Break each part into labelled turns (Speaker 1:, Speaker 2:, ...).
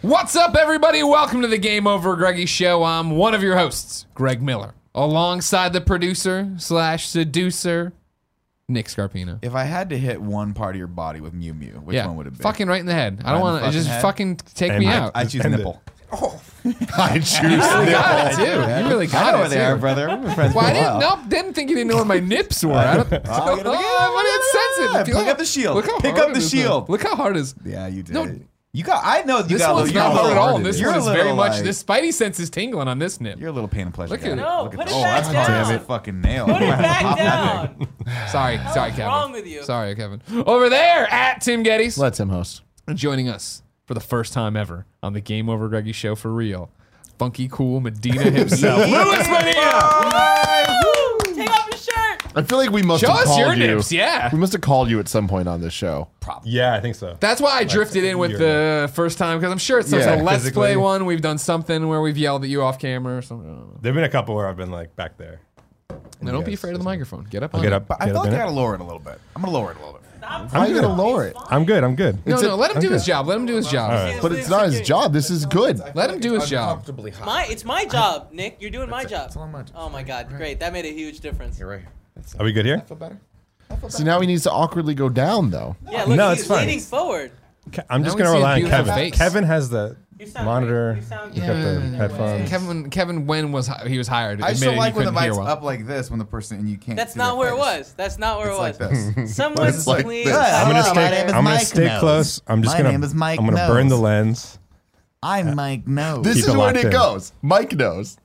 Speaker 1: What's up, everybody? Welcome to the Game Over Greggy Show. I'm one of your hosts, Greg Miller, alongside the producer slash seducer, Nick Scarpino.
Speaker 2: If I had to hit one part of your body with Mew Mew, which
Speaker 1: yeah,
Speaker 2: one would it be?
Speaker 1: fucking right in the head. I don't
Speaker 2: in the
Speaker 1: want to
Speaker 2: fucking
Speaker 1: just
Speaker 2: head?
Speaker 1: fucking take me
Speaker 3: I-
Speaker 1: out.
Speaker 2: I choose
Speaker 3: End it.
Speaker 2: nipple.
Speaker 3: I choose
Speaker 1: you
Speaker 3: nipple.
Speaker 1: got it too. You really
Speaker 2: I
Speaker 1: got
Speaker 2: know where
Speaker 1: it
Speaker 2: they are,
Speaker 1: too.
Speaker 2: brother. We've been friends
Speaker 1: Well,
Speaker 2: for
Speaker 1: I
Speaker 2: a
Speaker 1: didn't.
Speaker 2: while.
Speaker 1: Nope, didn't think you didn't know where my nips were. I don't,
Speaker 2: Oh, look at it.
Speaker 1: oh, I'm insensitive.
Speaker 2: Pick up the shield.
Speaker 1: Look how
Speaker 2: Pick
Speaker 1: hard
Speaker 2: up
Speaker 1: it
Speaker 2: the
Speaker 1: is, though.
Speaker 2: shield.
Speaker 1: Look how hard it is.
Speaker 2: Yeah, you did.
Speaker 1: No.
Speaker 2: it. you got. I know you
Speaker 1: This
Speaker 2: got. a
Speaker 1: one's
Speaker 2: little,
Speaker 1: not
Speaker 2: you're a
Speaker 1: hard at
Speaker 2: little
Speaker 1: all.
Speaker 2: hard
Speaker 1: This
Speaker 2: you're
Speaker 1: one
Speaker 2: a
Speaker 1: is very
Speaker 2: little,
Speaker 1: much.
Speaker 2: like-
Speaker 1: This spidey sense is tingling on this nip.
Speaker 2: You're a little pain and pleasure.
Speaker 1: Look at
Speaker 2: guy.
Speaker 1: it. No,
Speaker 2: Look
Speaker 4: put
Speaker 2: that.
Speaker 4: it
Speaker 2: oh,
Speaker 4: back
Speaker 2: that's hard.
Speaker 4: down.
Speaker 2: Damn it, fucking nail.
Speaker 4: Put it back down.
Speaker 1: Sorry, sorry, Kevin.
Speaker 4: wrong with you?
Speaker 1: Sorry, Kevin. Over there at Tim Geddes,
Speaker 5: Let's him host.
Speaker 1: joining us for the first time ever on the Game Over Greggy show for real. Funky cool Medina himself, Louis Medina.
Speaker 4: Take off your shirt.
Speaker 5: I feel like we must
Speaker 1: Show
Speaker 5: have
Speaker 1: us
Speaker 5: called
Speaker 1: your
Speaker 5: you.
Speaker 1: nips, yeah.
Speaker 5: We must have called you at some point on this show.
Speaker 3: Yeah, I think so.
Speaker 1: That's why I drifted in with the first time because I'm sure it's some
Speaker 5: Yeah,
Speaker 1: sort of let's
Speaker 3: physically.
Speaker 1: play one. We've done something where we've yelled at you off camera or something. I don't know.
Speaker 3: There've been a couple where I've been like back there.
Speaker 1: No, don't be afraid of the microphone. Get up. on it.
Speaker 3: Get up.
Speaker 2: But I
Speaker 3: get
Speaker 2: feel
Speaker 3: up
Speaker 2: like I
Speaker 3: in
Speaker 2: gotta
Speaker 3: it.
Speaker 2: lower it a little bit. I'm gonna lower it a little bit.
Speaker 5: I'm gonna lower it,
Speaker 3: I'm good. I'm good.
Speaker 1: No,
Speaker 5: It's
Speaker 1: no,
Speaker 5: a-
Speaker 1: let him do his
Speaker 5: okay.
Speaker 1: job. Let him do his job.
Speaker 5: but it's not his job. This is good.
Speaker 1: Let him do his job.
Speaker 6: Uncomfortably hot.
Speaker 4: My, it's my job, Nick. You're doing my job.
Speaker 6: it's all my job.
Speaker 4: Oh my God, great! That made a huge difference.
Speaker 6: You're right here.
Speaker 3: Are we good here?
Speaker 6: Feel better?
Speaker 5: So now he needs to awkwardly go down, though.
Speaker 4: Yeah, look,
Speaker 3: No,
Speaker 4: he's
Speaker 3: it's fine.
Speaker 4: leaning forward.
Speaker 3: Ke- I'm just
Speaker 1: we
Speaker 3: gonna
Speaker 1: see his
Speaker 3: rely on
Speaker 1: beautiful
Speaker 3: Kevin.
Speaker 1: face.
Speaker 3: Kevin has the
Speaker 4: You sound
Speaker 3: monitor.
Speaker 4: great. You sound
Speaker 3: He's got
Speaker 1: great.
Speaker 3: the
Speaker 1: Yeah.
Speaker 3: headphones.
Speaker 1: Kevin, Kevin, when was hi- he was hired?
Speaker 2: I
Speaker 1: admitted
Speaker 2: still
Speaker 1: he
Speaker 2: like when the
Speaker 1: couldn't hear
Speaker 2: mic's
Speaker 1: well.
Speaker 2: up like this when the person and you can't.
Speaker 4: That's
Speaker 2: see their
Speaker 4: not where it
Speaker 2: face.
Speaker 4: was. That's not where
Speaker 2: It's
Speaker 4: it
Speaker 2: like
Speaker 4: was.
Speaker 2: this.
Speaker 4: Someone
Speaker 2: It's like
Speaker 4: please.
Speaker 2: this.
Speaker 3: I'm
Speaker 2: Hello,
Speaker 3: gonna
Speaker 2: my
Speaker 3: stay.
Speaker 2: name is
Speaker 3: I'm gonna
Speaker 2: Mike
Speaker 3: stay
Speaker 2: Nose.
Speaker 3: close. I'm just
Speaker 2: My
Speaker 3: gonna.
Speaker 2: name is Mike
Speaker 3: I'm gonna burn the
Speaker 2: Nose.
Speaker 3: lens.
Speaker 2: I'm Mike No.
Speaker 5: This
Speaker 3: Keep
Speaker 5: is
Speaker 3: it
Speaker 5: when
Speaker 3: locked
Speaker 5: it
Speaker 3: in.
Speaker 5: goes. Mike knows.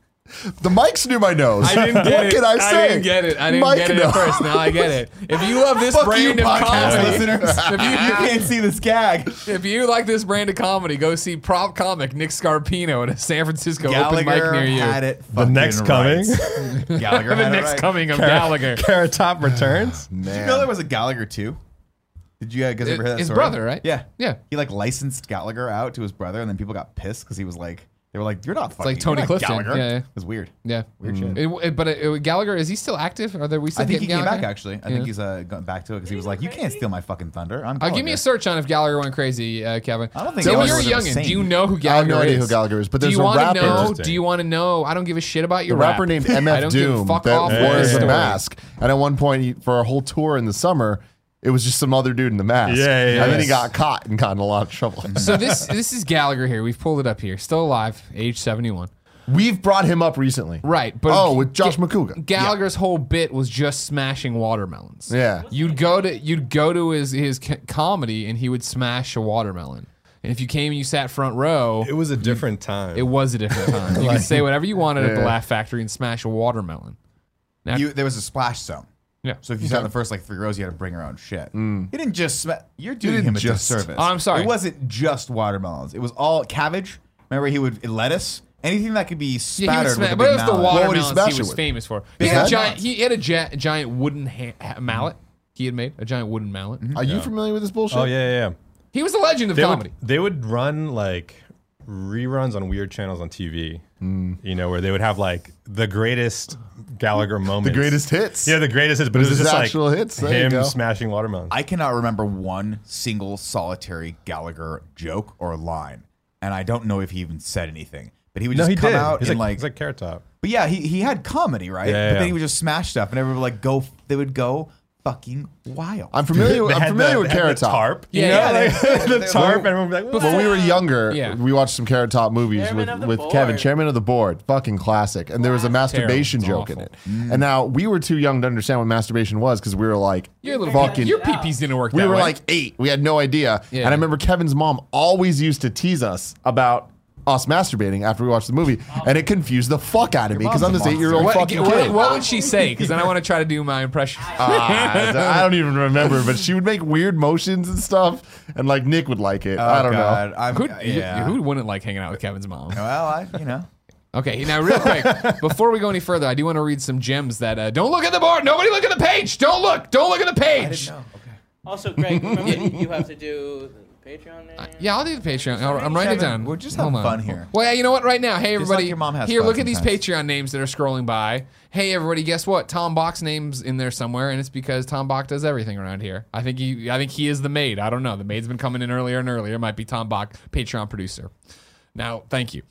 Speaker 5: The mics knew my nose.
Speaker 1: I didn't get
Speaker 5: what
Speaker 1: it.
Speaker 5: can I say?
Speaker 1: didn't get it. I didn't
Speaker 5: Mike
Speaker 1: get it at
Speaker 5: knows.
Speaker 1: first. Now I get it. If you love this
Speaker 2: Fuck you,
Speaker 1: brand of
Speaker 2: podcast
Speaker 1: comedy,
Speaker 2: listeners.
Speaker 1: if you,
Speaker 2: can't see this gag.
Speaker 1: if you like this brand of comedy, go see prop comic Nick Scarpino at a San Francisco open mic
Speaker 2: Gallagher
Speaker 1: near you.
Speaker 2: had it.
Speaker 3: The next coming.
Speaker 2: coming. Gallagher
Speaker 1: the
Speaker 2: had
Speaker 1: next
Speaker 2: it right.
Speaker 1: coming of Gallagher.
Speaker 3: Carrot Top returns.
Speaker 2: Did you know there was a Gallagher too? Did you guys ever hear that
Speaker 1: His
Speaker 2: story?
Speaker 1: brother, right?
Speaker 2: Yeah.
Speaker 1: Yeah.
Speaker 2: He like licensed Gallagher out to his brother, and then people got pissed because he was like, they were like, "You're not fucking
Speaker 1: like Tony
Speaker 2: you're not
Speaker 1: Clifton.
Speaker 2: Gallagher.
Speaker 1: Yeah, yeah.
Speaker 2: It was weird.
Speaker 1: Yeah.
Speaker 2: Weird shit.
Speaker 1: It, it- but it, Gallagher, is he still active? Are there we still
Speaker 2: I think he
Speaker 1: getting
Speaker 2: came
Speaker 1: Gallagher?
Speaker 2: back actually. I
Speaker 1: Yeah.
Speaker 2: think he's uh, gone back to it because he was like, "You can't steal my fucking thunder." I'm
Speaker 1: Uh, give me
Speaker 2: Gallagher."
Speaker 1: a search on if Gallagher went crazy, uh, Kevin.
Speaker 2: I don't think
Speaker 1: so
Speaker 2: Gallagher
Speaker 1: you're a
Speaker 2: was ever
Speaker 1: youngin'.
Speaker 2: sane.
Speaker 1: Do you know who
Speaker 5: I have
Speaker 1: Gallagher is?
Speaker 5: no idea who Gallagher is, but
Speaker 1: do
Speaker 5: there's
Speaker 1: you
Speaker 5: a
Speaker 1: want to
Speaker 5: rapper.
Speaker 1: know?
Speaker 3: Interesting.
Speaker 1: Do you want to know? I don't give a shit about
Speaker 5: the
Speaker 1: your
Speaker 5: rapper
Speaker 1: rap.
Speaker 5: named
Speaker 1: I don't
Speaker 5: MF
Speaker 1: give a
Speaker 5: Doom
Speaker 1: fuck off
Speaker 5: that
Speaker 1: what
Speaker 5: wears
Speaker 1: your
Speaker 5: a
Speaker 1: story.
Speaker 5: mask. And at one point, he, for our whole tour in the summer, it was just some other dude in the mask.
Speaker 3: Yeah, yeah, yeah. Mm-hmm.
Speaker 5: And then he got caught and got in a lot of trouble.
Speaker 1: So this this is Gallagher here. We've pulled it up here. Still alive, age 71.
Speaker 5: We've brought him up recently.
Speaker 1: Right, but
Speaker 5: oh, with Josh McCouga.
Speaker 1: Gallagher's whole bit was just smashing watermelons.
Speaker 5: Yeah.
Speaker 1: You'd go to you'd go to his his c- comedy and he would smash a watermelon. And if you came and you sat front row,
Speaker 3: It was a different time.
Speaker 1: it was a different time. You could say whatever you wanted at the Laugh Factory and smash a watermelon.
Speaker 2: You, there was a splash zone.
Speaker 1: Yeah.
Speaker 2: So if you sat in the first like three rows, you had to bring your own shit.
Speaker 3: Mm.
Speaker 2: You didn't just sm- you're doing
Speaker 5: didn't
Speaker 2: him a
Speaker 5: just-
Speaker 2: disservice.
Speaker 1: Oh, I'm sorry.
Speaker 2: It wasn't just watermelons. It was all cabbage. Remember, he would lettuce, anything that could be spattered
Speaker 1: Yeah, he would
Speaker 2: with
Speaker 1: smash,
Speaker 2: a
Speaker 1: but it
Speaker 2: big
Speaker 1: was the
Speaker 2: mallet.
Speaker 5: What would he
Speaker 1: watermelons he,
Speaker 5: smash it
Speaker 1: was
Speaker 5: with?
Speaker 1: famous for. He
Speaker 2: Big
Speaker 1: had, a
Speaker 2: head?
Speaker 1: giant, he had a ja- giant wooden ha- ha- mallet. He had made a giant wooden mallet.
Speaker 5: Are you familiar with this bullshit?
Speaker 3: Oh yeah, yeah. yeah.
Speaker 1: He was a legend of
Speaker 3: They
Speaker 1: comedy.
Speaker 3: would, they would run like reruns on weird channels on TV. You know where they would have like the greatest Gallagher moments.
Speaker 5: The greatest hits.
Speaker 3: Yeah, the greatest hits, but it was
Speaker 5: This
Speaker 3: just
Speaker 5: is
Speaker 3: like
Speaker 5: actual hits. There you
Speaker 3: him
Speaker 5: go.
Speaker 3: smashing watermelons.
Speaker 2: I cannot remember one single solitary Gallagher joke or line, and I don't know if he even said anything. But he would
Speaker 3: no,
Speaker 2: just
Speaker 3: he
Speaker 2: come
Speaker 3: did.
Speaker 2: out
Speaker 3: he's
Speaker 2: and
Speaker 3: like,
Speaker 2: like,
Speaker 3: he's like carrot top.
Speaker 2: but yeah, he, he had comedy right,
Speaker 3: Yeah,
Speaker 2: but
Speaker 3: yeah.
Speaker 2: then he would just smash stuff, and everyone would like go. They would go fucking wild.
Speaker 5: I'm familiar.
Speaker 3: They
Speaker 5: With, I'm
Speaker 3: had
Speaker 5: familiar
Speaker 3: the-
Speaker 5: with
Speaker 3: they had
Speaker 5: Carrot
Speaker 3: the
Speaker 5: Top.
Speaker 3: tarp.
Speaker 1: Yeah,
Speaker 3: Yeah,
Speaker 1: yeah,
Speaker 3: like, the tarp. And everyone would be like,
Speaker 5: When we were younger,
Speaker 1: Yeah.
Speaker 5: we watched some Carrot Top movies
Speaker 4: Chairman of the
Speaker 5: with, with
Speaker 4: Board.
Speaker 5: Kevin, Chairman of the Board, fucking classic. And there was a masturbation
Speaker 1: Terrible.
Speaker 5: joke
Speaker 1: It's
Speaker 5: in it. And now we were too young to understand what masturbation was because we were like,
Speaker 1: Your little
Speaker 5: fucking.
Speaker 1: your peepees didn't work.
Speaker 5: we
Speaker 1: that
Speaker 5: were
Speaker 1: way.
Speaker 5: like eight. We had no idea.
Speaker 1: Yeah.
Speaker 5: And I remember Kevin's mom always used to tease us about us masturbating after we watched the movie, and it confused the fuck out of me because I'm
Speaker 2: mom's
Speaker 5: this
Speaker 2: a
Speaker 5: eight year old
Speaker 1: what,
Speaker 5: fucking
Speaker 1: what-
Speaker 5: kid.
Speaker 1: what would she say? Because then I want to try to do my impression.
Speaker 5: Ah, I don't even remember, but she would make weird motions and stuff, and like Nick would like it.
Speaker 1: Oh,
Speaker 5: I don't know.
Speaker 2: Oh, I'm,
Speaker 1: who,
Speaker 2: uh, yeah.
Speaker 1: who wouldn't like hanging out with Kevin's mom?
Speaker 2: Well, I, you know.
Speaker 1: Okay, now real quick, before we go any further, I do want to read some gems that uh, don't look at the board. Nobody look at the page. Don't look. Don't look at the page.
Speaker 4: Also, Greg, remember you have to do the Patreon.
Speaker 3: Uh,
Speaker 4: There.
Speaker 1: Yeah, I'll do the Patreon. All right, I'm writing it
Speaker 2: Kevin,
Speaker 1: down.
Speaker 2: we're just
Speaker 1: Hold
Speaker 2: having
Speaker 1: on.
Speaker 2: fun here.
Speaker 1: Well, yeah, you know what? Right now, hey
Speaker 2: like
Speaker 1: everybody,
Speaker 2: your mom has
Speaker 1: here.
Speaker 2: fun
Speaker 1: Look at these
Speaker 2: sometimes.
Speaker 1: Patreon names that are scrolling by. Hey everybody, guess what? Tom Bach's name's in there somewhere, and it's because Tom Bach does everything around here. I think he, I think he is the maid. I don't know. The maid's been coming in earlier and earlier. It might be Tom Bach, Patreon producer. Now, thank you.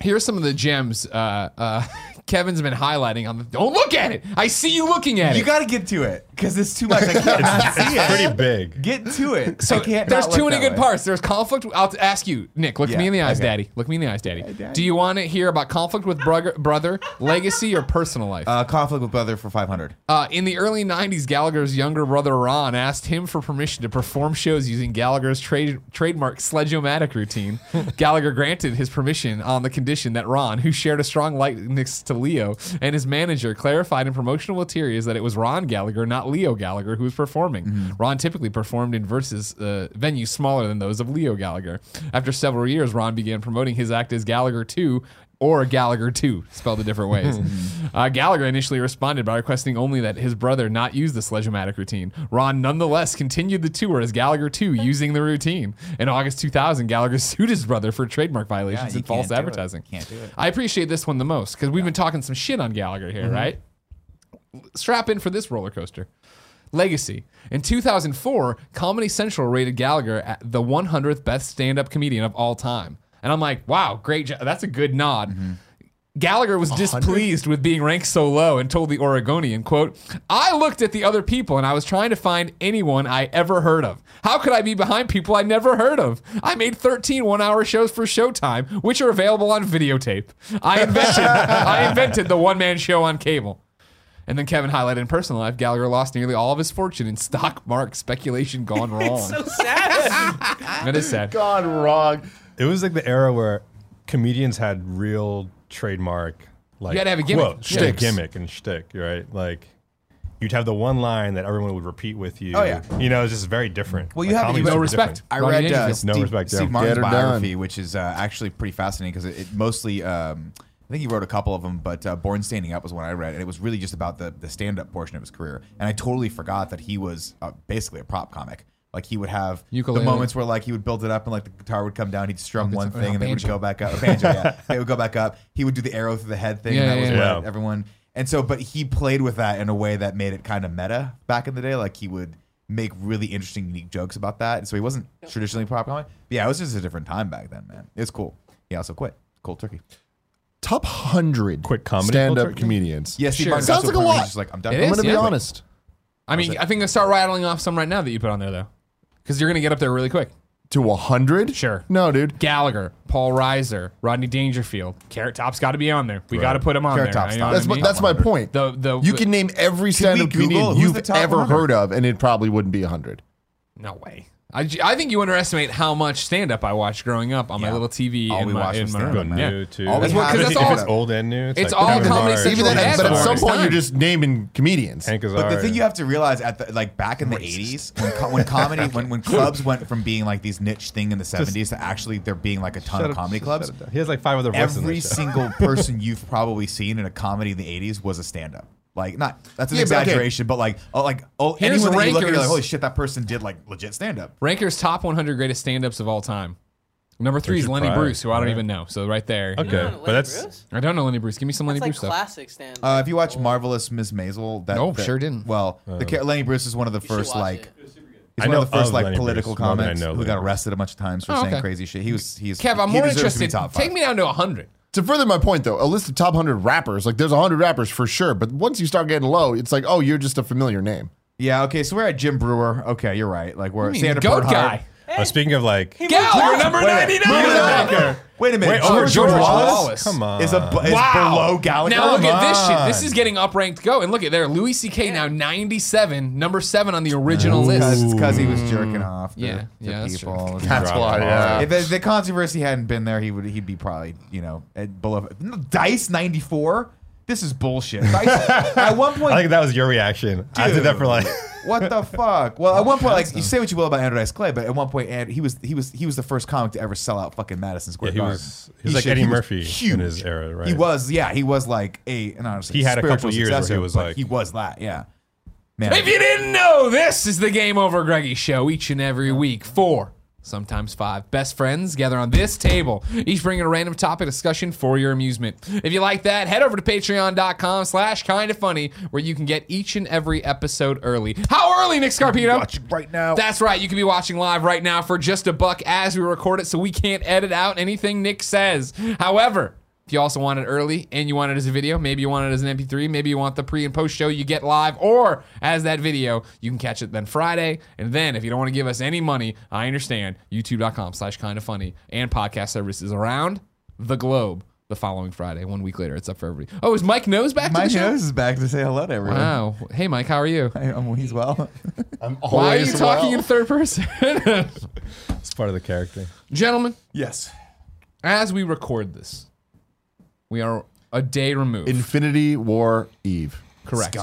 Speaker 1: Here are some of the gems uh, uh, Kevin's been highlighting on the. Don't look at it. I see you looking at
Speaker 2: You
Speaker 1: it.
Speaker 2: got to get to it because it's too much. I can't not see it.
Speaker 3: Pretty big.
Speaker 2: Get to it.
Speaker 1: so
Speaker 2: I can't
Speaker 1: there's
Speaker 2: not look
Speaker 1: too many
Speaker 2: that
Speaker 1: good
Speaker 2: way.
Speaker 1: parts. There's conflict. I'll t- ask you, Nick. Look
Speaker 2: Yeah,
Speaker 1: me in the eyes,
Speaker 2: okay.
Speaker 1: Daddy. Look me in the eyes, Daddy.
Speaker 2: Daddy.
Speaker 1: Do you want to hear about conflict with brugger- brother, legacy, or personal life?
Speaker 2: Uh, conflict with brother for 500.
Speaker 1: Uh, in the early 90s, Gallagher's younger brother Ron asked him for permission to perform shows using Gallagher's trade, trademark sledge-o-matic routine. Gallagher granted his permission on the condition that Ron, who shared a strong likeness to Leo, and his manager clarified in promotional materials that it was Ron Gallagher, not Leo Gallagher, who was performing. Ron typically performed in verses uh, venues smaller than those of Leo Gallagher. After several years, Ron began promoting his act as Gallagher 2 or Gallagher 2, spelled a different ways.
Speaker 2: Mm-hmm.
Speaker 1: uh, Gallagher initially responded by requesting only that his brother not use the sledge-o-matic routine. Ron nonetheless continued the tour as Gallagher 2 using the routine. In August 2000, Gallagher sued his brother for trademark violations
Speaker 2: you
Speaker 1: and false
Speaker 2: can't do it.
Speaker 1: advertising.
Speaker 2: Can't do it.
Speaker 1: I appreciate this one the most because we've been talking some shit on Gallagher here,
Speaker 2: Mm-hmm.
Speaker 1: right? Strap in for this roller coaster. Legacy. In 2004, Comedy Central rated Gallagher at the 100th best stand up comedian of all time. And I'm like, wow, great job. That's a good nod. Gallagher was displeased with being ranked so low and told the Oregonian, quote, I looked at the other people and I was trying to find anyone I ever heard of. How could I be behind people I never heard of? I made 13 one-hour shows for Showtime, which are available on videotape. I invented I invented the one-man show on cable. And then Kevin highlighted in personal life, Gallagher lost nearly all of his fortune in stock market speculation gone wrong.
Speaker 4: So sad.
Speaker 1: that is sad.
Speaker 5: Gone wrong.
Speaker 3: It was like the era where comedians had real trademark, like
Speaker 1: You had to have a gimmick.
Speaker 3: quotes,
Speaker 1: Yeah.
Speaker 3: and a
Speaker 1: Shticks.
Speaker 3: gimmick and shtick, right? Like you'd have the one line that everyone would repeat with you.
Speaker 2: Oh, yeah.
Speaker 3: You know, it's just very different.
Speaker 2: Well, you have-
Speaker 3: comedy
Speaker 2: you
Speaker 3: was
Speaker 1: No
Speaker 2: have
Speaker 3: super
Speaker 1: respect.
Speaker 3: different.
Speaker 2: I
Speaker 1: Ronnie
Speaker 2: read uh,
Speaker 1: Dangerfield.
Speaker 2: Steve,
Speaker 3: No respect, yeah.
Speaker 2: Steve Martin's
Speaker 5: Get her done.
Speaker 2: biography, which is uh, actually pretty fascinating because it, it mostly, um, I think he wrote a couple of them, but uh, Born Standing Up was one I read, and it was really just about the, the stand up portion of his career. And I totally forgot that he was uh, basically a prop comic. Like he would have
Speaker 1: Ukulele.
Speaker 2: the moments where like he would build it up and like the guitar would come down, he'd strum one
Speaker 1: guitar.
Speaker 2: thing and they would
Speaker 1: Banjo.
Speaker 2: go back up. Banjo, yeah. They would go back up. He would do the arrow through the head thing. and
Speaker 1: Yeah,
Speaker 2: that was
Speaker 1: yeah,
Speaker 3: yeah.
Speaker 2: what
Speaker 3: Yeah.
Speaker 2: everyone. And so, but he played with that in a way that made it kind of meta back in the day. Like he would make really interesting, unique jokes about that. And so he wasn't traditionally pop comic. But yeah, it was just a different time back then, man. It's cool. He also quit. Cold turkey.
Speaker 5: Top 100
Speaker 3: Quick comedy
Speaker 5: stand-up
Speaker 3: culture?
Speaker 5: comedians.
Speaker 2: Yes,
Speaker 1: Sure.
Speaker 5: Sounds like a lot.
Speaker 2: Just like I'm done.
Speaker 1: It
Speaker 5: I'm
Speaker 1: is,
Speaker 5: going to be
Speaker 1: yeah.
Speaker 5: honest.
Speaker 1: I mean, I think I start rattling off some right now that you put on there though, because you're gonna get up there really quick.
Speaker 5: To 100?
Speaker 1: Sure.
Speaker 5: No, dude.
Speaker 1: Gallagher, Paul Reiser, Rodney Dangerfield, Carrot Top's got to be on there. We got to put him on
Speaker 2: Carrot
Speaker 1: there.
Speaker 2: Top's
Speaker 1: You know what
Speaker 2: not-
Speaker 5: That's
Speaker 1: I
Speaker 5: my,
Speaker 1: mean?
Speaker 5: that's my point.
Speaker 1: The- the-
Speaker 5: you can name every stand-up
Speaker 2: Google
Speaker 5: comedian
Speaker 2: who's
Speaker 5: you've
Speaker 2: the top
Speaker 5: ever
Speaker 2: 100?
Speaker 5: heard of, and it probably wouldn't be 100.
Speaker 1: no way. I, j- I think you underestimate how much stand up I watched growing up on my
Speaker 2: Yeah.
Speaker 1: little TV
Speaker 2: All
Speaker 1: in
Speaker 2: we
Speaker 1: my,
Speaker 2: watched
Speaker 1: in
Speaker 2: was
Speaker 1: my
Speaker 2: stand-up,
Speaker 1: room.
Speaker 2: man.
Speaker 1: Yeah.
Speaker 3: New too.
Speaker 2: All we
Speaker 1: That's what-
Speaker 2: have
Speaker 1: 'cause
Speaker 2: is
Speaker 1: that's
Speaker 3: If
Speaker 1: all.
Speaker 3: it's old and new. It's,
Speaker 1: it's
Speaker 3: like
Speaker 1: all
Speaker 3: Kevin
Speaker 1: Comedy
Speaker 3: Hart,
Speaker 1: Central
Speaker 5: Even
Speaker 1: Well,
Speaker 5: then,
Speaker 1: that's
Speaker 5: but at
Speaker 1: hard.
Speaker 5: some point,
Speaker 1: Time.
Speaker 5: you're just naming comedians.
Speaker 3: Hank Azaria.
Speaker 2: But the thing you have to realize at the, like back in the '80s, when, co- when comedy, when, when clubs went from being like these niche thing in the '70s to actually there being like a ton
Speaker 3: Shut
Speaker 2: of
Speaker 3: up,
Speaker 2: comedy
Speaker 3: shut
Speaker 2: clubs,
Speaker 3: it down. He has like five other voices. in
Speaker 2: every
Speaker 3: that show.
Speaker 2: single person you've probably seen in a comedy in the '80s was a stand-up. Like, not that's an
Speaker 5: Yeah, but okay.
Speaker 2: exaggeration, but like, oh, like, oh,
Speaker 1: Here's
Speaker 2: anyone that you look at, you're
Speaker 1: Rankers.
Speaker 2: like, holy shit, that person did like legit stand-up.
Speaker 1: Ranker's top 100 greatest stand ups of all time. Number three is
Speaker 3: should
Speaker 1: Lenny
Speaker 3: try it,
Speaker 1: Bruce, who I don't
Speaker 3: right?
Speaker 1: even know. So right there.
Speaker 3: Okay,
Speaker 4: No, no,
Speaker 3: but
Speaker 4: Lenny
Speaker 3: that's
Speaker 4: Bruce?
Speaker 1: I don't know Lenny Bruce. Give me some Lenny
Speaker 4: It's like
Speaker 1: Bruce stuff.
Speaker 4: classic stand.
Speaker 2: Uh, if you watch Marvelous Miss Maisel, that
Speaker 1: No,
Speaker 2: that-
Speaker 1: sure didn't. Uh,
Speaker 2: Well, the the Lenny Bruce is one of the
Speaker 4: should
Speaker 2: first
Speaker 4: watch
Speaker 2: like.
Speaker 4: it.
Speaker 2: He's one
Speaker 3: I
Speaker 2: of
Speaker 3: know
Speaker 2: the first
Speaker 3: of
Speaker 2: like
Speaker 3: Lenny Bruce
Speaker 2: political
Speaker 3: more than I
Speaker 2: comics
Speaker 3: know
Speaker 2: who
Speaker 3: Lenny
Speaker 2: got
Speaker 3: Bruce.
Speaker 2: arrested a bunch of times for
Speaker 1: Oh,
Speaker 2: saying
Speaker 1: okay.
Speaker 2: crazy shit. He was he's
Speaker 1: Kev, I'm
Speaker 2: he
Speaker 1: more
Speaker 2: deserves to be
Speaker 1: interested.
Speaker 2: top
Speaker 1: Take
Speaker 2: five.
Speaker 1: me down to 100.
Speaker 5: To further my point, though, a list of top 100 rappers, like there's 100 rappers for sure, but once you start getting low, it's like, oh, you're just a familiar name.
Speaker 2: Yeah, okay, so we're at Jim Brewer. Okay, you're right. Like we're
Speaker 1: I mean,
Speaker 2: Sandra
Speaker 1: goat
Speaker 2: Bernhardt.
Speaker 1: guy.
Speaker 3: Uh, speaking of like,
Speaker 1: Gallagher, number
Speaker 2: Wait a minute.
Speaker 1: 99.
Speaker 2: Wait a minute.
Speaker 3: wait, over
Speaker 1: oh, George
Speaker 3: George
Speaker 1: Wallace?
Speaker 3: Wallace. Come on,
Speaker 2: Is, a, is below Gallagher.
Speaker 1: Now look
Speaker 2: Oh, Come
Speaker 1: at this shit.
Speaker 2: on.
Speaker 1: This is getting upranked. Go and look at there. Louis C.K. now 97, number seven on the original list.
Speaker 2: because he was jerking
Speaker 3: Mm.
Speaker 2: off. To,
Speaker 1: Yeah,
Speaker 2: to
Speaker 1: yeah, that's true.
Speaker 2: people.
Speaker 5: That's
Speaker 3: Drop
Speaker 5: why,
Speaker 3: it.
Speaker 5: yeah.
Speaker 2: If the, the controversy hadn't been there, he would he'd be probably you know at below Dice ninety four. This is bullshit. Dice, at one point,
Speaker 3: I think that was your reaction. I did that for like.
Speaker 2: what the fuck? Well, at one point, like you say what you will about Andrew Dice Clay, but at one point, and he was he was he was the first comic to ever sell out fucking Madison Square
Speaker 3: Yeah, he
Speaker 2: Garden.
Speaker 3: was- he was like
Speaker 2: should-
Speaker 3: Eddie
Speaker 2: was
Speaker 3: Murphy in his era, right?
Speaker 2: He was, yeah, he was like a. And honestly,
Speaker 3: He had a
Speaker 2: spiritual
Speaker 3: couple years where he
Speaker 2: successor,
Speaker 3: was
Speaker 2: but
Speaker 3: like-
Speaker 2: he was that, yeah. Man,
Speaker 1: If you didn't know, this is the Game Over Greggy show each and every week for sometimes five. Best friends gather on this table, each bringing a random topic discussion for your amusement. If you like that, head over to patreon.com slash kind of funny, where you can get each and every episode early. How early, Nick Scarpino?
Speaker 2: Watch it right now.
Speaker 1: That's right. You can be watching live right now for just a buck as we record it, so we can't edit out anything Nick says. However, if you also want it early and you want it as a video, maybe you want it as an MP3, maybe you want the pre and post show you get live or as that video, you can catch it then Friday. And then if you don't want to give us any money, I understand. YouTube.com slash kind of funny and podcast services around the globe the following Friday. One week later, it's up for everybody. Oh, is Mike Nose back
Speaker 2: Mike
Speaker 1: to the show?
Speaker 2: Nose is back to say hello to everyone.
Speaker 1: Wow. Hey, Mike, how are you?
Speaker 2: I, um, he's well.
Speaker 5: I'm
Speaker 1: Why are
Speaker 5: always
Speaker 1: you talking
Speaker 5: well.
Speaker 1: in third person?
Speaker 3: It's part of the character.
Speaker 1: Gentlemen,
Speaker 2: yes.
Speaker 1: as we record this, we are a day removed.
Speaker 5: Infinity War Eve.
Speaker 1: Correct.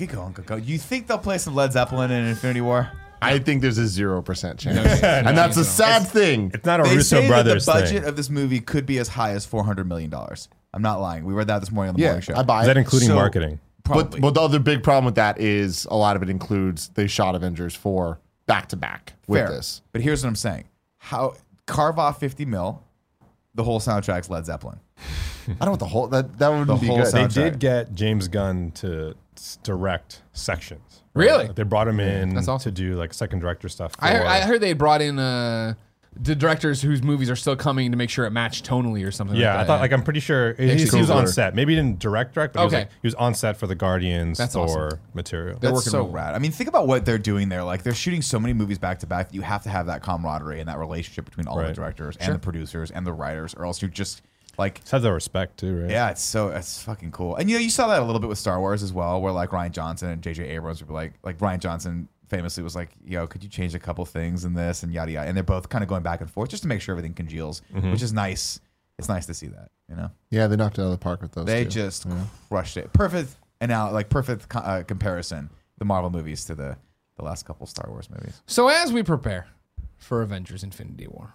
Speaker 2: You think they'll play some Led Zeppelin in Infinity War?
Speaker 5: I think there's a zero percent chance,
Speaker 1: Okay.
Speaker 5: and that's a sad thing.
Speaker 3: It's not a
Speaker 2: They
Speaker 3: Russo
Speaker 2: say
Speaker 3: brothers
Speaker 2: that the budget
Speaker 3: thing.
Speaker 2: of this movie could be as high as four hundred million dollars. I'm not lying. We read that this morning on the
Speaker 5: Yeah,
Speaker 2: morning show.
Speaker 5: I buy
Speaker 3: Is that
Speaker 5: it.
Speaker 3: including
Speaker 2: So-
Speaker 3: marketing?
Speaker 5: But,
Speaker 2: Probably.
Speaker 5: but the other big problem with that is a lot of it includes they shot Avengers four back to back with
Speaker 2: Fair.
Speaker 5: this.
Speaker 2: But here's what I'm saying: how carve off fifty mil, the whole soundtrack's Led Zeppelin.
Speaker 5: I don't know what the whole that that would
Speaker 2: The
Speaker 5: be
Speaker 2: whole
Speaker 5: good.
Speaker 2: sound-
Speaker 3: They
Speaker 2: Soundtrack.
Speaker 3: did get James Gunn to s- direct sections.
Speaker 1: Really?
Speaker 3: They brought him in
Speaker 1: That's awesome.
Speaker 3: to do like second director stuff.
Speaker 1: I, heard,
Speaker 3: for-
Speaker 1: I heard they brought in uh, the directors whose movies are still coming to make sure it matched tonally or something. like
Speaker 3: yeah,
Speaker 1: that.
Speaker 3: I thought like I'm pretty sure he, he
Speaker 5: Cool.
Speaker 3: was on set. Maybe he didn't direct direct, but he, was,
Speaker 1: Okay.
Speaker 3: like, he was on set for the Guardians
Speaker 1: That's
Speaker 3: Thor
Speaker 1: awesome.
Speaker 3: material.
Speaker 1: They're
Speaker 2: That's
Speaker 1: working
Speaker 2: so
Speaker 1: with-
Speaker 2: rad. I mean, think about what they're doing there. Like they're shooting so many movies back to back that you have to have that camaraderie and that relationship between all the
Speaker 3: Right.
Speaker 2: directors and the producers and the writers, or else you're just like.
Speaker 3: Just have the respect too, right?
Speaker 2: Yeah, it's so it's fucking cool. And you know, you saw that a little bit with Star Wars as well, where like Ryan Johnson and JJ Abrams were like like Ryan Johnson famously was like, yo, could you change a couple things in this and yada yada. And they're both kind of going back and forth just to make sure everything congeals, which is nice. It's nice to see that, you know.
Speaker 5: Yeah, they knocked it out of the park with those.
Speaker 2: They
Speaker 5: two.
Speaker 2: just crushed it. Perfect and now like perfect co- uh, comparison the Marvel movies to the the last couple Star Wars movies.
Speaker 1: So as we prepare for Avengers: Infinity War,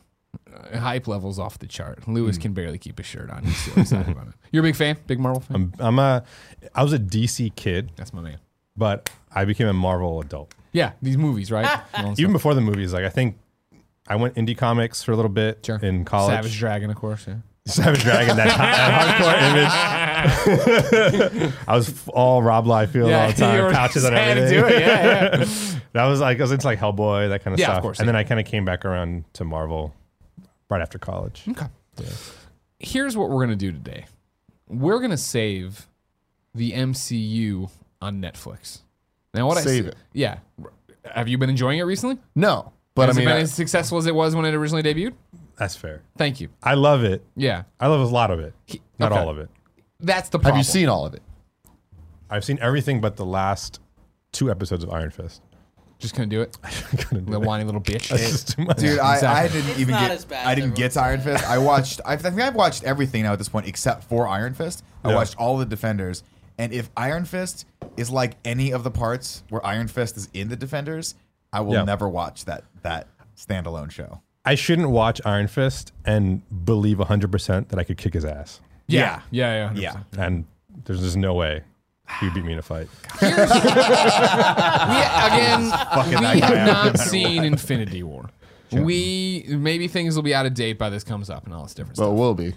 Speaker 1: uh, hype levels off the chart.
Speaker 3: Hmm.
Speaker 1: Lewis can barely keep his shirt on. He's so excited about it. You're a big fan, big Marvel fan.
Speaker 3: I'm, I'm a, I was a DC kid,
Speaker 1: That's my man.
Speaker 3: but I became a Marvel adult.
Speaker 1: Yeah, these movies, right?
Speaker 3: Even before the movies, like I think I went indie comics for a little bit
Speaker 1: Sure.
Speaker 3: in college.
Speaker 1: Savage Dragon, of course. Yeah.
Speaker 3: Savage Dragon, that, that hardcore image. I was f- all Rob Liefeld all
Speaker 1: you
Speaker 3: the
Speaker 1: were
Speaker 3: time, pouches
Speaker 1: just
Speaker 3: on
Speaker 1: had to
Speaker 3: everything.
Speaker 1: do it, yeah, yeah.
Speaker 3: That was like I was into like Hellboy, that kind of
Speaker 1: Yeah, of
Speaker 3: stuff.
Speaker 1: course,
Speaker 3: and
Speaker 1: yeah.
Speaker 3: then I kind of came back around to Marvel right after college.
Speaker 1: Okay. Here's what we're gonna do today. We're gonna save the MCU on Netflix. Now, what
Speaker 5: Save
Speaker 1: I
Speaker 5: it.
Speaker 1: Yeah. Have you been enjoying it recently?
Speaker 5: no, but I
Speaker 1: Has
Speaker 5: mean,
Speaker 1: it been
Speaker 5: I-
Speaker 1: as successful as it was when it originally debuted?
Speaker 3: That's fair.
Speaker 1: Thank you.
Speaker 3: I love it.
Speaker 1: Yeah,
Speaker 3: I love a lot of it. Not
Speaker 1: okay.
Speaker 3: all of it.
Speaker 1: that's the problem.
Speaker 5: have you seen all of it?
Speaker 3: I've seen everything but the last two episodes of Iron Fist.
Speaker 1: Just gonna do it.
Speaker 3: Couldn't do
Speaker 1: The
Speaker 3: it.
Speaker 1: whiny little bitch.
Speaker 3: That's just too much.
Speaker 2: Dude, I, I
Speaker 1: Exactly.
Speaker 2: didn't
Speaker 4: It's
Speaker 2: even
Speaker 4: not
Speaker 2: get
Speaker 4: as bad
Speaker 2: I
Speaker 4: as
Speaker 2: didn't get to Iron Fist. I watched I think I've watched everything now at this point except for Iron Fist. I
Speaker 3: Yeah.
Speaker 2: watched all the Defenders. And if Iron Fist is like any of the parts where Iron Fist is in the Defenders, I will
Speaker 3: Yeah.
Speaker 2: never watch that that standalone show.
Speaker 3: I shouldn't watch Iron Fist and believe 100% that I could kick his ass.
Speaker 1: yeah, yeah, yeah.
Speaker 2: Yeah.
Speaker 3: And there's just no way he would beat me in a fight.
Speaker 1: We, again, we
Speaker 2: that guy
Speaker 1: have
Speaker 2: up, no
Speaker 1: not
Speaker 2: matter
Speaker 1: seen Infinity War. We maybe things will be out of date by this comes up and all this different
Speaker 5: Well, Mm.
Speaker 1: stuff.
Speaker 5: it will be.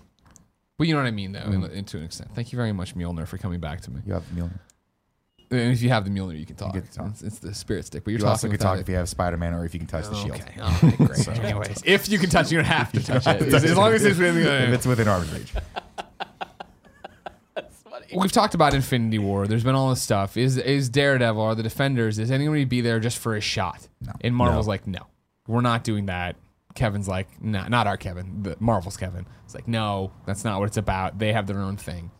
Speaker 1: But you know what I mean, though, in, in- to an extent. Thank you very much, Mjolnir, for coming back to me.
Speaker 2: You have Mjolnir.
Speaker 1: And if you have the Mjolnir, you can talk.
Speaker 2: get to talk.
Speaker 1: It's, it's the spirit stick, but you're
Speaker 2: You
Speaker 1: talking
Speaker 2: also could
Speaker 1: without
Speaker 2: talk if you have Spider Man or if you can touch
Speaker 4: Oh,
Speaker 2: the
Speaker 1: it.
Speaker 2: shield.
Speaker 1: Okay. All right, great. Anyways, if you can touch, you don't have to touch it. As long as it's within
Speaker 2: If it's within arm's reach.
Speaker 1: we've talked about Infinity War. There's been all this stuff. Is is Daredevil? Are the Defenders? Is anybody be there just for a shot? No. And Marvel's like, no, we're not doing that. Kevin's like, no, not our Kevin. The Marvel's Kevin. It's like, no, that's not what it's about. They have their own thing.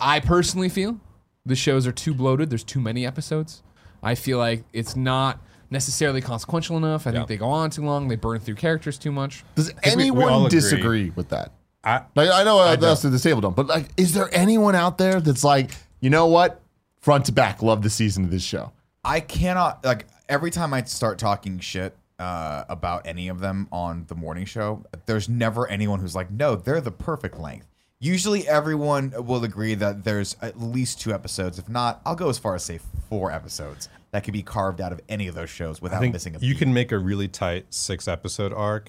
Speaker 1: I personally feel the shows are too bloated. There's too many episodes. I feel like it's not necessarily consequential enough. I think they go on too long. They burn through characters too much.
Speaker 5: Does
Speaker 3: we- we
Speaker 5: anyone
Speaker 3: all agree.
Speaker 5: disagree with that?
Speaker 3: I,
Speaker 5: Like, I know uh, the rest of the table don't, but like, is there anyone out there that's like, you know what, front to back, love the season of this show?
Speaker 2: I cannot like every time I start talking shit uh, about any of them on the morning show. There's never anyone who's like, no, they're the perfect length. Usually, everyone will agree that there's at least two episodes. If not, I'll go as far as say four episodes that could be carved out of any of those shows
Speaker 3: I
Speaker 2: without
Speaker 3: think
Speaker 2: missing a
Speaker 3: you
Speaker 2: beat.
Speaker 3: can make a really tight six episode arc.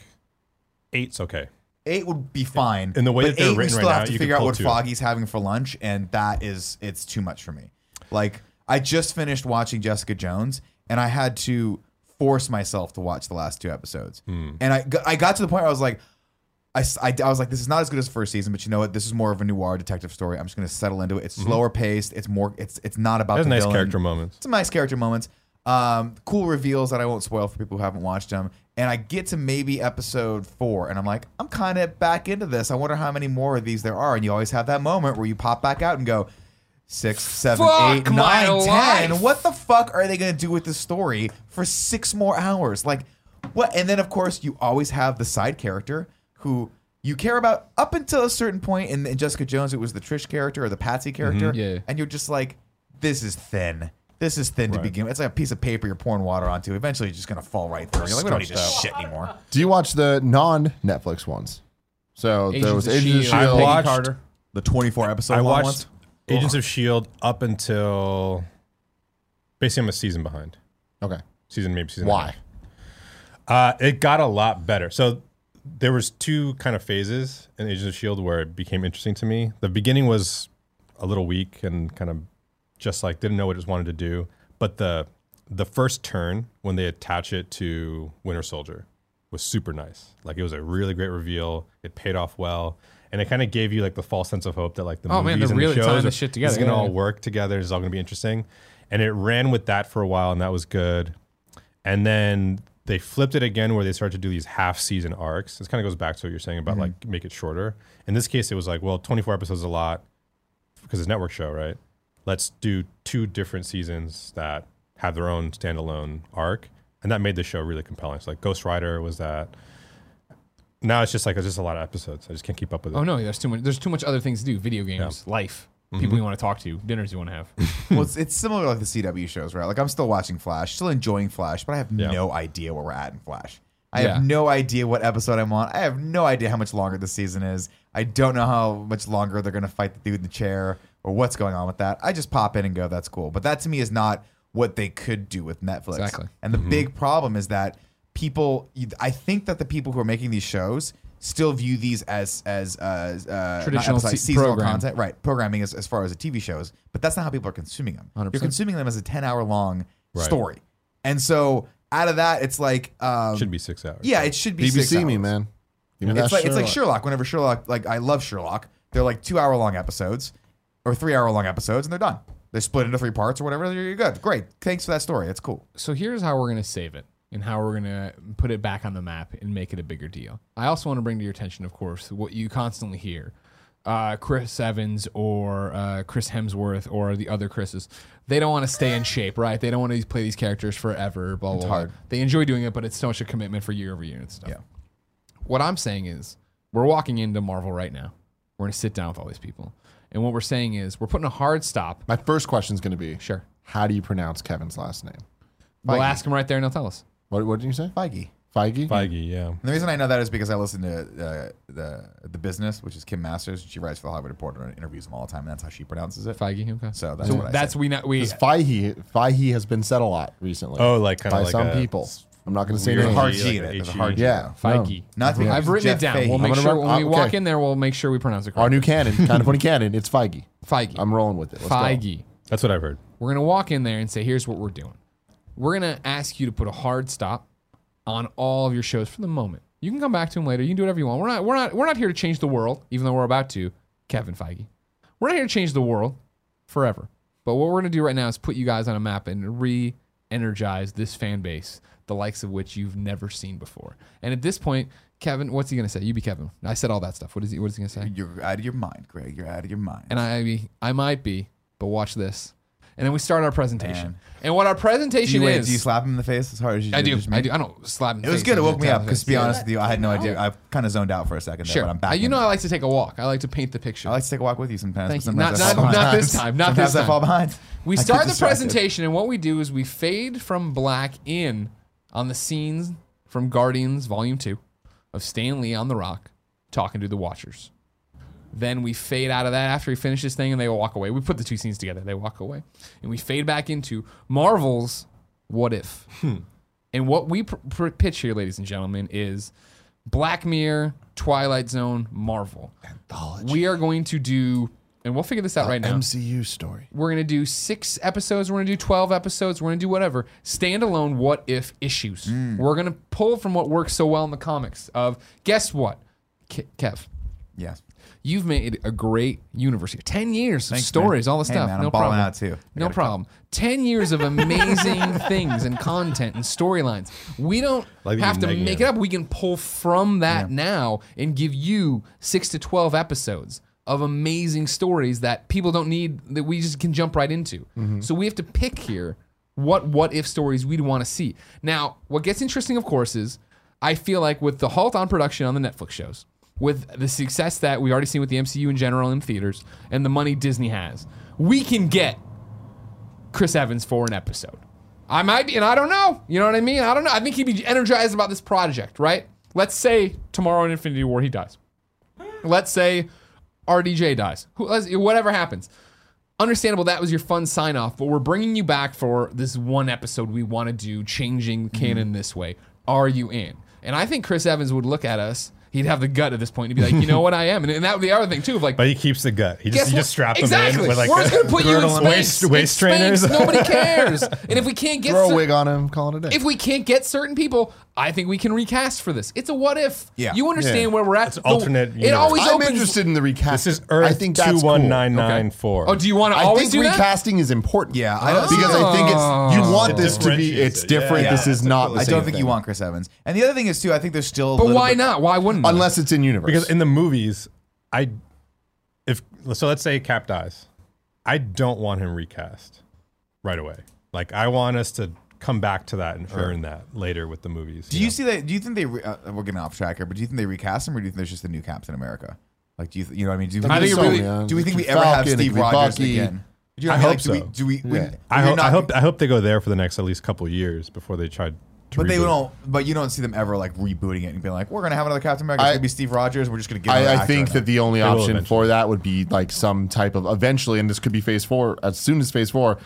Speaker 3: Eight's okay.
Speaker 2: eight would be fine.
Speaker 3: And the way
Speaker 2: but
Speaker 3: that they're
Speaker 2: eight, we
Speaker 3: written
Speaker 2: still
Speaker 3: right
Speaker 2: have
Speaker 3: now,
Speaker 2: to
Speaker 3: you could
Speaker 2: figure out
Speaker 3: pull
Speaker 2: what
Speaker 3: two.
Speaker 2: Foggy's having for lunch, and that is it's too much for me. Like I just finished watching Jessica Jones, and I had to force myself to watch the last two episodes,
Speaker 3: Hmm.
Speaker 2: and I got- I got to the point where I was like. I, s- I d- I was like, this is not as good as the first season, but you know what? This is more of a noir detective story. I'm just going to settle into it.
Speaker 3: Mm-hmm.
Speaker 2: It's slower paced. It's more. It's it's not about
Speaker 3: There's
Speaker 2: the
Speaker 3: nice
Speaker 2: villain.
Speaker 3: character moments.
Speaker 2: Some nice character moments. Um, cool reveals that I won't spoil for people who haven't watched them. And I get to maybe episode four, and I'm like, I'm kind of back into this. I wonder how many more of these there are. And you always have that moment where you pop back out and go, six, seven,
Speaker 1: Fuck
Speaker 2: eight,
Speaker 1: my
Speaker 2: nine, ten.
Speaker 1: life.
Speaker 2: What the fuck are they going to do with this story for six more hours? Like, what? And then, of course, you always have the side character who you care about up until a certain point. And in Jessica Jones, it was the Trish character or the
Speaker 3: Mm-hmm.
Speaker 2: Patsy character.
Speaker 1: Yeah.
Speaker 2: And you're just like, this is thin. This is thin to
Speaker 3: Right.
Speaker 2: begin with. It's like a piece of paper you're pouring water onto. Eventually, it's just going to fall right through. You're like, we don't need this shit anymore.
Speaker 5: Do you watch the non Netflix ones? So there was Agents of
Speaker 1: Shield,
Speaker 5: Shield.
Speaker 1: Peggy
Speaker 3: watched-
Speaker 1: Carter.
Speaker 2: The 24 episode
Speaker 3: I
Speaker 2: long
Speaker 3: watched
Speaker 2: ones?
Speaker 3: Agents of Shield E up until basically I'm a season behind.
Speaker 5: Okay.
Speaker 3: Season maybe season.
Speaker 5: Why?
Speaker 3: Uh, it got a lot better. So there was two kind of phases in Agents of Shield E where it became interesting to me. The beginning was a little weak and kind of just like didn't know what it wanted to do. But the the first turn when they attach it to Winter Soldier was super nice. Like it was a really great reveal. It paid off well. And it kind of gave you like the false sense of hope that like the
Speaker 1: Oh, man,
Speaker 3: movies
Speaker 1: they're
Speaker 3: and
Speaker 1: really
Speaker 3: the
Speaker 1: tying
Speaker 3: shows
Speaker 1: this
Speaker 3: are-
Speaker 1: shit
Speaker 3: This is
Speaker 1: together,
Speaker 3: gonna
Speaker 1: yeah.
Speaker 3: all work together. This is all gonna be interesting. And it ran with that for a while, and that was good. And then they flipped it again where they started to do these half season arcs. This kind of goes back to what you're saying about
Speaker 1: Mm-hmm.
Speaker 3: like make it shorter. In this case, it was like, well, 24 episodes is a lot because it's a network show, right? Let's do two different seasons that have their own standalone arc. And that made the show really compelling. So like Ghost Rider was that. Now it's just like, it's just a lot of episodes. I just can't keep up with it.
Speaker 1: Oh no, there's too much. There's too much other things to do. Video games, life, people you want to talk to, dinners you want to have.
Speaker 2: well, it's, it's similar like the CW shows, right? Like I'm still watching Flash, still enjoying Flash, but I have
Speaker 3: Yeah.
Speaker 2: no idea where we're at in Flash. I
Speaker 1: Yeah.
Speaker 2: have no idea what episode I'm on. I have no idea how much longer the season is. I don't know how much longer they're going to fight the dude in the chair or what's going on with that. I just pop in and go, that's cool. But that to me is not what they could do with Netflix.
Speaker 1: Exactly.
Speaker 2: And the big problem is that people, you- I think that the people who are making these shows still view these as as uh, as, uh,
Speaker 1: Traditional
Speaker 2: not episodic,
Speaker 1: se-
Speaker 2: seasonal
Speaker 1: program.
Speaker 2: content, right? Programming as, as far as the TV shows, but that's not how people are consuming them. you are
Speaker 1: 100%.
Speaker 2: consuming them as a ten hour long
Speaker 3: Right.
Speaker 2: story, and so out of that, it's like um,
Speaker 3: Should be six hours.
Speaker 2: yeah, it should be six
Speaker 5: BBC me,
Speaker 2: hours.
Speaker 5: man. Give me
Speaker 2: It's
Speaker 5: that
Speaker 2: like it's like Sherlock. Whenever Sherlock, like I love Sherlock. They're like two hour long episodes, or three hour long episodes, and they're done. They're split into three parts or whatever. You're good. Great. Thanks for that story. That's cool.
Speaker 1: so here's how we're going to save it and how we're going to put it back on the map and make it a bigger deal. I also want to bring to your attention, of course, what you constantly hear. Uh, Chris Evans or uh, Chris Hemsworth or the other Chris's, they don't want to stay in shape, right? They don't want to play these characters forever. Blah blah. blah.
Speaker 2: hard.
Speaker 1: They enjoy doing it, but it's so much a commitment for year over year and stuff. What I'm saying is, we're walking into Marvel right now. We're going to sit down with all these people, and what we're saying is, we're putting a hard stop.
Speaker 5: My first question is going to be
Speaker 1: Sure,
Speaker 5: How do you pronounce Kevin's last name?
Speaker 1: we'll
Speaker 2: Feige.
Speaker 1: ask him right there, and he'll tell us.
Speaker 5: What, what did you say?
Speaker 2: Feige.
Speaker 5: Feige?
Speaker 3: Feige, yeah.
Speaker 2: And the reason I know that is because I listen to uh, the the business, which is Kim Masters. She writes for the Hollywood Reporter and interviews them all the time, and that's how she pronounces it.
Speaker 1: Feige, okay.
Speaker 2: So that's what I
Speaker 1: that's we not we.
Speaker 5: Because Feige, Feige has been said a lot recently
Speaker 3: Oh, like kind
Speaker 5: by
Speaker 3: of like
Speaker 5: some
Speaker 3: a-
Speaker 5: people. I'm not going to say
Speaker 2: There's a
Speaker 5: names.
Speaker 2: hard
Speaker 3: G,
Speaker 2: G in it.
Speaker 3: like a
Speaker 2: There's a
Speaker 3: G.
Speaker 2: hard G.
Speaker 5: Yeah,
Speaker 1: Feige.
Speaker 5: No.
Speaker 2: Not to be
Speaker 1: I've written
Speaker 2: Jeff
Speaker 1: it down.
Speaker 2: Fahey.
Speaker 1: We'll
Speaker 2: I'm
Speaker 1: make
Speaker 5: gonna
Speaker 1: sure
Speaker 5: write-
Speaker 1: when we
Speaker 5: uh,
Speaker 1: walk
Speaker 5: okay.
Speaker 1: in there, we'll make sure we pronounce it
Speaker 5: Our
Speaker 1: correctly.
Speaker 5: new canon, kind of funny canon. It's Feige.
Speaker 1: Feige.
Speaker 5: I'm rolling with it. Let's go.
Speaker 1: Feige.
Speaker 3: That's what I've heard.
Speaker 1: We're gonna walk in there and say, "Here's what we're doing. We're gonna ask you to put a hard stop on all of your shows for the moment. You can come back to them later. You can do whatever you want. We're not. We're not. We're not here to change the world, even though we're about to. Kevin Feige. We're not here to change the world forever. But what we're gonna do right now is put you guys on a map and re-energize this fan base, the likes of which you've never seen before. And at this point, Kevin, what's he gonna say? You be Kevin. I said all that stuff. What is he? What is he gonna say?
Speaker 2: You're out of your mind, Greg. You're out of your mind.
Speaker 1: and I I might be, but watch this. And then we start our presentation.
Speaker 2: Man.
Speaker 1: And what our
Speaker 2: do
Speaker 1: presentation
Speaker 2: you, wait,
Speaker 1: is
Speaker 2: do you slap him in the face as hard as you
Speaker 1: I
Speaker 2: did
Speaker 1: do
Speaker 2: just me?
Speaker 1: I do I don't slap him in
Speaker 2: It
Speaker 1: the
Speaker 2: was
Speaker 1: face.
Speaker 2: good. It
Speaker 1: I
Speaker 2: woke me
Speaker 1: tap
Speaker 2: up
Speaker 1: him in the
Speaker 2: because, to be
Speaker 1: face.
Speaker 2: honest with you, I had no idea. I've kind of zoned out for a second there,
Speaker 1: Sure.
Speaker 2: but I'm back.
Speaker 1: Uh, you
Speaker 2: in.
Speaker 1: know I like to take a walk. I like to paint the picture.
Speaker 2: I like to take a walk with you sometimes.
Speaker 1: Thank
Speaker 2: but
Speaker 1: you.
Speaker 2: sometimes
Speaker 1: Not-
Speaker 2: I fall
Speaker 1: not- not
Speaker 2: behind.
Speaker 1: this time, not this
Speaker 2: Sometimes I
Speaker 1: time.
Speaker 2: fall behind.
Speaker 1: we
Speaker 2: I get
Speaker 1: start the
Speaker 2: distracted.
Speaker 1: presentation, and what we do is we fade from black in on the scenes from Guardians Volume 2 of Stan Lee on the rock talking to the Watchers. Then we fade out of that after he finishes thing and they walk away. We put the two scenes together, they walk away. And we fade back into Marvel's what if?
Speaker 2: Hmm.
Speaker 1: And what we pr- pr- pitch here, ladies and gentlemen, is Black Mirror, Twilight Zone, Marvel. We are going to do, and we'll figure this
Speaker 2: Uh,
Speaker 1: out Oh, right now.
Speaker 5: MCU story.
Speaker 1: We're going to do six episodes. We're going to do 12 episodes. We're going to do whatever. Standalone what if issues.
Speaker 2: Mm.
Speaker 1: We're going to pull from what works so well in the comics of guess what? Ke- Kev,
Speaker 2: Yeah.
Speaker 1: you've made a great universe here. 10 years of
Speaker 2: Thanks,
Speaker 1: stories,
Speaker 2: man.
Speaker 1: all this
Speaker 2: Hey,
Speaker 1: stuff.
Speaker 2: man,
Speaker 1: no
Speaker 2: I'm balling
Speaker 1: problem.
Speaker 2: out, too. I
Speaker 1: No
Speaker 2: gotta
Speaker 1: problem. 10 years of amazing things and content and storylines. We don't
Speaker 3: Like that
Speaker 1: have
Speaker 3: you're
Speaker 1: to
Speaker 3: negging
Speaker 1: make
Speaker 3: it.
Speaker 1: it up. We can pull from that now and give you 6 to 12 episodes of amazing stories that people don't need that we just can jump right into. So we have to pick here what what if stories we'd want to see. Now, what gets interesting of course is I feel like with the halt on production on the Netflix shows, with the success that we've already seen with the MCU in general in theaters and the money Disney has, we can get Chris Evans for an episode. I might be, and I don't know. You know what I mean? I don't know. I think he'd be energized about this project, right? Let's say tomorrow in Infinity War he dies. Let's say RDJ dies. Who, let's- whatever happens. Understandable, that was your fun sign off, but we're bringing you back for this one episode we want to do, changing canon this way. Are you in? And I think Chris Evans would look at us. He'd have the gut at this point to be like, you know what, I am. And, and that would be the other thing, too, of like,
Speaker 3: But he keeps the gut. He just, he
Speaker 1: what?
Speaker 3: just strapped
Speaker 1: exactly.
Speaker 3: him in with like
Speaker 1: We're just
Speaker 3: a
Speaker 1: gonna put you in
Speaker 3: girdle and
Speaker 1: space.
Speaker 3: waist, waist
Speaker 1: In
Speaker 3: trainers.
Speaker 1: Spanx, nobody cares. and if we can't get
Speaker 5: Throw a
Speaker 1: cer-
Speaker 5: wig on him, call it a day.
Speaker 1: if we can't get certain people, I think we can recast for this. It's a what if.
Speaker 2: Yeah.
Speaker 1: You understand where we're at.
Speaker 3: It's alternate
Speaker 1: It
Speaker 3: universe.
Speaker 1: always
Speaker 5: I'm
Speaker 1: opens.
Speaker 5: interested in the recast.
Speaker 3: this is Earth
Speaker 5: I think that's
Speaker 3: two one nine
Speaker 5: cool.
Speaker 3: nine four.
Speaker 1: Oh, do you want to
Speaker 5: I
Speaker 1: always do
Speaker 5: think
Speaker 1: that? Oh.
Speaker 5: recasting is important.
Speaker 2: Yeah, I don't-
Speaker 5: because I think it's you want this to be.
Speaker 3: differentiates
Speaker 5: It's
Speaker 3: it.
Speaker 5: different.
Speaker 2: Yeah,
Speaker 5: this
Speaker 2: yeah.
Speaker 5: is not. The
Speaker 2: I
Speaker 5: same
Speaker 2: don't think
Speaker 5: thing.
Speaker 2: you want Chris Evans. And the other thing is too, I think there's still. a
Speaker 1: But
Speaker 2: little
Speaker 1: why
Speaker 2: bit-
Speaker 1: not? Why wouldn't? we?
Speaker 5: unless it's in universe.
Speaker 3: because in the movies, I if so let's say Cap dies, I don't want him recast right away. Like I want us to come back to that and earn that later with the movies.
Speaker 2: Do you see that? Do you think they? Re, uh, we're getting off track here, but do you think they recast him, or do you think there's just a new Captain America? Like, do you? Th- you know, what I mean, do you,
Speaker 1: I think it
Speaker 5: So,
Speaker 1: really-
Speaker 5: yeah.
Speaker 2: do we think we ever have
Speaker 5: Falcon, it
Speaker 2: Steve
Speaker 5: could be
Speaker 2: Rogers
Speaker 5: Bucky.
Speaker 2: again? Do you know
Speaker 3: I
Speaker 2: what
Speaker 3: hope
Speaker 2: I mean?
Speaker 3: so.
Speaker 2: like, Do we? Do we,
Speaker 5: Yeah.
Speaker 2: we
Speaker 3: I,
Speaker 2: you're
Speaker 3: hope,
Speaker 2: not-
Speaker 3: I hope I hope they go there for the next at least couple years before they try to.
Speaker 2: But they
Speaker 3: reboot.
Speaker 2: don't. But you don't see them ever like rebooting it and being like, "We're gonna have another Captain America. It's
Speaker 5: I-
Speaker 2: gonna be Steve Rogers. We're just gonna get." another
Speaker 5: I, I
Speaker 2: actor
Speaker 5: think
Speaker 2: in
Speaker 5: that
Speaker 2: there."
Speaker 5: the only
Speaker 3: will
Speaker 5: option for that would be like some type of eventually, and this could be Phase Four. As soon as Phase Four,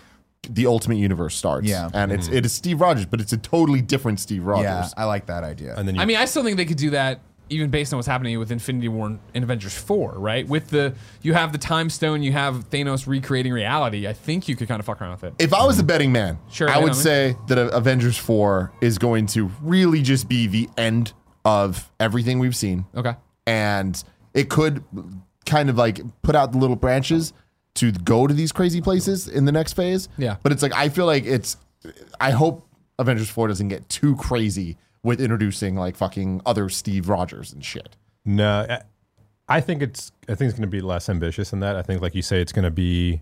Speaker 5: the Ultimate Universe starts.
Speaker 2: Yeah.
Speaker 5: and it's it is Steve Rogers, but it's a totally different Steve Rogers.
Speaker 2: Yeah, I like that idea.
Speaker 3: And then you,
Speaker 1: I mean, I still think they could do that even based on what's happening with Infinity War and- and Avengers 4, right? With the you have the time stone, you have Thanos recreating reality. I think you could kind of fuck around with it.
Speaker 5: If I was a betting man,
Speaker 1: Sure,
Speaker 5: I
Speaker 1: I
Speaker 5: would
Speaker 1: know.
Speaker 5: say that uh, Avengers 4 is going to really just be the end of everything we've seen.
Speaker 1: Okay.
Speaker 5: And it could kind of like put out the little branches to go to these crazy places in the next phase.
Speaker 1: Yeah.
Speaker 5: But it's like, I feel like it's, I hope Avengers 4 doesn't get too crazy with introducing like fucking other Steve Rogers and shit.
Speaker 3: No, I- I think it's I think it's going to be less ambitious than that. I think, like you say, it's going to be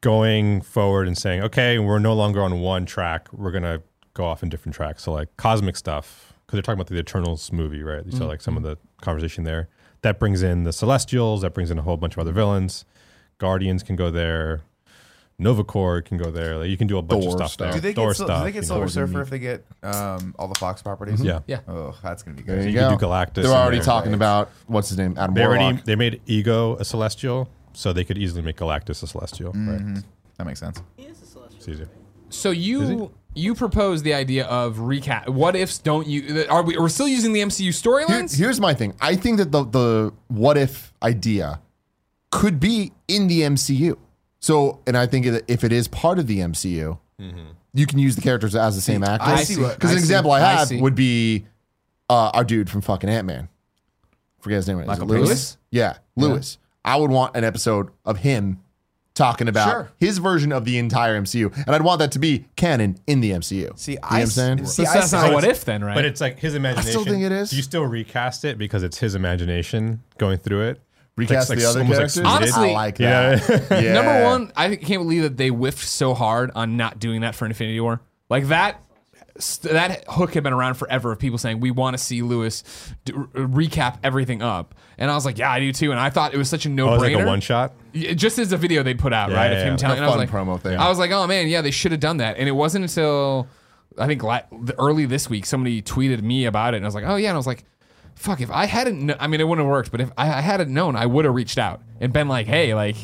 Speaker 3: going forward and saying, okay, we're no longer on one track. We're going to go off in different tracks. So like cosmic stuff, because they're talking about the Eternals movie, right? You saw like some of the
Speaker 2: Mm-hmm.
Speaker 3: conversation there. That brings in the Celestials. That brings in a whole bunch of other villains. Guardians can go there. Nova Corps can go there. Like, you can do a bunch
Speaker 5: Thor
Speaker 3: of stuff,
Speaker 5: stuff.
Speaker 3: there.
Speaker 2: do they
Speaker 3: Thor
Speaker 2: get, Sil- do they
Speaker 3: you
Speaker 2: get
Speaker 3: know.
Speaker 2: Silver Surfer if they get um, all the Fox properties?
Speaker 3: Yeah.
Speaker 1: Yeah.
Speaker 2: Oh, that's gonna be
Speaker 5: There
Speaker 2: good.
Speaker 5: you,
Speaker 3: could
Speaker 5: go.
Speaker 3: do Galactus
Speaker 5: They're
Speaker 3: in
Speaker 5: already
Speaker 3: there.
Speaker 5: talking about, what's his name? Adam
Speaker 3: They
Speaker 5: Warlock.
Speaker 3: already they made Ego a Celestial, so they could easily make Galactus a Celestial.
Speaker 5: Mm-hmm.
Speaker 3: Right?
Speaker 2: That makes sense.
Speaker 4: He is a celestial.
Speaker 3: It's easier.
Speaker 1: So you you propose the idea of recap. What ifs don't you? Are we? We're still using the MCU
Speaker 5: Here-
Speaker 1: storylines.
Speaker 5: here's my thing. I think that the the what if idea could be in the MCU. So, and I think that if it is part of the MCU, you can use the characters as the same actors.
Speaker 2: Mm-hmm. see what-
Speaker 5: Because
Speaker 1: I
Speaker 5: an
Speaker 1: see,
Speaker 5: example I
Speaker 1: I
Speaker 5: have
Speaker 1: see.
Speaker 5: would be uh, our dude from fucking Ant Man. Forget his name. Right. now. Is it
Speaker 2: Michael
Speaker 5: Lewis?
Speaker 1: Lewis?
Speaker 5: Yeah, Lewis. I would want an episode of him talking about
Speaker 2: Sure.
Speaker 5: his version of the entire MCU, and I'd want that to be canon in the MCU.
Speaker 2: See,
Speaker 5: You know
Speaker 2: I
Speaker 5: what I'm saying?
Speaker 2: see,
Speaker 1: So
Speaker 2: I
Speaker 1: that's
Speaker 2: see-
Speaker 1: not
Speaker 2: so
Speaker 1: what
Speaker 2: it's-
Speaker 1: if then, right?
Speaker 3: But it's like his imagination.
Speaker 5: think it is.
Speaker 3: You still recast it because it's his imagination going through it.
Speaker 5: Recast
Speaker 3: Like,
Speaker 5: the
Speaker 3: like,
Speaker 5: other
Speaker 3: almost like
Speaker 5: characters.
Speaker 3: splitted.
Speaker 1: Honestly-
Speaker 5: I like
Speaker 3: Yeah.
Speaker 5: that. Yeah.
Speaker 1: number one. I can't believe that they whiffed so hard on not doing that for Infinity War. Like that. St- that hook had been around forever of people saying we want to see Lewis d- re- recap everything up, and I was like, yeah, I do too. And I thought it was such a
Speaker 3: oh,
Speaker 1: no-brainer.
Speaker 3: it's like a one shot.
Speaker 1: Yeah, just as a video they put out,
Speaker 3: Yeah,
Speaker 1: right?
Speaker 3: yeah,
Speaker 1: of him
Speaker 3: yeah.
Speaker 1: telling,
Speaker 5: A
Speaker 1: and I was like,
Speaker 5: fun promo thing.
Speaker 1: I was like, oh man, yeah, they should have done that. And it wasn't until I think la- the- early this week somebody tweeted me about it, and I was like, oh yeah, and I was like, fuck, if I hadn't, kn- I mean, it wouldn't have worked, but if I, I hadn't known, I would have reached out and been like, hey, like,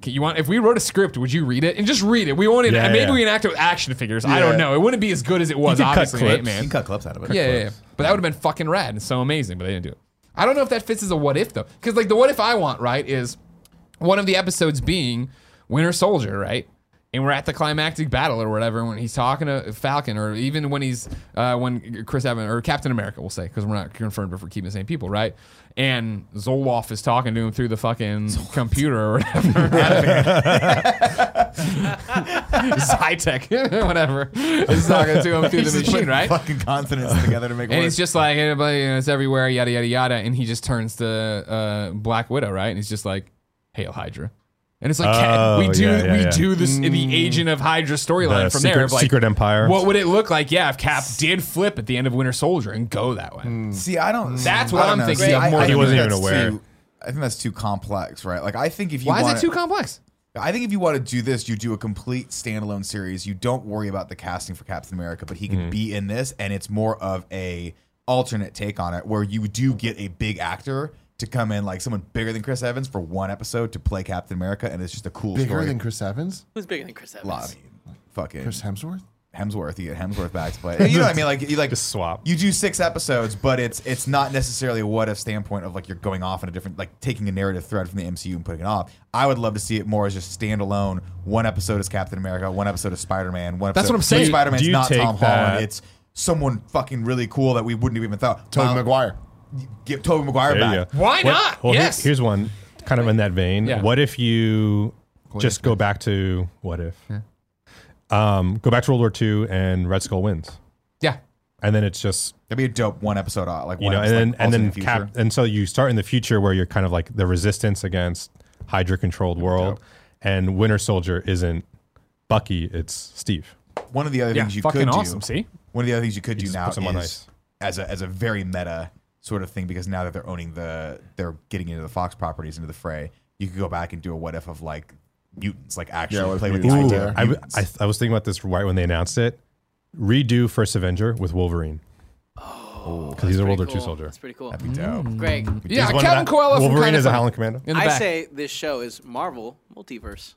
Speaker 1: Okay, You want if we wrote a script, would you read it and just read it? We wanted
Speaker 3: Yeah,
Speaker 1: maybe
Speaker 3: yeah.
Speaker 1: we enact it with action figures. I don't
Speaker 3: Yeah.
Speaker 1: know. It wouldn't be as good as it was
Speaker 3: could cut
Speaker 1: obviously. in
Speaker 3: clips.
Speaker 1: Ape
Speaker 2: You
Speaker 1: Man.
Speaker 2: can cut clips out of it.
Speaker 1: Yeah, yeah, yeah.
Speaker 3: clips.
Speaker 1: But that would have been fucking rad and so amazing, but they didn't do it. I don't know if that fits as a what if though, because like the what if I want right is one of the episodes being Winter Soldier, right? And we're at the climactic battle or whatever. and When he's talking to Falcon, or even when he's uh, when Chris Evans or Captain America, we'll say, because we're not confirmed if we're keeping the same people, right? And Zoloff is talking to him through the fucking computer or whatever. it's high tech, whatever. He's talking to him through
Speaker 2: He's
Speaker 1: the machine,
Speaker 2: just putting
Speaker 1: right?
Speaker 2: Fucking consonants together to make
Speaker 1: And
Speaker 2: words.
Speaker 1: he's just like, anybody, you know, it's everywhere, yada, yada, yada. And he just turns to uh, Black Widow, right? And he's just like, Hail Hydra. And it's like,
Speaker 3: Oh,
Speaker 1: can we do
Speaker 3: yeah, yeah,
Speaker 1: we
Speaker 3: yeah.
Speaker 1: do this the Agent of Hydra storyline
Speaker 3: The
Speaker 1: from
Speaker 3: secret-
Speaker 1: there? Of like,
Speaker 3: secret empire.
Speaker 1: What would it look like? Yeah, if Cap did flip at the end of Winter Soldier and go that way.
Speaker 2: See, I don't.
Speaker 1: Mm. That's what
Speaker 2: I don't
Speaker 1: I'm
Speaker 2: know.
Speaker 1: thinking
Speaker 2: See,
Speaker 1: of
Speaker 2: I-
Speaker 1: more
Speaker 2: I
Speaker 1: than
Speaker 2: think
Speaker 3: He wasn't
Speaker 2: that's
Speaker 3: even aware.
Speaker 2: too- I think that's too complex, right? Like, I think if you
Speaker 1: Why is
Speaker 2: wanna-
Speaker 1: it too complex?
Speaker 2: I think if you want to do this, you do a complete standalone series. You don't worry about the casting for Captain America, but he
Speaker 1: Mm-hmm.
Speaker 2: can be in this, and it's more of a alternate take on it, where you do get a big actor to come in, like someone bigger than Chris Evans, for one episode to play Captain America, and it's just a cool
Speaker 5: Bigger
Speaker 2: story.
Speaker 5: than Chris Evans?
Speaker 4: Who's bigger than Chris Evans?
Speaker 2: Lobby. Fucking
Speaker 5: Chris Hemsworth?
Speaker 2: Hemsworth, you get Hemsworth back to play. You know what I mean? Like you like
Speaker 3: Just swap.
Speaker 2: You do six episodes, but it's it's not necessarily a what if standpoint of like you're going off in a different like taking a narrative thread from the MCU and putting it off. I would love to see it more as just standalone. One episode is Captain America, one episode is Spider Man, one
Speaker 1: That's
Speaker 2: episode
Speaker 1: what I'm saying.
Speaker 2: Spider
Speaker 3: Do
Speaker 2: Man's
Speaker 3: you
Speaker 2: not
Speaker 3: take
Speaker 2: Tom
Speaker 3: that-
Speaker 2: Holland. It's someone fucking really cool that we wouldn't have even thought.
Speaker 5: Tobey
Speaker 2: Wow,
Speaker 5: Maguire.
Speaker 2: Give Tobey Maguire
Speaker 3: There you
Speaker 2: back.
Speaker 3: go.
Speaker 1: Why not?
Speaker 3: here-
Speaker 1: Yes.
Speaker 3: here's one kind of in that vein.
Speaker 1: Yeah.
Speaker 3: What if you just go back to what if? Um, go back to World War II and Red Skull wins,
Speaker 1: Yeah.
Speaker 3: and then it's just
Speaker 2: That'd be a dope one episode. uh, Like
Speaker 3: you
Speaker 2: one
Speaker 3: know, and
Speaker 2: episode, like,
Speaker 3: then and
Speaker 2: also in
Speaker 3: then
Speaker 2: the
Speaker 3: cap,
Speaker 2: future.
Speaker 3: and so you start in the future where you're kind of like the resistance against Hydra controlled world, and Winter Soldier isn't Bucky, it's Steve.
Speaker 2: One of the other
Speaker 1: Yeah,
Speaker 2: things you
Speaker 1: fucking
Speaker 2: could
Speaker 1: awesome,
Speaker 2: do.
Speaker 1: see?
Speaker 2: one of the other things you could do
Speaker 3: just
Speaker 2: now
Speaker 3: puts them on
Speaker 2: is
Speaker 3: ice.
Speaker 2: as a as a very meta sort of thing because now that they're owning the they're getting into the Fox properties into the fray, you could go back and do a what if of like mutants, like actually
Speaker 5: Yeah, what if
Speaker 2: play with the
Speaker 5: mutants
Speaker 2: idea.
Speaker 5: were
Speaker 2: of
Speaker 5: there?
Speaker 3: I, w-
Speaker 2: mutants.
Speaker 3: I, I was thinking about this right when they announced it. Redo First Avenger with Wolverine. Oh, because he's a World War
Speaker 4: Pretty
Speaker 3: II
Speaker 4: cool.
Speaker 3: soldier.
Speaker 4: That's pretty cool.
Speaker 2: That'd be dope.
Speaker 4: Greg,
Speaker 1: Yeah,
Speaker 3: He's one of
Speaker 1: Kevin
Speaker 3: that-
Speaker 1: Coelho from
Speaker 3: Wolverine
Speaker 1: Kinda
Speaker 3: is a
Speaker 1: Funny.
Speaker 3: Howling Commando.
Speaker 1: In the
Speaker 4: I
Speaker 1: back.
Speaker 4: say this show is Marvel Multiverse,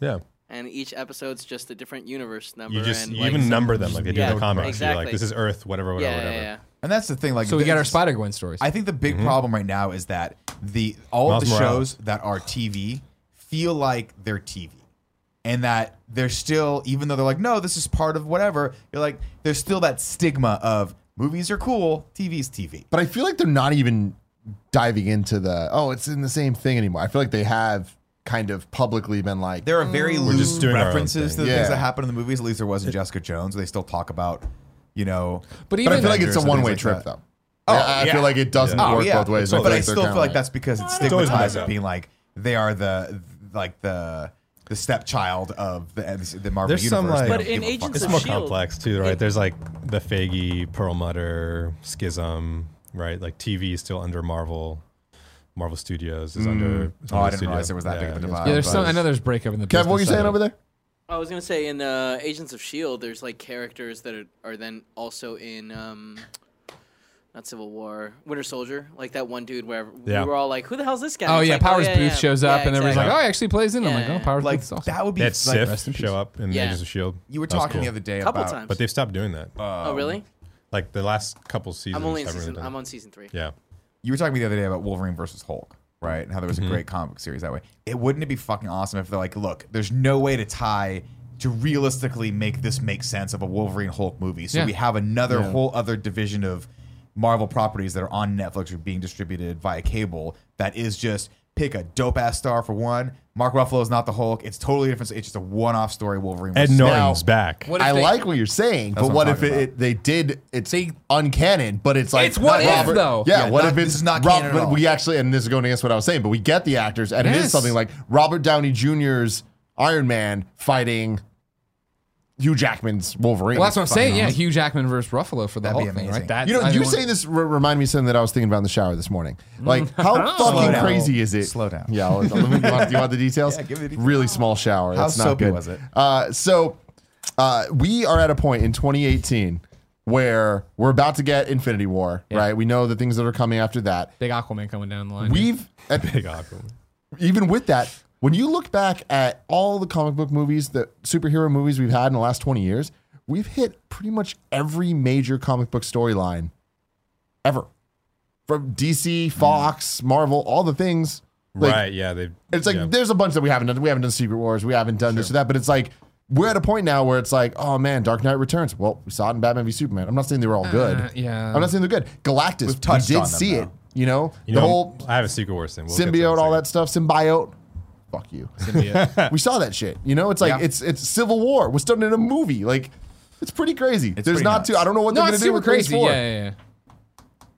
Speaker 3: Yeah,
Speaker 4: and each episode's just a different universe number.
Speaker 3: you just
Speaker 4: and
Speaker 3: you
Speaker 4: like
Speaker 3: even
Speaker 4: some-
Speaker 3: number them like they do
Speaker 4: Yeah,
Speaker 3: in the comics. You're
Speaker 4: exactly.
Speaker 3: like this is Earth, whatever,
Speaker 4: Yeah,
Speaker 3: whatever,
Speaker 4: yeah,
Speaker 3: whatever.
Speaker 4: yeah.
Speaker 2: And that's the thing, like
Speaker 1: So we got our
Speaker 2: this-
Speaker 1: Spider Gwen stories.
Speaker 2: I think the big
Speaker 5: Mm-hmm.
Speaker 2: problem right now is that the all of
Speaker 3: Miles
Speaker 2: the
Speaker 3: Morales.
Speaker 2: shows that are TV feel like they're TV. And that they're still, even though they're like, no, this is part of whatever, you're like, there's still that stigma of movies are cool, TV's TV.
Speaker 5: But I feel like they're not even diving into the, oh, it's in the same thing anymore. I feel like they have kind of publicly been like,
Speaker 2: There are very loose
Speaker 3: just doing our own
Speaker 2: references to
Speaker 5: thing.
Speaker 2: the things
Speaker 5: Yeah.
Speaker 2: that happen in the movies. At least there was in Jessica Jones. They still talk about, you know.
Speaker 1: but
Speaker 5: but
Speaker 1: even
Speaker 5: I feel like it's a
Speaker 2: Avengers and
Speaker 5: one way
Speaker 2: things
Speaker 5: trip,
Speaker 2: like that.
Speaker 5: though. Oh, I, I
Speaker 2: yeah.
Speaker 5: feel like it doesn't
Speaker 2: Oh,
Speaker 5: work
Speaker 2: yeah.
Speaker 5: both ways.
Speaker 2: but I
Speaker 5: they're
Speaker 2: still
Speaker 5: kinda
Speaker 2: feel like that's because it's
Speaker 3: always been
Speaker 2: stigmatized
Speaker 3: like
Speaker 2: of
Speaker 3: that.
Speaker 2: being like they are the like the the stepchild of the uh, the Marvel
Speaker 3: There's some,
Speaker 2: universe. They
Speaker 3: like-
Speaker 2: don't
Speaker 4: But in
Speaker 2: give a fuck.
Speaker 4: Agents
Speaker 3: It's
Speaker 4: of
Speaker 3: more
Speaker 4: Shield,
Speaker 3: complex too, right?
Speaker 4: it-
Speaker 3: There's like the Faggy, Perlmutter, Schism, right? Like TV is still under Marvel. Marvel Studios is under. is
Speaker 2: Oh,
Speaker 3: under
Speaker 2: I didn't
Speaker 3: Studio.
Speaker 2: realize there was that big of a
Speaker 3: Yeah.
Speaker 2: divide.
Speaker 1: yeah, there's some,
Speaker 2: but-
Speaker 1: I know there's breakup in the
Speaker 5: Kev, what were you
Speaker 1: business side
Speaker 5: saying
Speaker 1: of
Speaker 5: over there?
Speaker 4: I was gonna say in uh, Agents of Shield, there's like characters that are, are then also in um, not Civil War, Winter Soldier, like that one dude where
Speaker 3: Yeah.
Speaker 4: we were all like, "Who the hell's this guy?"
Speaker 1: Oh
Speaker 4: It's
Speaker 1: yeah,
Speaker 4: like,
Speaker 1: Powers
Speaker 4: yeah,
Speaker 1: Booth
Speaker 4: yeah.
Speaker 1: shows up
Speaker 4: Yeah,
Speaker 1: and everybody's
Speaker 4: exactly.
Speaker 1: like, "Oh, he actually plays in." I'm
Speaker 4: Yeah.
Speaker 1: like, "Oh, Powers
Speaker 2: like
Speaker 1: Booth is awesome."
Speaker 2: that would be
Speaker 3: They had
Speaker 2: like,
Speaker 1: rest in
Speaker 3: Sif
Speaker 1: peace.
Speaker 3: show up in
Speaker 4: Yeah.
Speaker 3: Agents of Shield.
Speaker 2: You were
Speaker 3: That was
Speaker 2: talking
Speaker 3: cool.
Speaker 2: the other day
Speaker 4: Couple
Speaker 2: about
Speaker 4: times.
Speaker 3: but they've stopped doing that.
Speaker 4: "Oh
Speaker 3: Um,
Speaker 4: really?"
Speaker 3: like the last couple seasons.
Speaker 4: I'm only in
Speaker 3: haven't
Speaker 4: season.
Speaker 3: really done
Speaker 4: I'm
Speaker 3: it.
Speaker 4: on season three.
Speaker 3: Yeah,
Speaker 2: you were talking to me the other day about Wolverine versus Hulk, right? And how there was a
Speaker 1: Mm-hmm.
Speaker 2: great comic book series that way. It wouldn't it be fucking awesome if they're like, look, there's no way to tie to realistically make this make sense of a Wolverine Hulk movie. So
Speaker 1: Yeah.
Speaker 2: we have another whole other division of Marvel properties that are on Netflix or being distributed via cable that is just pick a dope ass star for one. Mark Ruffalo is not the Hulk. It's totally different. It's just a one off story Wolverine.
Speaker 3: Ed
Speaker 2: versus-
Speaker 3: Norton's back.
Speaker 1: What if
Speaker 5: I
Speaker 1: they-
Speaker 5: like what you're saying, but
Speaker 2: what
Speaker 5: what
Speaker 2: I'm
Speaker 5: if it,
Speaker 2: talking
Speaker 5: it- they did? It's uncanon, but it's like
Speaker 1: It's what
Speaker 5: not
Speaker 1: if, though.
Speaker 5: Yeah,
Speaker 2: Yeah,
Speaker 5: what
Speaker 2: not-
Speaker 5: if
Speaker 2: this
Speaker 5: it's
Speaker 2: is not
Speaker 5: not
Speaker 2: canon at all.
Speaker 5: But we actually, and this is going against what I was saying, but we get the actors, and it
Speaker 1: Yes.
Speaker 5: is something like Robert Downey Jr.'s Iron Man fighting Hugh Jackman's Wolverine.
Speaker 1: Well, that's what I'm saying. Yeah,
Speaker 2: awesome.
Speaker 1: Hugh Jackman versus Ruffalo for the
Speaker 2: That'd be
Speaker 1: Hulk thing,
Speaker 2: amazing.
Speaker 1: right? That
Speaker 5: you know,
Speaker 1: I
Speaker 5: you
Speaker 1: want-
Speaker 5: saying this re- reminded me of something that I was thinking about in the shower this morning. Like, how
Speaker 2: Mm-hmm. Slow
Speaker 5: fucking
Speaker 2: down.
Speaker 5: crazy is it?
Speaker 2: Slow down.
Speaker 5: Yeah, I'll- I'll- let me- you, want, you want the details?
Speaker 2: Yeah, give me the details.
Speaker 5: Really small shower.
Speaker 2: How
Speaker 5: That's not
Speaker 2: soapy
Speaker 5: good.
Speaker 2: was it?
Speaker 5: Uh, so uh, we are at a point in 2018 where we're about to get Infinity War, right? We know the things that are coming after that.
Speaker 1: Big Aquaman coming down the line.
Speaker 5: We've, at-
Speaker 3: Big Aquaman.
Speaker 5: even with that, When you look back at all the comic book movies, the superhero movies we've had in the last 20 years, we've hit pretty much every major comic book storyline ever. From DC, Fox, Marvel, all the things. Like,
Speaker 3: right? Yeah, they.
Speaker 5: It's like
Speaker 3: yeah.
Speaker 5: there's a bunch that we haven't done. We haven't done Secret Wars. We haven't done this or that. But it's like we're at a point now where it's like, oh man, Dark Knight Returns. Well, we saw it in Batman v Superman. I'm not saying they were all good.
Speaker 1: yeah.
Speaker 5: I'm not saying they're good. Galactus. we
Speaker 2: touched
Speaker 5: did
Speaker 2: on them,
Speaker 5: see
Speaker 2: though.
Speaker 5: it. You know
Speaker 3: You
Speaker 5: the
Speaker 3: know,
Speaker 5: whole
Speaker 3: I have a Secret Wars thing. We'll get to it in a
Speaker 5: symbiote, all
Speaker 3: second.
Speaker 5: that stuff. Symbiote. Fuck you. we saw that shit. You know, it's like
Speaker 2: Yeah.
Speaker 5: it's it's Civil War was done in a movie. Like it's pretty crazy.
Speaker 2: It's
Speaker 5: There's
Speaker 2: pretty
Speaker 5: not
Speaker 2: nuts.
Speaker 5: too. I don't know what
Speaker 1: No,
Speaker 5: they're
Speaker 1: it's
Speaker 5: gonna do
Speaker 1: super
Speaker 5: with Phase
Speaker 1: crazy. Yeah,
Speaker 5: Four.
Speaker 1: yeah, yeah.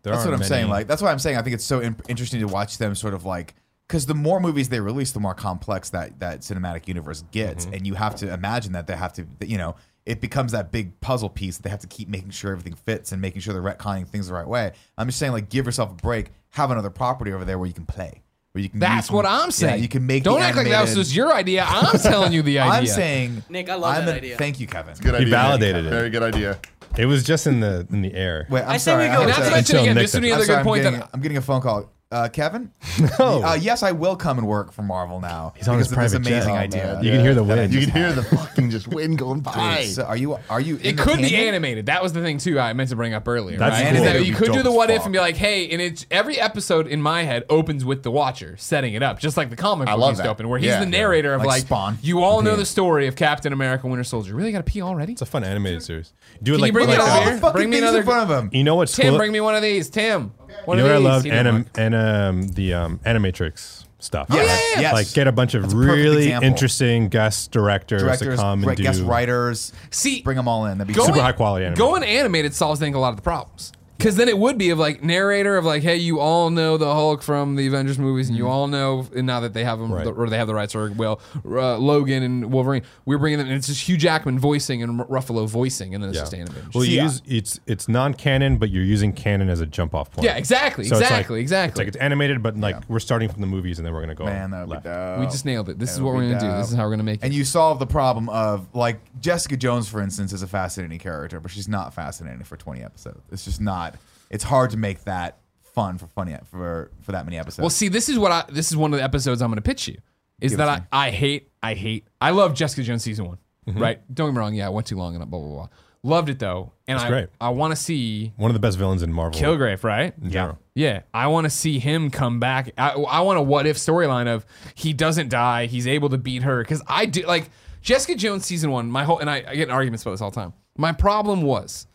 Speaker 3: There
Speaker 2: That's what I'm
Speaker 3: aren't
Speaker 2: saying.
Speaker 3: many.
Speaker 2: Like that's what I'm saying. I think it's so imp- interesting to watch them sort of like because the more movies they release, the more complex that that cinematic universe gets,
Speaker 1: Mm-hmm.
Speaker 2: and you have to imagine that they have to, that, you know, it becomes that big puzzle piece that they have to keep making sure everything fits and making sure they're retconning things the right way. I'm just saying, like, give yourself a break. Have another property over there where you can play, where you can.
Speaker 1: That's
Speaker 2: you can-
Speaker 1: what I'm
Speaker 2: yeah,
Speaker 1: saying.
Speaker 2: you can make.
Speaker 1: Don't
Speaker 2: the
Speaker 1: act like that was
Speaker 2: animated-
Speaker 1: just your idea. I'm telling you the idea.
Speaker 2: I'm saying,
Speaker 4: Nick, I love
Speaker 2: I'm
Speaker 4: that
Speaker 2: a-
Speaker 4: idea.
Speaker 2: Thank you, Kevin.
Speaker 5: Good idea.
Speaker 3: validated it.
Speaker 5: Very good idea.
Speaker 3: It was just in the in the air.
Speaker 2: Wait, I'm
Speaker 4: I say we
Speaker 2: sorry.
Speaker 4: go-
Speaker 2: have
Speaker 1: Not
Speaker 2: to-
Speaker 1: to
Speaker 3: Until
Speaker 1: mention again,
Speaker 3: Nick
Speaker 1: just to
Speaker 3: does
Speaker 1: be
Speaker 3: it.
Speaker 1: another
Speaker 2: sorry,
Speaker 1: good point
Speaker 2: getting,
Speaker 1: that
Speaker 2: I'm getting a phone call. Uh, Kevin?
Speaker 3: No.
Speaker 2: Uh, yes, I will come and work for Marvel now.
Speaker 3: He's on his
Speaker 2: because of
Speaker 3: private
Speaker 2: this
Speaker 3: jet.
Speaker 2: amazing
Speaker 3: Oh,
Speaker 2: idea.
Speaker 5: man.
Speaker 3: you can hear the wind.
Speaker 5: You can hear the fucking just wind going by.
Speaker 2: So are you? Are you? in
Speaker 1: it
Speaker 2: the
Speaker 1: could be
Speaker 2: canyon?
Speaker 1: animated. That was the thing too. I meant to bring up earlier.
Speaker 3: That's
Speaker 1: right?
Speaker 3: cool.
Speaker 1: Is that
Speaker 2: Animated
Speaker 1: you
Speaker 2: would
Speaker 1: could
Speaker 2: be
Speaker 1: do
Speaker 2: dope
Speaker 1: the
Speaker 2: as
Speaker 1: what if
Speaker 2: fuck.
Speaker 1: and be like, hey, and it's every episode in my head opens with the Watcher setting it up, just like the comic book
Speaker 5: love
Speaker 1: used to
Speaker 5: that.
Speaker 1: open, where he's
Speaker 5: Yeah.
Speaker 1: the narrator of
Speaker 2: Like
Speaker 1: like,
Speaker 2: Spawn.
Speaker 1: You all know
Speaker 2: Yeah.
Speaker 1: the story of Captain America, Winter Soldier. Really got to pee already?
Speaker 3: It's a fun animated series. Do it
Speaker 1: Can
Speaker 3: like
Speaker 1: you bring
Speaker 3: like
Speaker 1: it
Speaker 2: Look
Speaker 1: all
Speaker 2: at all
Speaker 1: Here,
Speaker 2: the uh, fucking
Speaker 1: bring me
Speaker 2: things in
Speaker 1: another-
Speaker 2: front of him.
Speaker 3: You know what's
Speaker 1: Tim,
Speaker 3: cool?
Speaker 1: bring me one of these. Tim, one
Speaker 3: you know
Speaker 1: of
Speaker 3: what I
Speaker 1: these.
Speaker 3: love?
Speaker 1: You know,
Speaker 3: Anim,
Speaker 1: Mark.
Speaker 3: and um, the um, animatrix stuff.
Speaker 1: Oh,
Speaker 2: Yes,
Speaker 3: Like-
Speaker 2: yes.
Speaker 3: Like get a bunch of
Speaker 2: a perfect
Speaker 3: really
Speaker 2: example.
Speaker 3: interesting guest directors, to
Speaker 2: Directors,
Speaker 3: come
Speaker 2: re-
Speaker 3: and do.
Speaker 2: guest writers.
Speaker 1: See,
Speaker 2: Bring them all in. That'd be
Speaker 1: Go
Speaker 2: super.
Speaker 3: Super high quality animated.
Speaker 1: Going animated solves, I think, a lot of the problems. Because then it would be of like narrator of like, hey, you all know the Hulk from the Avengers movies, and you all know and now that they have them
Speaker 3: Mm-hmm. Right.
Speaker 1: or they have the rights, or well, uh, Logan and Wolverine. We're bringing them, and it's just Hugh Jackman voicing and R- Ruffalo voicing, and then it's
Speaker 3: Yeah.
Speaker 1: just animated.
Speaker 3: Well, you
Speaker 2: Yeah.
Speaker 3: use it's it's non canon, but you're using canon as a jump off point.
Speaker 1: yeah, exactly,
Speaker 3: So it's like-
Speaker 1: exactly,
Speaker 3: It's like
Speaker 1: exactly.
Speaker 3: it's animated, but like we're starting from the movies and then we're gonna go.
Speaker 2: Man, that would
Speaker 3: left.
Speaker 2: be dope.
Speaker 1: we just nailed it. This is
Speaker 2: That
Speaker 1: what
Speaker 2: would
Speaker 1: we're gonna
Speaker 2: be
Speaker 1: do. This
Speaker 2: dope.
Speaker 1: is how we're gonna make it.
Speaker 2: And you solve the problem of like Jessica Jones, for instance, is a fascinating character, but she's not fascinating for 20 episodes. It's just not. It's hard to make that fun for funny for for that many episodes.
Speaker 1: Well, see, this is what I this is one of the episodes I'm going to pitch you. Is that I, I hate I hate I love Jessica Jones season one,
Speaker 3: Mm-hmm.
Speaker 1: right? Don't get me wrong. Yeah, I went too long and blah blah blah. Loved it though, and I
Speaker 3: great.
Speaker 1: I want to see
Speaker 3: One of the best villains in Marvel.
Speaker 1: Kilgrave, right?
Speaker 3: in general.
Speaker 1: Yeah, I want to see him come back. I, I want a what if storyline of he doesn't die, he's able to beat her because I do like Jessica Jones season one. My whole and I, I get in arguments about this all the time. My problem was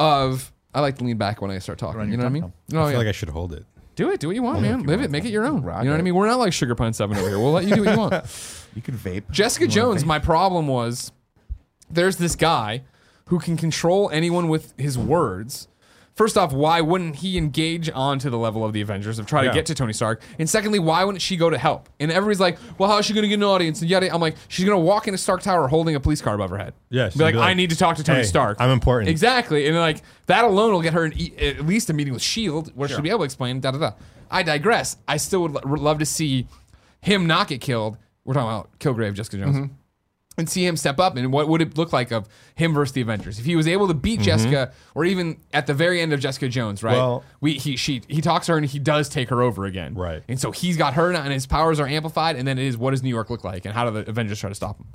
Speaker 1: of I like to lean back when I start talking. You know what I mean? Oh, No,
Speaker 3: I feel like I should hold it.
Speaker 1: do it. Do what you want, man. Live it. Make it your own. You know what I mean? We're not like Sugar Pine 7 over here. We'll let you do what you want.
Speaker 2: you can vape.
Speaker 1: Jessica Jones, my problem was there's this guy who can control anyone with his words. First off, why wouldn't he engage onto the level of the Avengers of trying
Speaker 3: Yeah.
Speaker 1: to get to Tony Stark? And secondly, why wouldn't she go to help? And everybody's like, well, how is she going to get an audience? And yada. I'm like, she's going to walk into Stark Tower holding a police car above her head.
Speaker 3: Yeah, she'd
Speaker 1: Be like,
Speaker 3: be like,
Speaker 1: I need to talk to Tony
Speaker 3: "Hey,
Speaker 1: Stark.
Speaker 3: I'm important."
Speaker 1: Exactly. And like, that alone will get her an e- at least a meeting with S.H.I.E.L.D. E where she'll be able to explain, da da da. I digress. I still would lo- love to see him not get killed. We're talking about Kilgrave, Jessica Jones
Speaker 3: Mm-hmm.
Speaker 1: and see him step up and what would it look like of him versus the Avengers if he was able to beat Jessica or even at the very end of Jessica Jones right
Speaker 3: Mm-hmm. Well-
Speaker 1: we he she he talks to her and he does take her over again
Speaker 3: Right.
Speaker 1: and so he's got her now and his powers are amplified and then it is what does New York look like and how do the Avengers try to stop him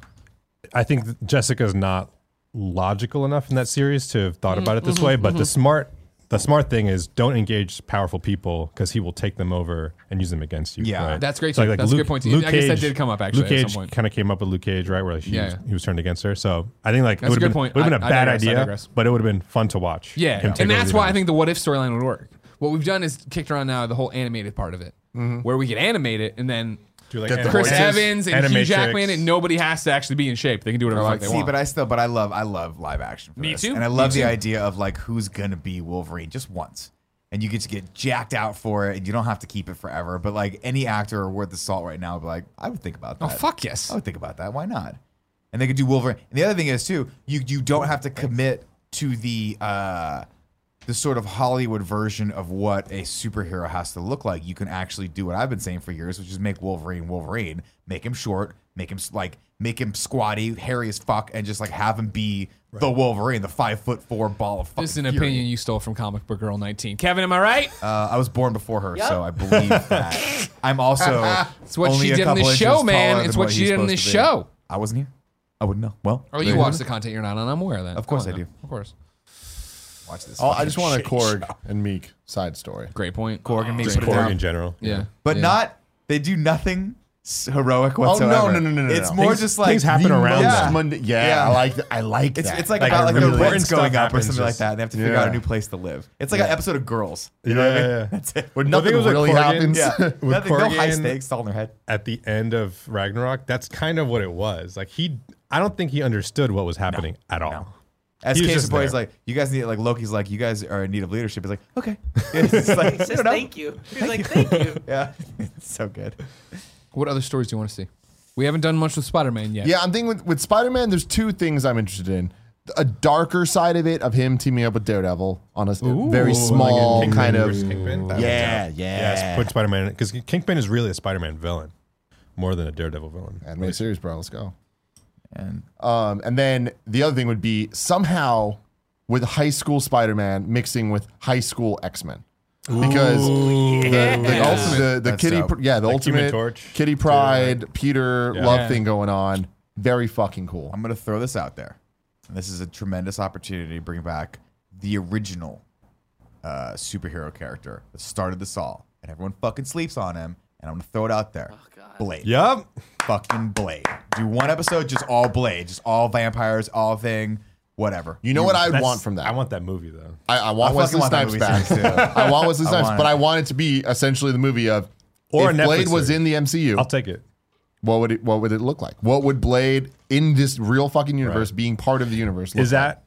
Speaker 3: I think that Jessica's not logical enough in that series to have thought about it this way. But the smart the smart thing is don't engage powerful people because he will take them over and use them against you.
Speaker 2: Yeah,
Speaker 3: right?
Speaker 1: that's great too. That's a good point too. I guess that did come up, actually,
Speaker 3: Luke
Speaker 1: at some
Speaker 3: Cage
Speaker 1: point.
Speaker 3: kind of came up with Luke Cage, right? Where like, he,
Speaker 1: Yeah,
Speaker 3: was,
Speaker 1: yeah.
Speaker 3: he was turned against her. So I think like it
Speaker 1: That's a
Speaker 3: would
Speaker 1: good
Speaker 3: have been,
Speaker 1: point.
Speaker 3: would've been
Speaker 1: I-
Speaker 3: a
Speaker 1: I
Speaker 3: bad
Speaker 1: digress, I
Speaker 3: idea,
Speaker 1: digress.
Speaker 3: but it would have been fun to watch.
Speaker 1: yeah,
Speaker 3: him take
Speaker 1: and
Speaker 3: over
Speaker 1: that's
Speaker 3: the
Speaker 1: why I
Speaker 3: Avengers.
Speaker 1: think the what if storyline would work what we've done is kicked around now the whole animated part of it
Speaker 2: Mm-hmm.
Speaker 1: where we could animate it and then
Speaker 3: Do, like,
Speaker 5: Get the
Speaker 3: animatrix,
Speaker 1: Chris Evans and Hugh
Speaker 3: animatrix.
Speaker 1: Jackman and nobody has to actually be in shape they can do whatever the fuck they
Speaker 2: See,
Speaker 1: want
Speaker 2: but Oh, I still, but I love, I love live action. For
Speaker 1: Me
Speaker 2: this.
Speaker 1: too.
Speaker 2: And I love
Speaker 1: Me
Speaker 2: the
Speaker 1: too.
Speaker 2: idea of like who's gonna be Wolverine just once, and you get to get jacked out for it, and you don't have to keep it forever. But like any actor worth the salt right now, would be like, I would think about that.
Speaker 1: oh fuck yes
Speaker 2: I would think about that. Why not? And they could do Wolverine. And the other thing is too, you you don't have to commit to the uh the sort of Hollywood version of what a superhero has to look like. You can actually do what I've been saying for years, which is make Wolverine Wolverine, make him short, make him s- like make him squatty, hairy as fuck, and just like have him be the Wolverine, the five foot four ball of fucking.
Speaker 1: This is an
Speaker 2: fury.
Speaker 1: opinion you stole from Comic Book Girl 19. Kevin, am I right?
Speaker 2: Uh, I was born before her, so I believe that. I'm also.
Speaker 1: It's what
Speaker 2: only
Speaker 1: she
Speaker 2: a
Speaker 1: did in
Speaker 2: couple
Speaker 1: this
Speaker 2: inches
Speaker 1: show, man.
Speaker 2: taller
Speaker 1: It's
Speaker 2: than
Speaker 1: what she
Speaker 2: he's
Speaker 1: did in
Speaker 2: supposed
Speaker 1: this
Speaker 2: to be.
Speaker 1: show.
Speaker 2: I wasn't here. I wouldn't know. Well,
Speaker 1: Oh,
Speaker 2: there
Speaker 1: you watch
Speaker 2: go.
Speaker 1: the content you're not on. I'm aware of that.
Speaker 2: Of course
Speaker 1: Come on
Speaker 2: I
Speaker 1: now.
Speaker 2: do.
Speaker 1: Of course.
Speaker 2: Watch this.
Speaker 5: Oh, I just
Speaker 2: fucking
Speaker 5: want a
Speaker 2: shit
Speaker 5: Korg
Speaker 2: show.
Speaker 5: and Meek side story.
Speaker 1: Great point.
Speaker 2: Korg and me
Speaker 3: Just
Speaker 2: put it down.
Speaker 3: Korg in general.
Speaker 1: Yeah.
Speaker 2: but
Speaker 1: Yeah. Oh,
Speaker 2: not they do nothing s- heroic whatsoever.
Speaker 5: no, no, no, no,
Speaker 2: It's
Speaker 5: no.
Speaker 2: more
Speaker 3: Things-
Speaker 2: just like
Speaker 3: things happen
Speaker 2: the
Speaker 3: around
Speaker 2: most
Speaker 3: them.
Speaker 2: mon-
Speaker 5: Monday, yeah,
Speaker 2: Yeah.
Speaker 5: I like th- I like
Speaker 2: It's,
Speaker 5: that.
Speaker 2: it's like,
Speaker 3: Like,
Speaker 2: about
Speaker 3: I
Speaker 2: like
Speaker 3: really
Speaker 2: the
Speaker 3: like
Speaker 2: rent's
Speaker 3: stuff
Speaker 2: going up or
Speaker 3: happens
Speaker 2: something like
Speaker 3: just-
Speaker 2: that. They have to figure out a
Speaker 5: Yeah.
Speaker 2: new place to live. It's like an episode of Girls.
Speaker 3: You know what I mean?
Speaker 2: That's it.
Speaker 5: when
Speaker 3: Well, I
Speaker 5: nothing
Speaker 3: think it was
Speaker 5: really
Speaker 3: like Corgan-
Speaker 5: happens.
Speaker 2: Yeah, nothing, no high
Speaker 3: Corgan-
Speaker 2: stakes, it's all in their head.
Speaker 3: At the end of Ragnarok, that's kind of what it was. Like he, I don't think he understood what was happening at all.
Speaker 2: As
Speaker 3: He was
Speaker 2: Case
Speaker 3: just
Speaker 2: in point, he's
Speaker 3: there.
Speaker 2: like, you guys need like Loki's like, you guys are in need of leadership. He's like, okay. It's just like,
Speaker 4: He
Speaker 2: you
Speaker 4: says
Speaker 2: don't know.
Speaker 4: thank you. He's like thank you.
Speaker 2: Yeah, it's so good.
Speaker 1: What other stories do you want to see? We haven't done much with Spider Man yet.
Speaker 5: Yeah, I'm thinking with, with Spider Man, there's two things I'm interested in. A darker side of it of him teaming up with Daredevil on a s- very small
Speaker 3: Kingpin
Speaker 5: kind of
Speaker 3: versus Kingpin. That would
Speaker 5: yeah, yeah,
Speaker 3: Yes, put Spider Man because Kingpin is really a Spider Man villain more than a Daredevil villain.
Speaker 5: anime series, bro. Let's go.
Speaker 2: And
Speaker 5: Um, and then the other thing would be somehow with high school Spider Man mixing with high school X Men. Because the, the,
Speaker 1: yeah.
Speaker 5: ultimate, the, the
Speaker 2: That's
Speaker 5: kitty,
Speaker 2: dope.
Speaker 5: pr- yeah, the
Speaker 3: Like Human
Speaker 5: ultimate
Speaker 3: Torch,
Speaker 5: kitty
Speaker 3: too,
Speaker 5: pride, Peter love
Speaker 1: Yeah.
Speaker 5: thing going on. Very fucking cool.
Speaker 2: I'm gonna throw this out there. And this is a tremendous opportunity to bring back the original uh, superhero character that started this all, and everyone fucking sleeps on him. And I'm gonna throw it out there.
Speaker 4: Oh, God.
Speaker 2: Blade.
Speaker 3: Yep.
Speaker 2: Fucking Blade. Do one episode just all Blade, just all vampires, all thing, whatever.
Speaker 5: You know what I'd
Speaker 3: That's-
Speaker 5: want from that?
Speaker 3: I want that movie though.
Speaker 5: I, I want
Speaker 2: I fucking
Speaker 5: Wesley
Speaker 2: want that
Speaker 5: Snipes
Speaker 2: movie
Speaker 5: back.
Speaker 2: series, too.
Speaker 5: I want Wesley
Speaker 2: I
Speaker 5: Snipes,
Speaker 2: want
Speaker 5: but
Speaker 2: it.
Speaker 5: I want it to be essentially the movie of
Speaker 3: Or
Speaker 5: if
Speaker 3: a Netflix
Speaker 5: Blade was
Speaker 3: series.
Speaker 5: in the MCU,
Speaker 3: I'll take it.
Speaker 5: what would it what would it look like? What would Blade in this real fucking universe, being part of the universe, look
Speaker 3: Is that?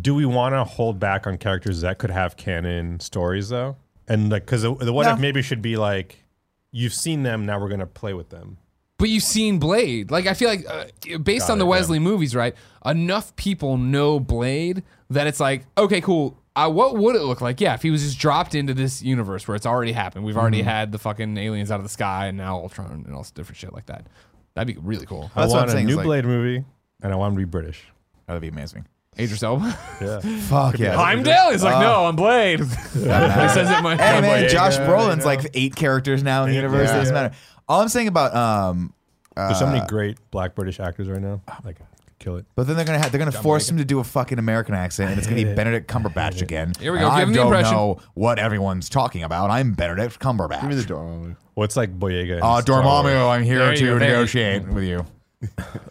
Speaker 3: Do we want to hold back on characters that could have canon stories though? And like, because the, the what
Speaker 2: No.
Speaker 3: if maybe should be like, you've seen them, now we're gonna play with them.
Speaker 1: But you've seen Blade. Like I feel like uh, based on the
Speaker 3: it, yeah.
Speaker 1: Wesley movies, right? Enough people know Blade that it's like, okay, cool. Uh, what would it look like? Yeah, if he was just dropped into this universe where it's already happened. We've already
Speaker 2: Mm-hmm.
Speaker 1: had the fucking aliens out of the sky and now Ultron and all this different shit like that. That'd be really cool.
Speaker 3: I
Speaker 2: That's what
Speaker 3: want
Speaker 2: I'm
Speaker 3: a
Speaker 2: saying,
Speaker 3: new
Speaker 2: is, like-
Speaker 3: Blade movie, and I want him to be British.
Speaker 2: That'd be amazing.
Speaker 1: Idris Elba.
Speaker 3: Yeah.
Speaker 2: Fuck yeah.
Speaker 1: Heimdall. He's like, no, I'm Blade. he says it my
Speaker 2: Ah. Hey man,
Speaker 3: Boyega,
Speaker 2: Josh Brolin's like eight characters now in the universe.
Speaker 5: yeah.
Speaker 2: Doesn't matter. All I'm saying about um,
Speaker 3: There's so many great Black British actors right now. Like, kill it.
Speaker 2: But then they're gonna have, they're gonna force him to do a fucking American accent, and it's gonna be Benedict Cumberbatch again.
Speaker 1: Here we go,
Speaker 2: And I
Speaker 1: give him the
Speaker 2: don't
Speaker 1: impression.
Speaker 2: know what everyone's talking about. I'm Benedict Cumberbatch.
Speaker 5: Give me the Dormammu.
Speaker 3: What's like Boyega? and
Speaker 2: uh,
Speaker 3: Star Wars.
Speaker 2: Dormammu, I'm here
Speaker 1: There you
Speaker 2: to
Speaker 1: go, there you-
Speaker 2: negotiate with you.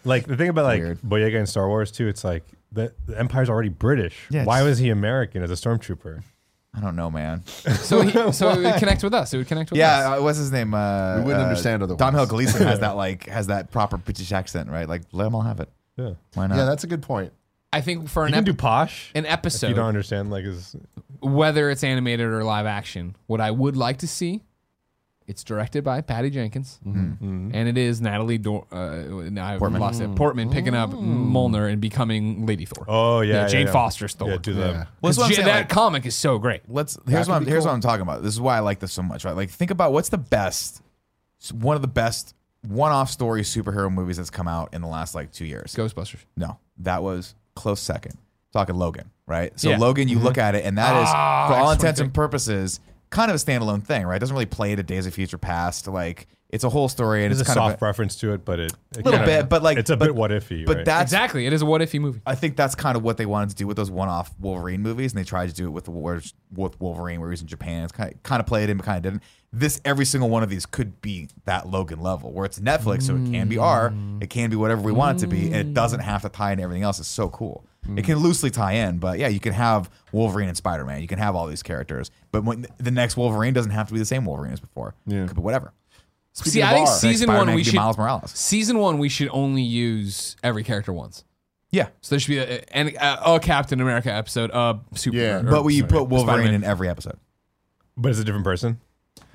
Speaker 3: Like the thing about like
Speaker 2: Weird.
Speaker 3: Boyega and Star Wars too. It's like the, the Empire's already British.
Speaker 2: Yeah,
Speaker 3: Why
Speaker 2: it's-
Speaker 3: was he American as a stormtrooper?
Speaker 2: I don't know, man.
Speaker 1: So he, so it would connect with us. It would connect with us.
Speaker 2: Yeah, uh, what's his name? Uh,
Speaker 5: We wouldn't
Speaker 2: uh,
Speaker 5: understand otherwise.
Speaker 2: Dom Hill Gleason has that like has that proper British accent, right? Like let them all have it.
Speaker 3: Yeah,
Speaker 2: Why not?
Speaker 5: Yeah, that's a good point.
Speaker 1: I think for
Speaker 3: you
Speaker 1: an,
Speaker 3: can
Speaker 1: ep-
Speaker 3: do posh.
Speaker 1: an
Speaker 3: if you
Speaker 1: episode,
Speaker 3: don't understand like his
Speaker 1: whether it's animated or live action, what I would like to see, it's directed by Patty Jenkins,
Speaker 3: Mm-hmm.
Speaker 1: and it is Natalie Dor- uh, now I've
Speaker 2: Portman.
Speaker 1: lost it. Portman picking up
Speaker 2: Mm.
Speaker 1: Mulner and becoming Lady Thor.
Speaker 3: Oh, yeah, yeah,
Speaker 1: Jane
Speaker 3: yeah.
Speaker 1: Foster's Thor.
Speaker 3: yeah, do the
Speaker 5: Yeah.
Speaker 2: Well, that's what I'm
Speaker 1: J-
Speaker 2: saying,
Speaker 1: that
Speaker 2: like-
Speaker 1: comic is so great.
Speaker 2: let's here's what I'm, here's what I'm talking about. This is why I like this so much, right? Like think about what's the best one of the best one-off story superhero movies that's come out in the last like 2 years.
Speaker 1: Ghostbusters.
Speaker 2: No, that was close second. Talking Logan, right? So
Speaker 1: Yeah.
Speaker 2: Logan,
Speaker 3: Mm-hmm.
Speaker 2: you look at it, and that is,
Speaker 1: Ah,
Speaker 2: for all
Speaker 1: that's what
Speaker 2: intents
Speaker 1: I'm
Speaker 2: and purposes, kind of a standalone thing, right? It doesn't really play to Days of Future Past. Like it's a whole story, and
Speaker 3: there's
Speaker 2: it's
Speaker 3: a
Speaker 2: kind
Speaker 3: soft
Speaker 2: of. A,
Speaker 3: reference to it, but it a
Speaker 2: Little bit, but, like,
Speaker 3: it's a
Speaker 2: but-
Speaker 3: bit what ify.
Speaker 2: but
Speaker 3: right?
Speaker 2: that's
Speaker 1: Exactly. It is a what if movie.
Speaker 2: I think that's kind of what they wanted to do with those one-off Wolverine movies, and they tried to do it with the war- with Wolverine, where he's in Japan. It's kind of, kind of played in, but kind of didn't. This every single one of these could be that Logan level, where it's Netflix, so it can be R,
Speaker 1: Mm.
Speaker 2: it can be whatever we want it to be, and it doesn't have to tie into everything else. It's so cool.
Speaker 1: Mm.
Speaker 2: It can loosely tie in, but yeah, you can have Wolverine and Spider Man. You can have all these characters, but when the next Wolverine doesn't have to be the same Wolverine as before.
Speaker 5: Yeah.
Speaker 2: It could be whatever.
Speaker 1: See, I think
Speaker 5: R,
Speaker 1: season
Speaker 2: Spider-Man
Speaker 1: one
Speaker 2: could
Speaker 1: we
Speaker 2: be
Speaker 1: should
Speaker 2: Miles Morales.
Speaker 1: season one we should only use every character once.
Speaker 2: Yeah,
Speaker 1: So there should be a, an- a, a Captain America episode, a Super.
Speaker 5: Yeah.
Speaker 1: or-
Speaker 2: but we
Speaker 1: sorry,
Speaker 2: put Wolverine
Speaker 1: Spider-Man.
Speaker 2: in every episode.
Speaker 3: but it's a different person.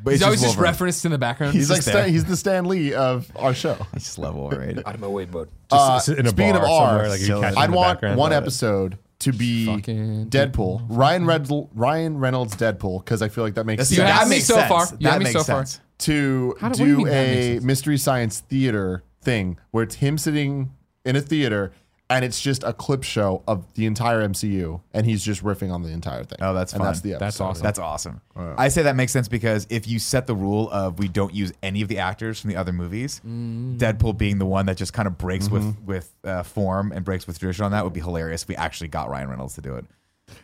Speaker 2: But
Speaker 1: He's
Speaker 2: it's
Speaker 1: always just
Speaker 2: Wolverine.
Speaker 1: referenced in the background.
Speaker 5: He's like
Speaker 2: just there.
Speaker 5: Stan, he's the Stan Lee of our show.
Speaker 2: I just love Wolverine.
Speaker 3: Out of my way, bud.
Speaker 5: Uh,
Speaker 3: Just sit in a
Speaker 5: speaking
Speaker 3: bar
Speaker 5: of R,
Speaker 3: somewhere, like you
Speaker 2: so
Speaker 3: catch it in
Speaker 5: I'd
Speaker 3: the
Speaker 5: want
Speaker 3: background,
Speaker 5: one
Speaker 3: but-
Speaker 5: episode to be
Speaker 1: Fucking
Speaker 5: Deadpool, Ryan Reynolds, Ryan Reynolds Deadpool, because I feel like that makes
Speaker 2: See,
Speaker 1: You
Speaker 5: sense
Speaker 1: have me so far. You
Speaker 2: That
Speaker 1: have me
Speaker 2: makes
Speaker 1: so far.
Speaker 2: sense.
Speaker 5: to
Speaker 1: How do- what do you
Speaker 5: do
Speaker 1: mean that makes
Speaker 5: a
Speaker 1: sense?
Speaker 5: mystery science theater thing where it's him sitting in a theater and it's just a clip show of the entire MCU and he's just riffing on the entire thing.
Speaker 2: Oh, that's
Speaker 5: and
Speaker 2: fun.
Speaker 5: that's the episode.
Speaker 1: That's awesome.
Speaker 2: That's awesome. I say that makes sense because if you set the rule of we don't use any of the actors from the other movies,
Speaker 1: Mm.
Speaker 2: Deadpool being the one that just kind of breaks with with uh, form and breaks with tradition on that would be hilarious. If we actually got Ryan Reynolds to do it.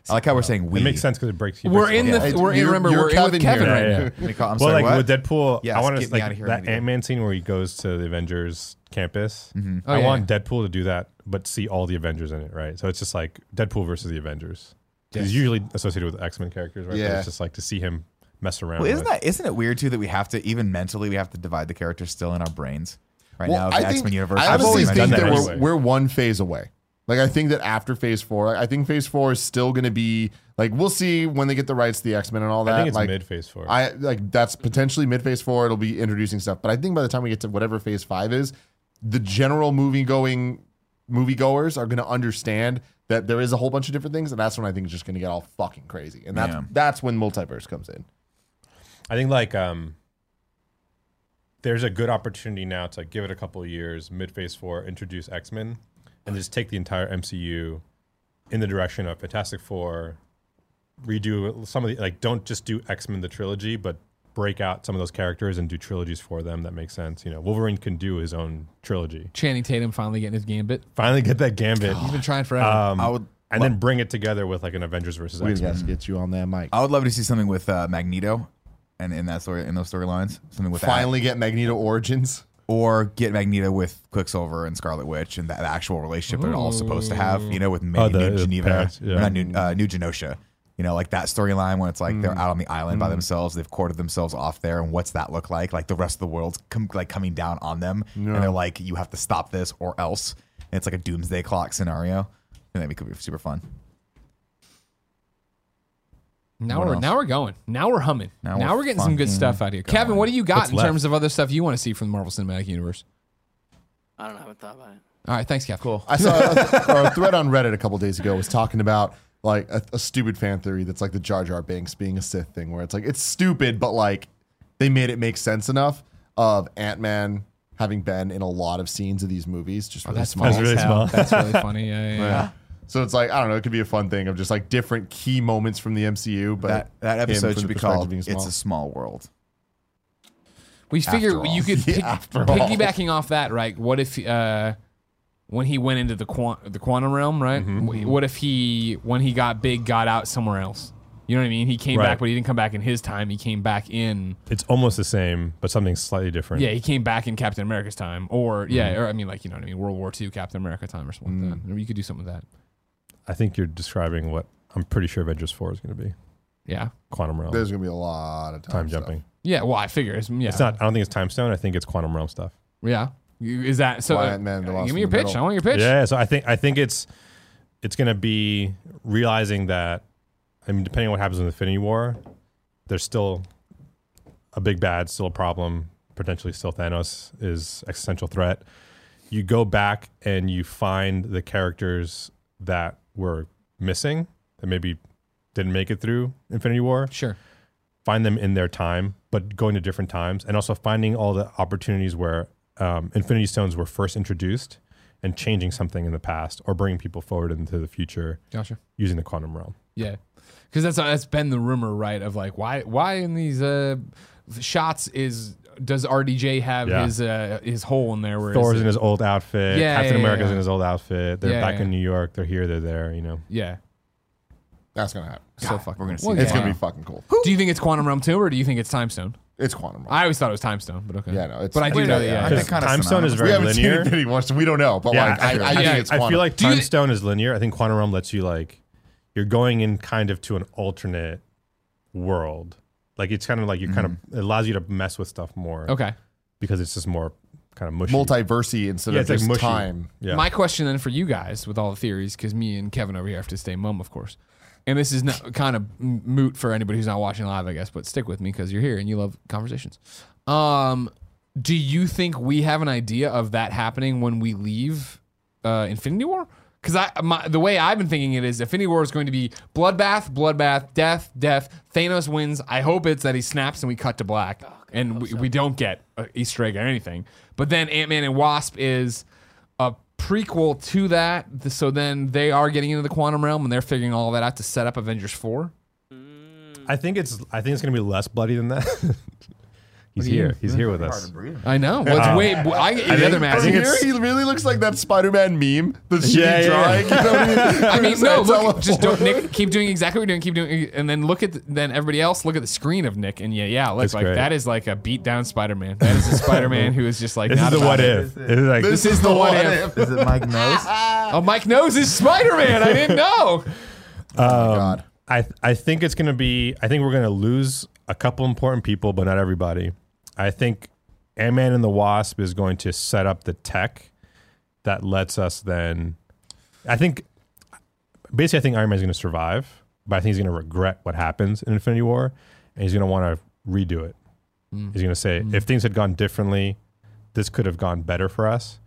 Speaker 2: I like how we're saying we.
Speaker 3: It makes sense because it breaks. it
Speaker 1: We're
Speaker 3: breaks
Speaker 1: in
Speaker 3: the-
Speaker 1: the.
Speaker 5: Yeah.
Speaker 1: we're in.
Speaker 5: You're-
Speaker 1: Remember,
Speaker 5: you're
Speaker 1: we're in with
Speaker 5: Kevin here.
Speaker 1: Kevin
Speaker 5: Yeah,
Speaker 1: right
Speaker 3: yeah.
Speaker 1: now.
Speaker 2: I'm sorry,
Speaker 3: well, like
Speaker 2: what?
Speaker 3: with Deadpool,
Speaker 2: Yes,
Speaker 3: I want
Speaker 2: get
Speaker 3: to
Speaker 2: me outta
Speaker 3: like
Speaker 2: here,
Speaker 3: that
Speaker 2: idiot.
Speaker 3: Ant Man scene where he goes to the Avengers campus.
Speaker 2: Mm-hmm.
Speaker 1: Oh,
Speaker 3: I
Speaker 1: yeah,
Speaker 3: want Deadpool to do that, but see all the Avengers in it, right? So it's just like Deadpool versus the Avengers. He's usually associated with X Men characters, right? But
Speaker 5: Yeah.
Speaker 3: it's just like to see him mess around.
Speaker 2: Well, isn't
Speaker 3: with.
Speaker 2: that isn't it weird too that we have to even mentally we have to divide the characters still in our brains right
Speaker 5: Well,
Speaker 2: now? of
Speaker 5: I
Speaker 2: The
Speaker 5: think-
Speaker 2: X Men universe.
Speaker 5: I
Speaker 2: I've
Speaker 5: honestly
Speaker 2: always
Speaker 3: done
Speaker 5: think
Speaker 2: mentioned
Speaker 5: that
Speaker 3: that
Speaker 5: we're,
Speaker 3: anyway.
Speaker 5: we're one phase away. Like I think that after phase four, I think phase four is still going to be like we'll see when they get the rights to the X Men and all that.
Speaker 3: I think it's
Speaker 5: like
Speaker 3: mid phase four.
Speaker 5: I like that's potentially mid phase four. It'll be introducing stuff, but I think by the time we get to whatever phase five is, the general movie going movie goers are going to understand that there is a whole bunch of different things, and that's when I think it's just going to get all fucking crazy, and that's
Speaker 2: Yeah.
Speaker 5: that's when multiverse comes in.
Speaker 3: I think like um there's a good opportunity now to give it a couple of years, mid phase four, introduce X Men, and just take the entire MCU in the direction of Fantastic Four, redo some of the like don't just do X Men the trilogy, but break out some of those characters and do trilogies for them that make sense. You know, Wolverine can do his own trilogy.
Speaker 1: Channing Tatum finally getting his gambit.
Speaker 3: Finally get that gambit.
Speaker 1: He's been trying forever.
Speaker 3: Um,
Speaker 2: I would-
Speaker 3: and then bring it together with like an Avengers versus
Speaker 5: We
Speaker 3: X Men.
Speaker 5: gotta get you on that mic.
Speaker 2: I would love to see something with uh, Magneto, and in that story, in those storylines, something with that.
Speaker 5: Finally, get Magneto origins.
Speaker 2: or get Magneto with Quicksilver and Scarlet Witch and that, that actual relationship they're all supposed to have, you know, with maybe
Speaker 3: Oh, the-
Speaker 2: New
Speaker 3: the
Speaker 2: Geneva,
Speaker 3: past, yeah.
Speaker 2: or not New, uh, New Genosha, you know, like that storyline when it's like they're
Speaker 5: Mm.
Speaker 2: out on the island by themselves, they've quartered themselves off there, and what's that look like? Like the rest of the world's com- like coming down on them, and they're like, you have to stop this or else. And it's like a doomsday clock scenario, and that could be super fun.
Speaker 1: now
Speaker 2: what
Speaker 1: we're
Speaker 2: else?
Speaker 1: now we're going. Now we're humming. Now,
Speaker 2: Now
Speaker 1: we're,
Speaker 2: we're
Speaker 1: getting some good
Speaker 2: fucking
Speaker 1: stuff out here. Kevin, what do you got
Speaker 3: What's
Speaker 1: in
Speaker 3: left?
Speaker 1: terms of other stuff you want to see from the Marvel Cinematic Universe?
Speaker 4: I don't know. I haven't thought about it.
Speaker 1: All right, thanks, Kevin. Cool.
Speaker 5: I saw a, or a thread on Reddit a couple days ago was talking about like a, a stupid fan theory that's like the Jar Jar Banks being a Sith thing, where it's like it's stupid, but like they made it make sense enough of Ant Man having been in a lot of scenes of these movies, just really
Speaker 1: That's
Speaker 5: small.
Speaker 1: funny.
Speaker 3: That's really
Speaker 1: as hell.
Speaker 3: small.
Speaker 1: That's really funny. Yeah, yeah, yeah.
Speaker 5: So it's like I don't know, it could be a fun thing of just like different key moments from the MCU, but
Speaker 2: That that
Speaker 5: him
Speaker 2: episode
Speaker 5: from
Speaker 2: should
Speaker 5: the
Speaker 2: be
Speaker 5: perspective
Speaker 2: called
Speaker 5: being
Speaker 2: "It's a Small World."
Speaker 1: We figure
Speaker 2: all.
Speaker 1: you could
Speaker 5: Yeah,
Speaker 1: pick-
Speaker 5: after all.
Speaker 1: piggybacking off that, right? What if uh, when he went into the quant- the quantum realm, right? Wh- What if he when he got big got out somewhere else? You know what I mean? He came
Speaker 3: Right.
Speaker 1: back, but he didn't come back in his time. He came back in
Speaker 3: It's almost the same, but something slightly different.
Speaker 1: yeah, he came back in Captain America's time, or yeah,
Speaker 5: Mm-hmm.
Speaker 1: or I mean like you know what I mean, World War II Captain America time or something like
Speaker 5: Mm.
Speaker 1: that. Or You could do something with that.
Speaker 3: I think you're describing what I'm pretty sure Avengers 4 is going to be.
Speaker 1: Yeah,
Speaker 3: Quantum Realm.
Speaker 5: there's gonna be a lot of time,
Speaker 3: time
Speaker 5: stuff.
Speaker 3: jumping.
Speaker 1: yeah. Well, I figure it's yeah,
Speaker 3: It's not. I don't think it's Time Stone. I think it's Quantum Realm stuff.
Speaker 1: yeah. You- Is that so? uh,
Speaker 5: Why Ant-Man and the Wasp
Speaker 1: give
Speaker 5: in
Speaker 1: me your
Speaker 5: the
Speaker 1: pitch.
Speaker 5: middle.
Speaker 1: I want your pitch.
Speaker 3: Yeah. So I think I think it's it's going to be realizing that. I mean, depending on what happens in Infinity War, there's still a big bad, still a problem. Potentially, still Thanos is existential threat. You go back and you find the characters that were missing that maybe didn't make it through Infinity War.
Speaker 1: Sure.
Speaker 3: find them in their time, but going to different times, and also finding all the opportunities where um, Infinity Stones were first introduced and changing something in the past or bringing people forward into the future
Speaker 1: Gotcha.
Speaker 3: using the quantum realm.
Speaker 1: Yeah, because that's that's been the rumor, right? Of like, why why in these uh, shots is does RDJ have
Speaker 3: Yeah.
Speaker 1: his uh, his hole in there? Where
Speaker 3: Thor's
Speaker 1: is it?
Speaker 3: in his old outfit.
Speaker 1: Yeah,
Speaker 3: Captain
Speaker 1: yeah,
Speaker 3: America's
Speaker 1: yeah.
Speaker 3: in his old outfit. They're
Speaker 1: Yeah,
Speaker 3: back
Speaker 1: yeah.
Speaker 3: in New York. They're here. They're there. You know.
Speaker 1: yeah,
Speaker 5: That's gonna happen.
Speaker 1: so fucking.
Speaker 2: we're gonna see
Speaker 1: cool.
Speaker 2: that.
Speaker 5: It's
Speaker 1: yeah.
Speaker 5: gonna be fucking cool.
Speaker 1: Do you think it's Quantum Realm two or do you think it's Time Stone?
Speaker 5: It's quantum. realm.
Speaker 1: I always thought it was Time Stone, but okay.
Speaker 5: Yeah, no, it's-
Speaker 1: but I do
Speaker 5: Wait,
Speaker 1: know
Speaker 5: no,
Speaker 1: that.
Speaker 5: yeah.
Speaker 1: Yeah,
Speaker 2: They're
Speaker 3: Because
Speaker 2: kinda
Speaker 3: Time Stone
Speaker 2: synonymous.
Speaker 3: is
Speaker 5: we
Speaker 3: very
Speaker 5: haven't
Speaker 3: linear.
Speaker 5: seen it anymore, so we don't know.
Speaker 1: Oh,
Speaker 5: But like, I, I, think
Speaker 3: I-
Speaker 5: it's
Speaker 3: I
Speaker 5: quantum.
Speaker 3: feel like
Speaker 1: Do you
Speaker 3: Time
Speaker 1: thi-
Speaker 3: Stone is linear. I think Quantum Realm lets you like you're going in kind of to an alternate world. Like it's kind of like you kind of it allows you to mess with stuff more.
Speaker 1: Mm. okay.
Speaker 3: because it's just more kind of mushy.
Speaker 5: multiversy instead
Speaker 3: Yeah, it's
Speaker 5: of
Speaker 3: like
Speaker 5: just
Speaker 3: mushy.
Speaker 5: time.
Speaker 3: Yeah.
Speaker 1: My question then for you guys, with all the theories, because me and Kevin over here have to stay mum, of course. And this is not, kind of m- moot for anybody who's not watching live, I guess. But stick with me because you're here and you love conversations. Um, do you think we have an idea of that happening when we leave uh, Infinity War? Because I my, the way I've been thinking it is, Infinity War is going to be bloodbath, bloodbath, death, death. Thanos wins. I hope it's that he snaps and we cut to black, and we, we don't get a Easter egg or anything. But then Ant Man and Wasp is a prequel to that. So then they are getting into the quantum realm and they're figuring all that out to set up Avengers four.
Speaker 3: I think it's I think it's gonna be less bloody than that. He's
Speaker 1: do you
Speaker 3: here. He's here with us.
Speaker 1: I know. Well, it's way. I, the
Speaker 3: think-
Speaker 1: other
Speaker 3: I
Speaker 1: mask.
Speaker 3: think
Speaker 5: Here
Speaker 3: it's-
Speaker 5: he really looks like that Spider-Man meme. The
Speaker 3: Yeah,
Speaker 5: yeah,
Speaker 3: yeah, yeah.
Speaker 5: drawing. You know what I mean?
Speaker 1: I mean,
Speaker 5: It's
Speaker 1: no.
Speaker 5: all
Speaker 1: Look,
Speaker 5: up
Speaker 1: just
Speaker 5: for-
Speaker 1: don't. Nick, keep doing exactly what you're doing. Keep doing, and then look at the, then everybody else. Look at the screen of Nick, and yeah, yeah. Look,
Speaker 3: That's
Speaker 1: like
Speaker 3: great.
Speaker 1: that is like a beat down Spider-Man. That is a Spider-Man who is just like
Speaker 3: This is
Speaker 1: not
Speaker 3: the
Speaker 1: about
Speaker 3: what
Speaker 1: it.
Speaker 3: if. This is like
Speaker 5: This is the
Speaker 1: what
Speaker 5: one.
Speaker 1: if.
Speaker 5: if.
Speaker 2: Is it Mike Nose?
Speaker 1: Oh, Mike knows is Spider-Man. I didn't know.
Speaker 5: God.
Speaker 3: I I think it's gonna be. I think we're gonna lose a couple important people, but not everybody. I think Ant Man and the Wasp is going to set up the tech that lets us then. I think basically, I think Iron Man's gonna survive, but I think he's gonna regret what happens in Infinity War, and he's gonna want to redo it.
Speaker 1: Mm.
Speaker 3: He's gonna say, if things had gone differently, this could have gone better for us,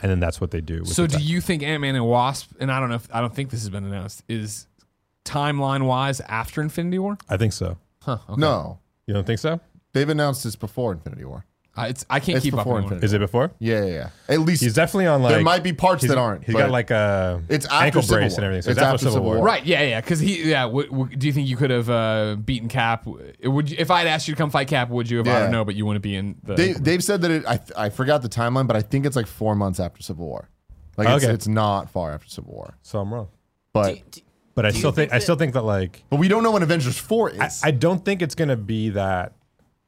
Speaker 3: and then that's what they do. with
Speaker 1: So,
Speaker 3: the
Speaker 1: do
Speaker 3: tech.
Speaker 1: you think Ant-Man and Wasp? And I don't know. if I don't think this has been announced. Is timeline wise after Infinity War?
Speaker 3: I think so.
Speaker 1: Huh. okay.
Speaker 5: No.
Speaker 3: You don't think so?
Speaker 5: They've announced this before Infinity War.
Speaker 1: I, Uh, it's, I can't
Speaker 5: It's
Speaker 1: keep up.
Speaker 5: before
Speaker 1: anymore.
Speaker 5: Infinity.
Speaker 3: Is it before?
Speaker 5: Yeah, yeah, yeah. At least
Speaker 3: He's definitely on like.
Speaker 5: there might be parts
Speaker 3: He's-
Speaker 5: that aren't.
Speaker 3: He's
Speaker 5: but
Speaker 3: got like a
Speaker 5: It's after
Speaker 3: ankle
Speaker 5: Civil
Speaker 3: brace
Speaker 5: War.
Speaker 3: and everything. So
Speaker 5: It's
Speaker 3: it's, after
Speaker 5: after
Speaker 3: Civil
Speaker 5: Civil
Speaker 3: War.
Speaker 5: War.
Speaker 1: Right, yeah, yeah. Because he, yeah. W- w- do you think you could have uh, beaten Cap? Would you, if I had asked you to come fight Cap, would you? If I
Speaker 5: Yeah.
Speaker 1: don't know, but you want to be in the.
Speaker 5: they, they've said that it. I, I forgot the timeline, but I think it's like four months after Civil War. Like it's,
Speaker 3: Okay.
Speaker 5: it's not far after Civil War,
Speaker 3: So I'm wrong.
Speaker 5: but
Speaker 4: Do- do-
Speaker 3: But I
Speaker 4: you
Speaker 3: still think,
Speaker 4: think
Speaker 3: I
Speaker 4: that-
Speaker 3: still think that like
Speaker 5: but we don't know when Avengers Four
Speaker 3: I,
Speaker 5: is.
Speaker 3: I don't think it's gonna be that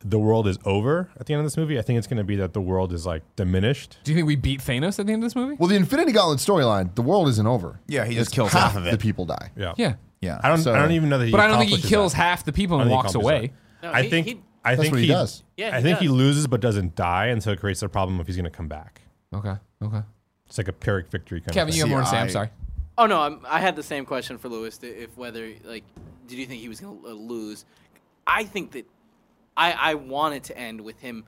Speaker 3: the world is over at the end of this movie. I think it's gonna be that the world is like diminished.
Speaker 1: do you think we beat Thanos at the end of this movie?
Speaker 5: well, the Infinity Gauntlet storyline, the world isn't over.
Speaker 2: Yeah, he
Speaker 5: It's
Speaker 2: just kills
Speaker 5: half
Speaker 2: half of
Speaker 5: The
Speaker 2: it.
Speaker 5: people die.
Speaker 3: Yeah.
Speaker 1: yeah,
Speaker 2: Yeah.
Speaker 3: I don't.
Speaker 5: So-
Speaker 3: I don't even know that. He
Speaker 1: but I don't think he
Speaker 3: accomplishes
Speaker 1: kills
Speaker 3: that.
Speaker 1: half the people
Speaker 3: I don't
Speaker 1: and
Speaker 3: think he
Speaker 1: walks
Speaker 3: accomplishes
Speaker 1: away.
Speaker 3: that.
Speaker 4: No,
Speaker 3: I
Speaker 4: he-
Speaker 3: think.
Speaker 4: he-
Speaker 3: I
Speaker 5: That's
Speaker 3: think
Speaker 5: what he
Speaker 3: he
Speaker 5: does.
Speaker 4: Yeah,
Speaker 3: I
Speaker 4: he
Speaker 3: think he
Speaker 4: does.
Speaker 3: loses, but doesn't die, and so it creates a problem if he's gonna come back.
Speaker 1: Okay, okay.
Speaker 3: It's like a pyrrhic victory kind
Speaker 1: Kevin,
Speaker 3: of
Speaker 1: you
Speaker 3: thing.
Speaker 1: have
Speaker 2: See,
Speaker 1: more to say. I'm
Speaker 2: I-
Speaker 1: sorry.
Speaker 4: Oh no, I'm, I had the same question for Lewis. th- If whether like, did you think he was gonna uh, lose? I think that I I want it to end with him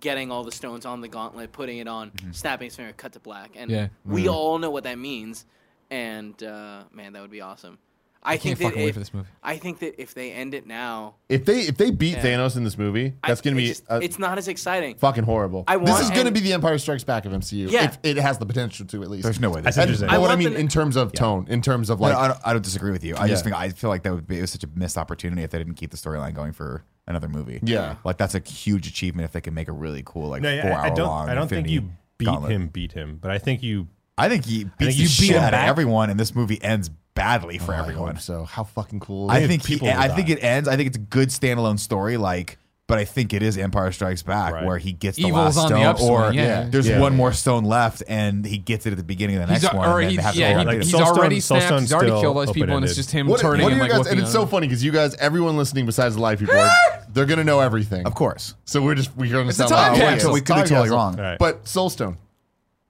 Speaker 4: getting all the stones on the gauntlet, putting it on, snapping his finger, cut to black, and
Speaker 1: Mm-hmm. Yeah. Mm-hmm.
Speaker 4: we all know what that means. And uh, man, that would be awesome. I,
Speaker 1: can't
Speaker 4: think
Speaker 1: fucking
Speaker 4: that
Speaker 1: wait
Speaker 4: if,
Speaker 1: for this movie.
Speaker 4: I think that if they end it now,
Speaker 5: If they if they beat
Speaker 4: Yeah.
Speaker 5: Thanos in this movie,
Speaker 4: I-
Speaker 5: that's gonna
Speaker 4: it's
Speaker 5: be
Speaker 4: just-
Speaker 5: uh,
Speaker 4: it's not as exciting.
Speaker 5: fucking horrible.
Speaker 4: I
Speaker 5: this
Speaker 4: want-
Speaker 5: is gonna
Speaker 4: and-
Speaker 5: be the Empire Strikes Back of MCU.
Speaker 4: Yeah.
Speaker 5: if it has the potential to at least.
Speaker 2: There's no way.
Speaker 3: I
Speaker 2: This
Speaker 3: said
Speaker 5: And,
Speaker 3: there's
Speaker 5: you
Speaker 3: a-
Speaker 5: know what I
Speaker 4: want
Speaker 5: mean
Speaker 4: them
Speaker 5: in
Speaker 4: to-
Speaker 5: terms of tone, in terms of
Speaker 2: I
Speaker 5: like
Speaker 2: don't, I, don't, I don't disagree with you. I just
Speaker 5: Yeah.
Speaker 2: think I feel like that would be it was such a missed opportunity if they didn't keep the storyline going for another movie.
Speaker 5: Yeah.
Speaker 2: like that's a huge achievement if they could make a really cool like
Speaker 3: No,
Speaker 2: four
Speaker 3: I,
Speaker 2: hour
Speaker 3: I don't.
Speaker 2: long.
Speaker 3: I don't think
Speaker 2: Infinity
Speaker 3: you beat
Speaker 2: Gauntlet.
Speaker 3: him. Beat him, but I think you
Speaker 2: I think he beats
Speaker 3: think
Speaker 2: the
Speaker 3: you beat
Speaker 2: shit
Speaker 3: him
Speaker 2: out of
Speaker 3: back. Oh
Speaker 2: everyone, and this movie ends badly for
Speaker 5: I hope
Speaker 2: everyone.
Speaker 5: So how fucking cool!
Speaker 2: I think
Speaker 3: people
Speaker 2: he,
Speaker 3: will
Speaker 2: I think
Speaker 3: die.
Speaker 2: it ends. I think it's a good standalone story. Like, but I think it is Empire Strikes Back
Speaker 3: Right.
Speaker 2: where he gets the
Speaker 1: Evil's
Speaker 2: last
Speaker 1: on
Speaker 2: stone,
Speaker 1: the upswing.
Speaker 2: or
Speaker 1: yeah.
Speaker 5: yeah.
Speaker 2: there's
Speaker 5: Yeah.
Speaker 2: one more stone left, and he gets it at the beginning of the next
Speaker 1: He's, a-
Speaker 2: one.
Speaker 1: or
Speaker 2: and then
Speaker 1: he's,
Speaker 2: they have to
Speaker 1: yeah,
Speaker 2: go
Speaker 1: he-
Speaker 2: on
Speaker 3: like
Speaker 2: to
Speaker 1: he's
Speaker 2: the-
Speaker 3: Soulstone's
Speaker 1: already snapped.
Speaker 3: still
Speaker 1: He's already killed all these
Speaker 3: open-ended.
Speaker 1: people, and it's just him
Speaker 5: What,
Speaker 1: turning
Speaker 5: what
Speaker 1: and
Speaker 5: are
Speaker 1: like
Speaker 5: you guys?
Speaker 1: looking
Speaker 5: And it's
Speaker 1: on.
Speaker 5: so funny because you guys, everyone listening besides the live people, are- they're gonna know everything.
Speaker 2: of course.
Speaker 5: So we're just we're gonna
Speaker 1: It's
Speaker 5: sound
Speaker 1: a time
Speaker 5: like
Speaker 1: capsule. We
Speaker 5: idiots.
Speaker 2: Uh, could be
Speaker 5: Time
Speaker 2: totally
Speaker 5: capsule.
Speaker 2: wrong.
Speaker 3: Right.
Speaker 5: But Soulstone,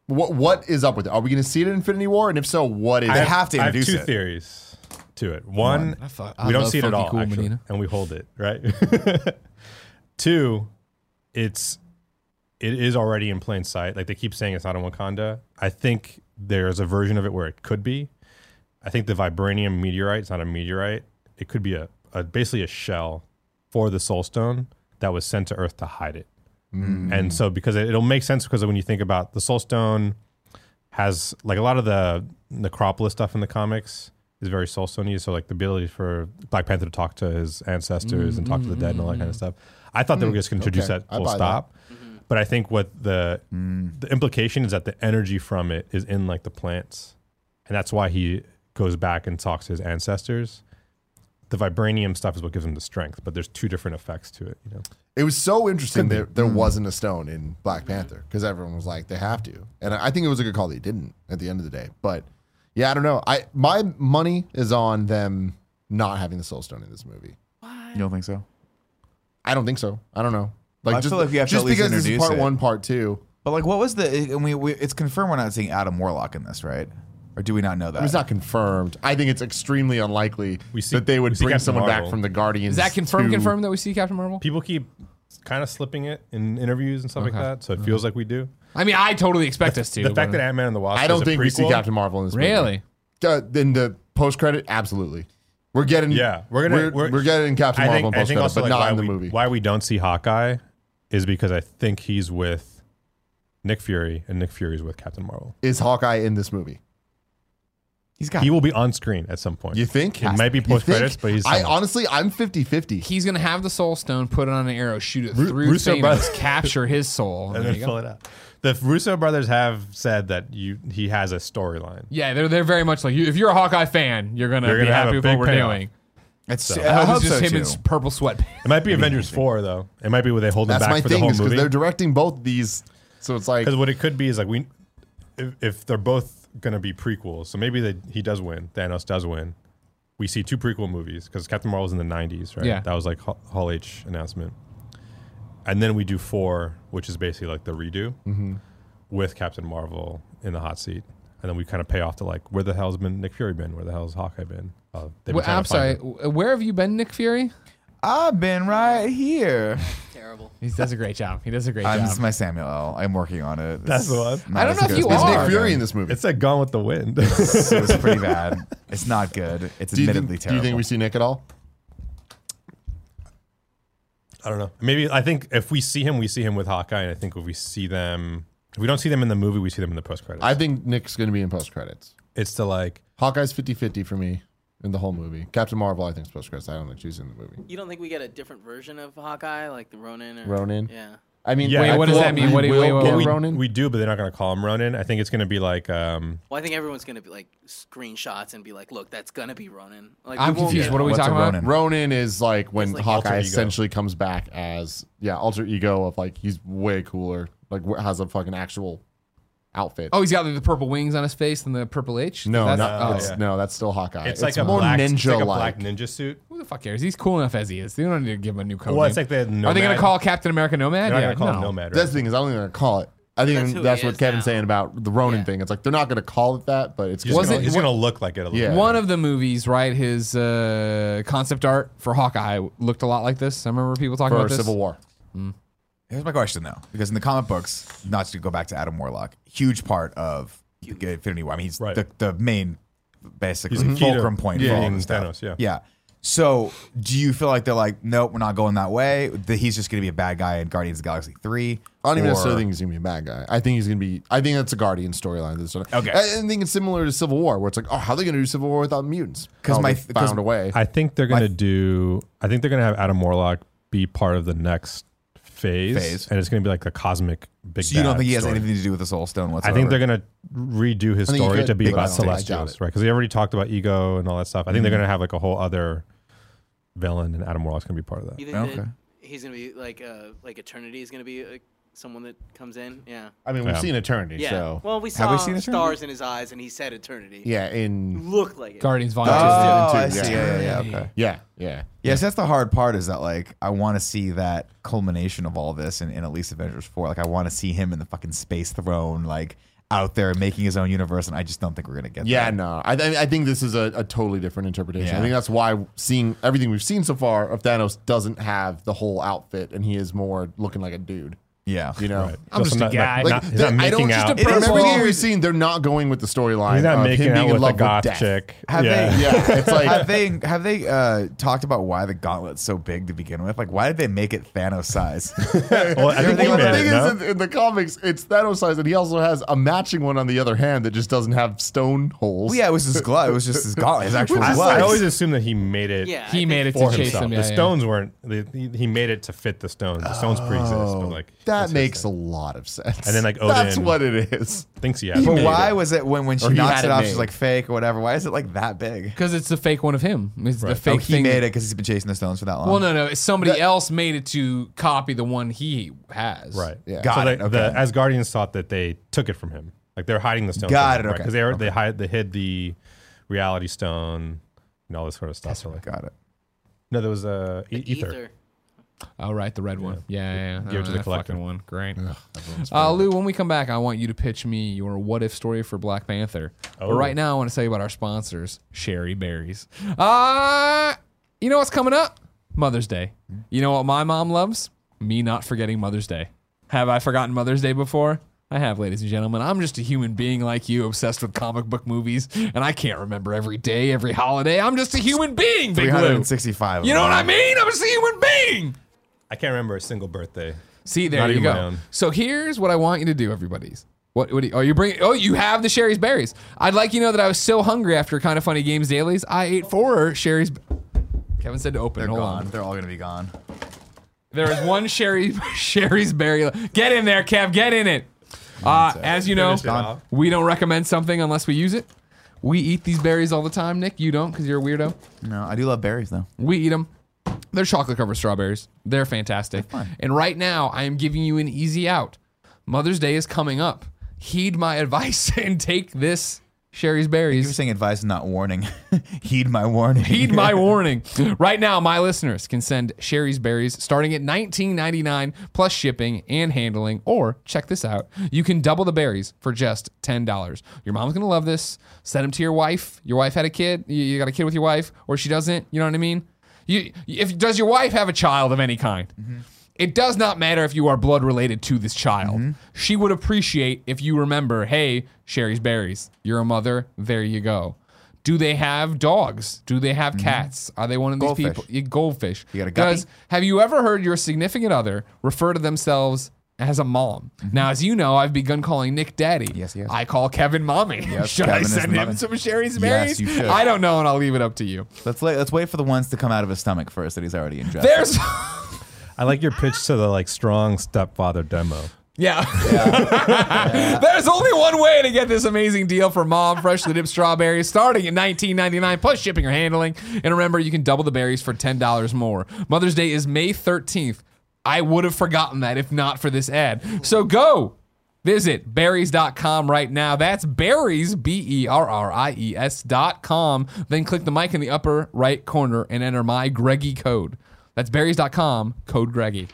Speaker 5: what what is up with it? Are we gonna see it in Infinity War? And if so, what is
Speaker 3: I
Speaker 5: it?
Speaker 2: have to
Speaker 3: I have
Speaker 2: introduce
Speaker 3: two
Speaker 2: it.
Speaker 3: theories to it. One,
Speaker 1: I thought- I
Speaker 3: we don't
Speaker 1: love
Speaker 3: see it at
Speaker 1: funky
Speaker 3: all,
Speaker 1: cool
Speaker 3: actually,
Speaker 1: Medina.
Speaker 3: and we hold it right. Two, it's it is already in plain sight. Like they keep saying, it's not in Wakanda. I think there's a version of it where it could be. I think the vibranium meteorite is not a meteorite. It could be a, a basically a shell for the Soul Stone that was sent to Earth to hide it.
Speaker 5: Mm.
Speaker 3: And so because it, it'll make sense because when you think about the Soul Stone has like a lot of the necropolis stuff in the comics is very soul stony so like the ability for black panther to talk to his ancestors and talk to the dead and all that kind of stuff i thought they were just going to introduce
Speaker 5: Mm. okay.
Speaker 3: that
Speaker 5: I
Speaker 3: full
Speaker 5: buy that. Mm.
Speaker 3: stop but i think what the the implication is that the energy from it is in like the plants and that's why he goes back and talks to his ancestors the vibranium stuff is what gives him the strength but there's two different effects to it you know
Speaker 5: It was so interesting that
Speaker 2: Mm.
Speaker 5: there wasn't a stone in Black Panther because everyone was like, they have to. And I I think it was a good call they didn't at the end of the day. But yeah, I don't know. I my money is on them not having the soul stone in this movie.
Speaker 2: You don't think so?
Speaker 5: I don't think so. I don't know. Like
Speaker 2: I
Speaker 5: just,
Speaker 2: feel like we have to
Speaker 5: just
Speaker 2: at least
Speaker 5: because this is
Speaker 2: introduce it.
Speaker 5: part one, part two.
Speaker 2: But like, what was the? And we, we it's confirmed we're not seeing Adam Warlock in this, right? Or do we not know that?
Speaker 5: I mean, it's not confirmed. I think it's extremely unlikely
Speaker 3: We see-
Speaker 5: that they
Speaker 3: we
Speaker 5: would
Speaker 3: see
Speaker 5: bring
Speaker 3: Captain
Speaker 5: someone back
Speaker 3: Marvel.
Speaker 5: from the Guardians.
Speaker 1: Is that confirmed?
Speaker 5: to-
Speaker 1: Confirmed that we see Captain Marvel?
Speaker 3: people keep kind of slipping it in interviews and stuff like
Speaker 1: Okay.
Speaker 5: Uh-huh.
Speaker 3: that. So it feels like we do.
Speaker 1: I mean, I totally expect us to.
Speaker 3: The fact
Speaker 1: but-
Speaker 3: that Ant Man and the Wasp.
Speaker 5: I don't
Speaker 3: is a
Speaker 5: think we see
Speaker 3: prequel-
Speaker 5: Captain Marvel in this movie.
Speaker 1: really,
Speaker 5: Uh, in the post credit, absolutely. We're getting
Speaker 3: Yeah, we're gonna-
Speaker 5: we're,
Speaker 3: we're-
Speaker 5: we're getting Captain
Speaker 3: I
Speaker 5: Marvel
Speaker 3: think,
Speaker 5: in
Speaker 3: I
Speaker 5: post
Speaker 3: think
Speaker 5: credit,
Speaker 3: also
Speaker 5: but
Speaker 3: like
Speaker 5: not
Speaker 3: why
Speaker 5: in the
Speaker 3: we,
Speaker 5: movie.
Speaker 3: why we don't see Hawkeye is because I think he's with Nick Fury and Nick Fury's with Captain Marvel.
Speaker 5: Is Hawkeye in this movie?
Speaker 2: He's got.
Speaker 3: He will be on screen at some point.
Speaker 5: You think?
Speaker 3: It might be
Speaker 5: You
Speaker 3: post credits,
Speaker 5: think?
Speaker 3: but he's
Speaker 5: I
Speaker 3: somewhere.
Speaker 5: honestly, I'm 50-50.
Speaker 1: he's gonna have the Soul Stone, put it on an arrow, shoot it
Speaker 3: Ru-
Speaker 1: through
Speaker 3: Russo
Speaker 1: Thanos,
Speaker 3: brothers.
Speaker 1: capture his soul.
Speaker 3: and
Speaker 1: There
Speaker 3: then
Speaker 1: you go.
Speaker 3: fill it out. The Russo brothers have said that you he has a storyline.
Speaker 1: Yeah, they're they're very much like you, if you're a Hawkeye fan, you're gonna
Speaker 3: You're
Speaker 1: be
Speaker 3: gonna have
Speaker 1: happy
Speaker 3: a
Speaker 1: with what
Speaker 3: big
Speaker 1: we're
Speaker 3: payoff.
Speaker 1: doing.
Speaker 2: It's,
Speaker 1: I,
Speaker 2: I
Speaker 1: hope
Speaker 2: was
Speaker 1: it's
Speaker 2: just
Speaker 1: him
Speaker 2: him
Speaker 1: in s- purple sweatpants.
Speaker 3: It might be Avengers four though. It might be where they hold him
Speaker 5: That's
Speaker 3: back
Speaker 5: my
Speaker 3: for the
Speaker 5: thing
Speaker 3: whole
Speaker 5: is because
Speaker 3: movie.
Speaker 5: they're directing both these, so it's like
Speaker 3: Because what it could be is like we, if, if they're both gonna be prequels, so maybe they, he does win. Thanos does win. We see two prequel movies because Captain Marvel's in the '90s, right?
Speaker 1: Yeah.
Speaker 3: that was like Hall- Hall H announcement, and then we do four, which is basically like the redo
Speaker 1: Mm-hmm.
Speaker 3: with Captain Marvel in the hot seat, and then we kind of pay off to like where the hell's been Nick Fury been? Where the hell's Hawkeye been? Uh, they've been
Speaker 1: Well,
Speaker 3: trying
Speaker 1: I'm
Speaker 3: to find
Speaker 1: sorry.
Speaker 3: him.
Speaker 1: w- Where have you been, Nick Fury?
Speaker 2: I've been right here.
Speaker 4: Terrible.
Speaker 1: He does a great job. He does a great
Speaker 2: I'm,
Speaker 1: job.
Speaker 2: this is my Samuel L. I'm working on it.
Speaker 3: That's
Speaker 2: It's
Speaker 3: the one.
Speaker 2: not
Speaker 1: I don't
Speaker 2: as
Speaker 1: know if
Speaker 2: good
Speaker 1: you
Speaker 2: as
Speaker 5: is
Speaker 1: are.
Speaker 2: I've
Speaker 5: Nick Fury
Speaker 2: done.
Speaker 5: in this movie?
Speaker 3: It's like Gone with the Wind.
Speaker 2: it was pretty bad. It's not good. It's
Speaker 5: do you, think,
Speaker 2: admittedly
Speaker 5: do you
Speaker 2: terrible.
Speaker 5: think we see Nick at all?
Speaker 3: I don't know. Maybe I think if we see him, we see him with Hawkeye, and I think if we see them, if we don't see them in the movie, we see them in the post credits.
Speaker 5: I think Nick's going to be in post credits.
Speaker 3: it's to like
Speaker 5: Hawkeye's 50-50 for me in the whole movie. Captain Marvel, I think, is post credits. I don't think she's in the movie.
Speaker 4: You don't think we get a different version of Hawkeye, like the Ronin? Or,
Speaker 5: Ronin?
Speaker 4: Yeah.
Speaker 5: I mean,
Speaker 3: Yeah, Wait,
Speaker 5: I
Speaker 3: what
Speaker 5: feel
Speaker 3: does
Speaker 1: that
Speaker 5: we
Speaker 1: mean? What do you-
Speaker 5: will
Speaker 1: wait, wait,
Speaker 5: get
Speaker 1: wait.
Speaker 5: Ronan.
Speaker 3: we do, but they're not going to call him Ronin. I think it's going to be like um,
Speaker 4: Well, I think everyone's gonna be like screenshots and be like, "Look, that's gonna be Ronin." Like,
Speaker 1: I'm
Speaker 4: we won't
Speaker 1: confused.
Speaker 4: get-
Speaker 1: What are we
Speaker 2: What's a
Speaker 1: talking about?
Speaker 2: Ronin?
Speaker 5: Ronan is like when
Speaker 4: like
Speaker 5: Hawkeye
Speaker 3: alter ego.
Speaker 5: essentially comes back as yeah alter ego of like he's way cooler like wh- has a fucking actual outfit.
Speaker 1: Oh, he's got the, the purple wings on his face and the purple H.
Speaker 5: no,
Speaker 1: That's-
Speaker 5: not-
Speaker 1: oh.
Speaker 5: it's, no, that's still Hawkeye.
Speaker 3: it's, like a black, it's like a black
Speaker 5: ninja-like.
Speaker 3: ninja suit.
Speaker 1: Who the fuck cares? He's cool enough as he is. They don't need to give him a new code.
Speaker 3: Well, it's like the
Speaker 1: Are they going
Speaker 3: Nomad.
Speaker 1: to call Captain America Nomad?
Speaker 3: They're not
Speaker 1: yeah,
Speaker 3: going to call him
Speaker 1: no.
Speaker 3: Nomad. Right?
Speaker 5: That's the thing is I don't think they're gonna call it. I think
Speaker 4: That's
Speaker 5: that's,
Speaker 4: who he
Speaker 5: what
Speaker 4: is
Speaker 5: Kevin's
Speaker 4: now.
Speaker 5: saying about the Ronin
Speaker 4: Yeah.
Speaker 5: thing. It's like they're not gonna call it that, but it's
Speaker 3: He's
Speaker 1: Was
Speaker 3: gonna-
Speaker 1: it-
Speaker 3: He's going to look like it a little.
Speaker 5: Yeah.
Speaker 3: bit.
Speaker 1: One of the movies, right? His uh, concept art for Hawkeye looked a lot like this. I remember people talking
Speaker 5: for
Speaker 1: about this.
Speaker 5: Civil War?
Speaker 2: Here's my question though, because in the comic books, not to go back to Adam Warlock, huge part of the Infinity War. I mean, he's
Speaker 3: Right.
Speaker 2: the, the main, basically
Speaker 3: He's the key to
Speaker 2: fulcrum point for all
Speaker 3: beating
Speaker 2: this stuff.
Speaker 3: Thanos, yeah.
Speaker 2: yeah. So, do you feel like they're like, nope, we're not going that way? That he's just going to be a bad guy in Guardians of the Galaxy three?
Speaker 5: I don't even
Speaker 2: Or-
Speaker 5: necessarily think he's gonna be a bad guy. I think he's gonna be. I think that's a Guardian storyline. That's sort of-
Speaker 2: Okay.
Speaker 5: I, I think it's similar to Civil War, where it's like, oh, how are they gonna do Civil War without mutants?
Speaker 2: 'Cause
Speaker 5: Oh,
Speaker 2: my-
Speaker 5: they
Speaker 2: 'cause
Speaker 5: found a way.
Speaker 3: I think they're going to do. I think they're going to have Adam Warlock be part of the next phase,
Speaker 2: Phase.
Speaker 3: and it's going to be like the cosmic big.
Speaker 2: So you don't
Speaker 3: bad
Speaker 2: think he has
Speaker 3: story.
Speaker 2: anything to do with the Soul Stone
Speaker 3: I
Speaker 2: whatsoever?
Speaker 3: think they're gonna redo his
Speaker 5: I think you
Speaker 3: story
Speaker 5: could.
Speaker 3: to be
Speaker 5: Big
Speaker 3: about
Speaker 5: mistake. I doubt
Speaker 3: Celestials,
Speaker 5: it.
Speaker 3: right? Because they already talked about ego and all that stuff. I think they're gonna have like a whole other villain, and Adam Warlock's gonna be part of
Speaker 4: You
Speaker 3: that.
Speaker 4: think that
Speaker 2: Okay.
Speaker 4: he's gonna be like, uh, like Eternity is gonna be uh, someone that comes in? Yeah.
Speaker 5: I mean, we've
Speaker 3: Yeah.
Speaker 5: seen Eternity,
Speaker 4: Yeah.
Speaker 5: so
Speaker 4: well, we
Speaker 2: Have
Speaker 4: saw
Speaker 2: we seen Eternity?
Speaker 4: stars in his eyes, and he said Eternity.
Speaker 5: yeah, in
Speaker 4: Looked like it.
Speaker 1: Guardians Volume
Speaker 2: Oh,
Speaker 1: Two.
Speaker 2: I
Speaker 5: Two,
Speaker 2: see.
Speaker 5: yeah.
Speaker 2: Yeah, yeah, yeah. Okay.
Speaker 5: yeah, yeah.
Speaker 2: Yes, that's the hard part is that like I want to see that culmination of all this in, in at least Avengers four. Like I want to see him in the fucking space throne, like out there making his own universe, and I just don't think we're gonna get
Speaker 5: Yeah,
Speaker 2: that.
Speaker 5: no, I, th- I think this is a, a totally different interpretation. I
Speaker 2: Yeah.
Speaker 5: think that's why seeing everything we've seen so far of Thanos doesn't have the whole outfit, and he is more looking like a dude.
Speaker 2: Yeah.
Speaker 5: You know,
Speaker 1: I'm just a
Speaker 3: not,
Speaker 1: guy.
Speaker 3: Not,
Speaker 5: like
Speaker 3: not, he's
Speaker 5: they-
Speaker 3: not
Speaker 5: I don't
Speaker 3: making
Speaker 5: just
Speaker 3: out.
Speaker 5: a
Speaker 2: It's
Speaker 5: from
Speaker 2: never
Speaker 5: everything
Speaker 2: gonna-
Speaker 5: we've seen. They're not going with the storyline.
Speaker 3: He's
Speaker 5: of
Speaker 3: not making
Speaker 5: him being
Speaker 3: out
Speaker 5: in
Speaker 3: with a
Speaker 5: love
Speaker 3: goth
Speaker 5: death.
Speaker 3: chick.
Speaker 2: Have
Speaker 3: yeah.
Speaker 2: they?
Speaker 5: Yeah, it's like
Speaker 2: have they have they uh, talked about why the gauntlet's so big to begin with? Like, why did they make it Thanos size?
Speaker 3: Well, I think they
Speaker 5: well, the
Speaker 3: made it.
Speaker 5: thing is,
Speaker 3: No?
Speaker 5: in, in the comics, it's Thanos size, and he also has a matching one on the other hand that just doesn't have stone holes.
Speaker 2: well, yeah, it was his glove. It was just his gauntlet. His actual
Speaker 3: I,
Speaker 2: glove.
Speaker 3: I always assume that he made it.
Speaker 4: Yeah.
Speaker 1: He
Speaker 4: I
Speaker 1: made it
Speaker 4: think
Speaker 1: to
Speaker 3: For
Speaker 1: chase
Speaker 3: himself,
Speaker 1: him.
Speaker 3: the
Speaker 1: Yeah, yeah.
Speaker 3: stones weren't. They, he, he made it to fit the stones. The stones pre-exist, but like
Speaker 5: that makes a lot of sense.
Speaker 3: And then, like,
Speaker 5: that's
Speaker 3: Odin-
Speaker 5: what it is.
Speaker 3: thinks he has.
Speaker 2: But
Speaker 3: it.
Speaker 2: why was it when when she
Speaker 5: Or he
Speaker 2: knocks
Speaker 5: had
Speaker 2: it
Speaker 5: it
Speaker 2: off?
Speaker 5: made.
Speaker 2: She's like fake or whatever. Why is it like that big?
Speaker 1: Because it's the fake one of him. It's the
Speaker 3: Right.
Speaker 1: fake
Speaker 2: oh, he
Speaker 1: thing.
Speaker 2: made it because he's been chasing the stones for that long.
Speaker 1: Well, no, no. Somebody
Speaker 5: That-
Speaker 1: else made it to copy the one he has.
Speaker 3: Right.
Speaker 5: Yeah.
Speaker 2: Got
Speaker 3: so they,
Speaker 2: it, okay.
Speaker 3: The, as Guardians thought that they took it from him. Like they're hiding the stone.
Speaker 2: Got it, okay,
Speaker 3: Because they are, they hide they hid the reality stone and all this sort of stuff. So like,
Speaker 2: Got it.
Speaker 3: no, there was uh, e- ether.
Speaker 4: Ether.
Speaker 1: Oh, right. The red one. Yeah, yeah. yeah.
Speaker 3: Give it to
Speaker 1: Oh,
Speaker 3: the
Speaker 1: that
Speaker 3: collector.
Speaker 1: fucking one. Great. Uh, Lou, when we come back, I want you to pitch me your what if story for Black Panther. But
Speaker 3: Oh.
Speaker 1: right now, I want to tell you about our sponsors, Sherry Berries. Uh, you know what's coming up? Mother's Day. You know what my mom loves? me not forgetting Mother's Day. Have I forgotten Mother's Day before? I have, ladies and gentlemen. I'm just a human being like you, obsessed with comic book movies, and I can't remember every day, every holiday. I'm just a human being, Big Lou.
Speaker 2: 365.
Speaker 1: You know what I mean? I'm just a human being.
Speaker 3: I can't remember a single birthday.
Speaker 1: See, there
Speaker 3: Not
Speaker 1: you
Speaker 3: even
Speaker 1: go.
Speaker 3: my own.
Speaker 1: So here's what I want you to do, everybody's. What, what do you, oh, you bring, oh, you have the Sherry's berries. I'd like you to know that I was so hungry after Kind of Funny Games Dailies. I ate four Sherry's. Kevin said to open.
Speaker 2: They're
Speaker 1: Hold
Speaker 2: gone.
Speaker 1: on.
Speaker 2: They're all gonna be gone.
Speaker 1: There is one Sherry, Sherry's berry. le- Get in there, Kev. Get in it. Uh, as you know,
Speaker 3: Finish it off.
Speaker 1: we don't recommend something unless we use it. We eat these berries all the time, Nick. You don't because you're a weirdo.
Speaker 2: No, I do love berries though.
Speaker 1: We eat them. They're chocolate covered strawberries. They're fantastic. And right now, I am giving you an easy out. Mother's Day is coming up. Heed my advice and take this Sherry's
Speaker 2: You're
Speaker 1: berries.
Speaker 2: saying advice, not warning. Heed my warning.
Speaker 1: Heed my warning. Right now, my listeners can send Sherry's berries starting at $19.99 plus shipping and handling. Or check this out you can double the berries for just $10. Your mom's going to love this. Send them to your wife. Your wife had a kid. You- You got a kid with your wife, or she doesn't. You know what I mean? You, if does your wife have a child of any kind? It does not matter if you are blood related to this child. She would appreciate if you remember, hey, Sherry's berries. You're a mother. There you go. Do they have dogs? Do they have cats? Are they one of these
Speaker 2: Mm-hmm. Goldfish.
Speaker 1: people? Yeah, Goldfish.
Speaker 2: You got a guppy?
Speaker 1: Does have you ever heard your significant other refer to themselves as a mom? Now, as you know, I've begun calling Nick Daddy.
Speaker 2: Mm-hmm. Yes, he has.
Speaker 1: I call Kevin Mommy. should I
Speaker 2: Kevin is
Speaker 1: send him
Speaker 2: mommy.
Speaker 1: some Sherry's
Speaker 2: Yes,
Speaker 1: berries?
Speaker 2: you should.
Speaker 1: I don't know, and I'll leave it up to you.
Speaker 2: Let's la- let's wait for the ones to come out of his stomach first that he's already ingested.
Speaker 1: There's.
Speaker 3: I like your pitch to the like strong stepfather demo.
Speaker 1: Yeah. There's only one way to get this amazing deal for mom freshly dipped strawberries starting at $19.99 plus shipping or handling. And remember, you can double the berries for $10 more. Mother's Day is May 13th. I would have forgotten that if not for this ad. So go visit berries.com right now. That's berries, B E R R I E S.com. Then click the mic in the upper right corner and enter my Greggy code. That's berries.com, code Greggy.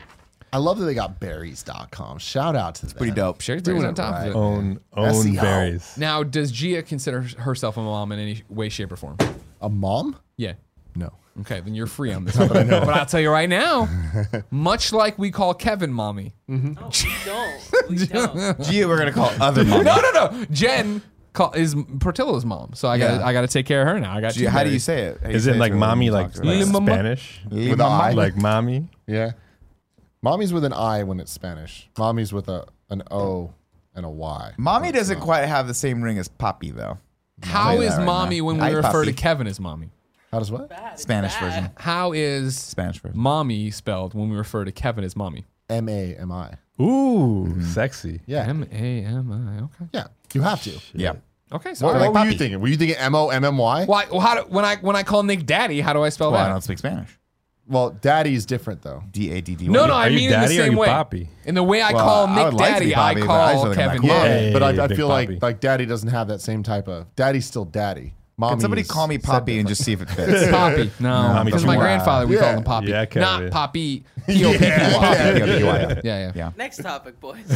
Speaker 5: I love that they got berries.com. Shout out to them.
Speaker 2: Pretty dope.
Speaker 1: Sherry's berries on top of
Speaker 5: right.
Speaker 1: it.
Speaker 3: Own own
Speaker 5: SEO.
Speaker 3: berries.
Speaker 1: Now, does Gia consider herself a mom in any way, shape, or form?
Speaker 5: A mom?
Speaker 1: Yeah.
Speaker 5: No.
Speaker 1: Okay, then you're free on this. but I'll tell you right now, much like we call Kevin mommy.
Speaker 2: Mm-hmm.
Speaker 4: No, we don't. We don't.
Speaker 2: Gia, we're gonna call other mom.
Speaker 1: No, no, no. Jen call, is Portillo's mom, so I got
Speaker 2: Yeah.
Speaker 1: to I got to take care of her now. I got.
Speaker 2: Gia,
Speaker 1: two
Speaker 2: how do you
Speaker 1: babies.
Speaker 2: say it? How do you
Speaker 3: Is
Speaker 2: say
Speaker 3: it like
Speaker 2: to a
Speaker 3: mommy
Speaker 2: woman
Speaker 3: like,
Speaker 2: talker?
Speaker 3: like
Speaker 1: Lil mama?
Speaker 3: Spanish?
Speaker 5: With an I?
Speaker 3: Like mommy?
Speaker 5: Yeah. Mommy's with an I when it's Spanish. Mommy's with a an O and a Y.
Speaker 2: Mommy doesn't quite have the same ring as Poppy though.
Speaker 1: How
Speaker 2: Say
Speaker 1: is
Speaker 2: that right
Speaker 1: mommy
Speaker 2: now.
Speaker 1: when we
Speaker 2: Hi,
Speaker 1: refer to
Speaker 2: puppy.
Speaker 1: Kevin as mommy?
Speaker 5: How does what?
Speaker 4: Bad, it's
Speaker 2: Spanish
Speaker 4: bad.
Speaker 2: version.
Speaker 1: How is
Speaker 2: Spanish version.
Speaker 1: mommy spelled when we refer to Kevin as mommy?
Speaker 5: M A M I.
Speaker 3: Ooh, sexy.
Speaker 5: Yeah.
Speaker 1: M A M I. Okay.
Speaker 5: yeah. You have to.
Speaker 2: Yeah.
Speaker 1: Okay. So
Speaker 5: What,
Speaker 1: I-
Speaker 5: what were
Speaker 2: puppy.
Speaker 5: you thinking? Were you thinking M O M M Y?
Speaker 1: why? Well, how do, when I when I call Nick daddy, how do I spell
Speaker 2: Well, I
Speaker 1: that?
Speaker 2: don't speak Spanish.
Speaker 5: Well, daddy's different though.
Speaker 2: D A D D.
Speaker 1: No, no, I
Speaker 3: Are you
Speaker 1: mean in the
Speaker 3: daddy or
Speaker 1: same
Speaker 3: you
Speaker 1: way.
Speaker 3: Poppy?
Speaker 1: In the way I
Speaker 2: Well,
Speaker 1: call
Speaker 2: I
Speaker 1: Nick
Speaker 2: would like to
Speaker 1: Daddy,
Speaker 2: be Poppy,
Speaker 1: I
Speaker 2: but I just
Speaker 1: call
Speaker 2: look at my
Speaker 1: Kevin
Speaker 2: clothes.
Speaker 5: Yeah,
Speaker 1: Mommy.
Speaker 3: Hey,
Speaker 5: but I, I
Speaker 3: Big
Speaker 5: feel
Speaker 3: Papi.
Speaker 5: like like daddy doesn't have that same type of daddy's still daddy. Mommy
Speaker 2: Can somebody
Speaker 5: is
Speaker 2: call me
Speaker 5: said
Speaker 2: Poppy and
Speaker 5: different.
Speaker 2: just see if it fits?
Speaker 1: Poppy. No,
Speaker 3: Mommy
Speaker 1: because my
Speaker 3: Poppy.
Speaker 1: grandfather we
Speaker 5: Yeah.
Speaker 1: called him Poppy,
Speaker 3: Yeah,
Speaker 1: not
Speaker 3: Kevin.
Speaker 1: Poppy. P-O-P-P-Y.
Speaker 2: Poppy, P-O-P-P-Y.
Speaker 1: Yeah, yeah.
Speaker 2: Yeah.
Speaker 4: Next topic, boys.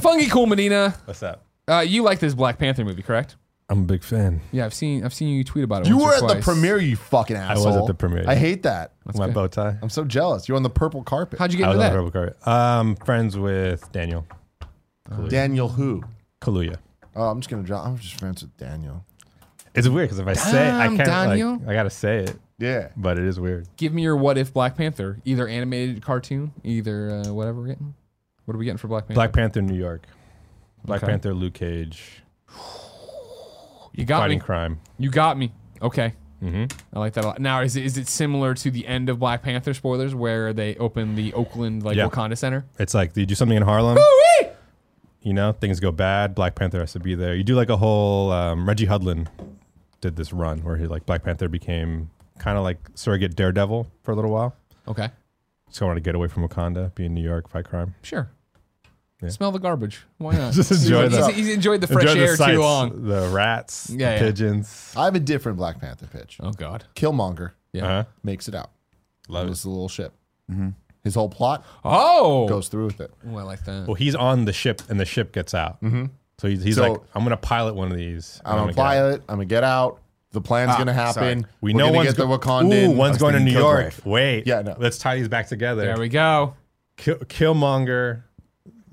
Speaker 1: Fungi Cool Medina,
Speaker 3: What's up?
Speaker 1: uh, you like this Black Panther movie, correct?
Speaker 3: I'm a big fan.
Speaker 1: Yeah, I've seen I've seen you tweet about it.
Speaker 5: You
Speaker 1: once
Speaker 5: were
Speaker 1: or
Speaker 5: at the
Speaker 1: twice.
Speaker 5: premiere, you fucking
Speaker 3: was
Speaker 5: asshole.
Speaker 3: at the premiere.
Speaker 5: I hate that.
Speaker 3: My bow tie.
Speaker 5: I'm so jealous. You're on the purple carpet.
Speaker 1: How'd you
Speaker 3: I
Speaker 1: get
Speaker 3: was
Speaker 1: into
Speaker 3: on the
Speaker 1: that?
Speaker 3: purple carpet. Um, friends with Daniel
Speaker 5: Daniel who?
Speaker 3: Kaluuya.
Speaker 5: Oh, I'm just gonna drop. I'm just friends with Daniel.
Speaker 3: It's weird because if I say it, I
Speaker 1: Damn,
Speaker 3: can't.
Speaker 1: Daniel.
Speaker 3: Like, I gotta say it,
Speaker 5: Yeah.
Speaker 3: but it is weird.
Speaker 1: Give me your what if Black Panther, either animated cartoon, either uh, whatever we're getting. What are we getting for Black Panther?
Speaker 3: Black Panther, New York. Black
Speaker 1: Okay.
Speaker 3: Panther, Luke Cage,
Speaker 1: you got
Speaker 3: fighting
Speaker 1: me.
Speaker 3: crime.
Speaker 1: You got me. Okay. I like that a lot. Now, is it, is it similar to the end of Black Panther spoilers where they open the Oakland like
Speaker 3: Yeah.
Speaker 1: Wakanda Center?
Speaker 3: It's like you do something in Harlem, you know, things go bad. Black Panther has to be there. You do like a whole um, Reggie Hudlin did this run where he like Black Panther became kind of like surrogate Daredevil for a little while.
Speaker 1: Okay,
Speaker 3: Just wanted to get away from Wakanda, be in New York, fight crime.
Speaker 1: sure. Smell the garbage. Why not?
Speaker 3: Just
Speaker 1: He's-
Speaker 3: enjoy
Speaker 1: he's,
Speaker 3: the-
Speaker 1: he's enjoyed the fresh
Speaker 3: Enjoy
Speaker 1: air
Speaker 3: sights,
Speaker 1: too long.
Speaker 3: The rats, the
Speaker 1: Yeah, yeah.
Speaker 3: pigeons.
Speaker 5: I have a different Black Panther pitch.
Speaker 1: Oh God.
Speaker 5: Killmonger
Speaker 1: Yeah.
Speaker 3: Uh-huh.
Speaker 5: makes it out.
Speaker 3: Love it. Mm-hmm.
Speaker 5: It's a little ship. His whole plot
Speaker 1: Oh.
Speaker 5: goes through with it.
Speaker 1: Ooh, I like that.
Speaker 3: Well, he's on the ship and the ship gets out. Mm-hmm. So he's, he's
Speaker 5: So-
Speaker 3: like, I'm going to pilot one of these. and
Speaker 5: I'm
Speaker 3: I'm gonna
Speaker 5: gonna
Speaker 3: get out."
Speaker 5: pilot. I'm gonna get out. The plan's
Speaker 2: Ah,
Speaker 5: going to happen.
Speaker 2: sorry.
Speaker 3: We
Speaker 5: We're
Speaker 3: know
Speaker 5: gonna
Speaker 3: one's
Speaker 5: get the
Speaker 3: go-
Speaker 5: Wakandan.
Speaker 3: Ooh, one's
Speaker 2: was
Speaker 3: going to New
Speaker 2: thinking
Speaker 3: York.
Speaker 2: Kilgrave.
Speaker 3: Wait,
Speaker 5: Yeah, no.
Speaker 3: Let's tie these back together.
Speaker 1: There we go.
Speaker 3: Kill, Killmonger,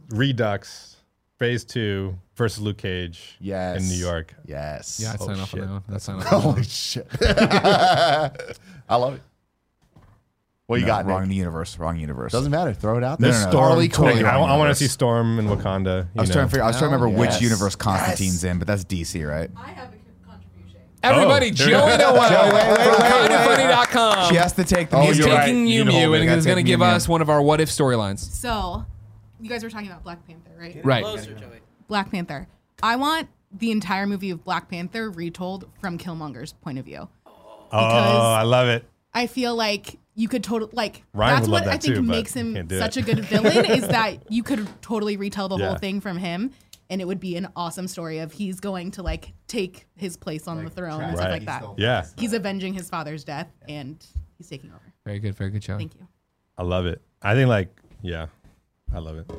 Speaker 3: Redux, Phase Two versus Luke Cage.
Speaker 5: Yes.
Speaker 3: in New York.
Speaker 5: Yes.
Speaker 1: Yeah, I'd
Speaker 3: Oh,
Speaker 1: sign off on
Speaker 3: shit.
Speaker 1: that one. That's sign off. on that
Speaker 5: Holy
Speaker 1: one.
Speaker 5: shit. I love it. What you
Speaker 2: No,
Speaker 5: got,
Speaker 2: wrong
Speaker 5: Nick?
Speaker 2: universe. Wrong universe.
Speaker 5: Doesn't matter. Throw it out
Speaker 2: No,
Speaker 5: there.
Speaker 2: no, no.
Speaker 5: Harley
Speaker 2: Totally
Speaker 5: Quinn.
Speaker 3: I,
Speaker 2: wrong
Speaker 3: want to
Speaker 2: universe.
Speaker 3: see Storm and Wakanda.
Speaker 2: I was trying to figure. I was trying to
Speaker 3: Oh,
Speaker 2: remember
Speaker 5: yes.
Speaker 2: which universe Constantine's in, but that's DC, right?
Speaker 6: I have a con- contribution.
Speaker 1: Everybody,
Speaker 3: Oh, there we
Speaker 1: Joey
Speaker 3: go.
Speaker 1: Noel
Speaker 2: Joey, wait, wait,
Speaker 1: from
Speaker 2: wait, wait.
Speaker 1: kindoffunny.com
Speaker 2: She has to take the.
Speaker 5: Oh,
Speaker 1: is
Speaker 5: you're
Speaker 1: taking
Speaker 5: right.
Speaker 1: Mew
Speaker 2: You need to
Speaker 1: Mew
Speaker 2: hold it.
Speaker 1: and
Speaker 2: Gotta
Speaker 1: is going to
Speaker 2: take
Speaker 1: give
Speaker 2: Mew Mew.
Speaker 1: us one of our what if storylines.
Speaker 6: So, you guys were talking about Black Panther, right?
Speaker 1: Right.
Speaker 4: Closer, Joey.
Speaker 6: Black Panther. I want the entire movie of Black Panther retold from Killmonger's point of view.
Speaker 3: Oh, I love it.
Speaker 6: I feel like you could totally like
Speaker 3: Ryan
Speaker 6: that's
Speaker 3: would
Speaker 6: what
Speaker 3: love that
Speaker 6: I think
Speaker 3: too, but
Speaker 6: makes
Speaker 3: you
Speaker 6: him
Speaker 3: can't do
Speaker 6: such
Speaker 3: it.
Speaker 6: a good villain is that you could totally retell the
Speaker 3: Yeah.
Speaker 6: whole thing from him and it would be an awesome story of he's going to like take his place on the throne and stuff
Speaker 3: Right.
Speaker 6: like that.
Speaker 3: Yeah,
Speaker 6: He's avenging his father's death and he's taking over.
Speaker 1: Very good, very good, Joey.
Speaker 6: Thank you.
Speaker 3: I love it. I think like yeah, I love it.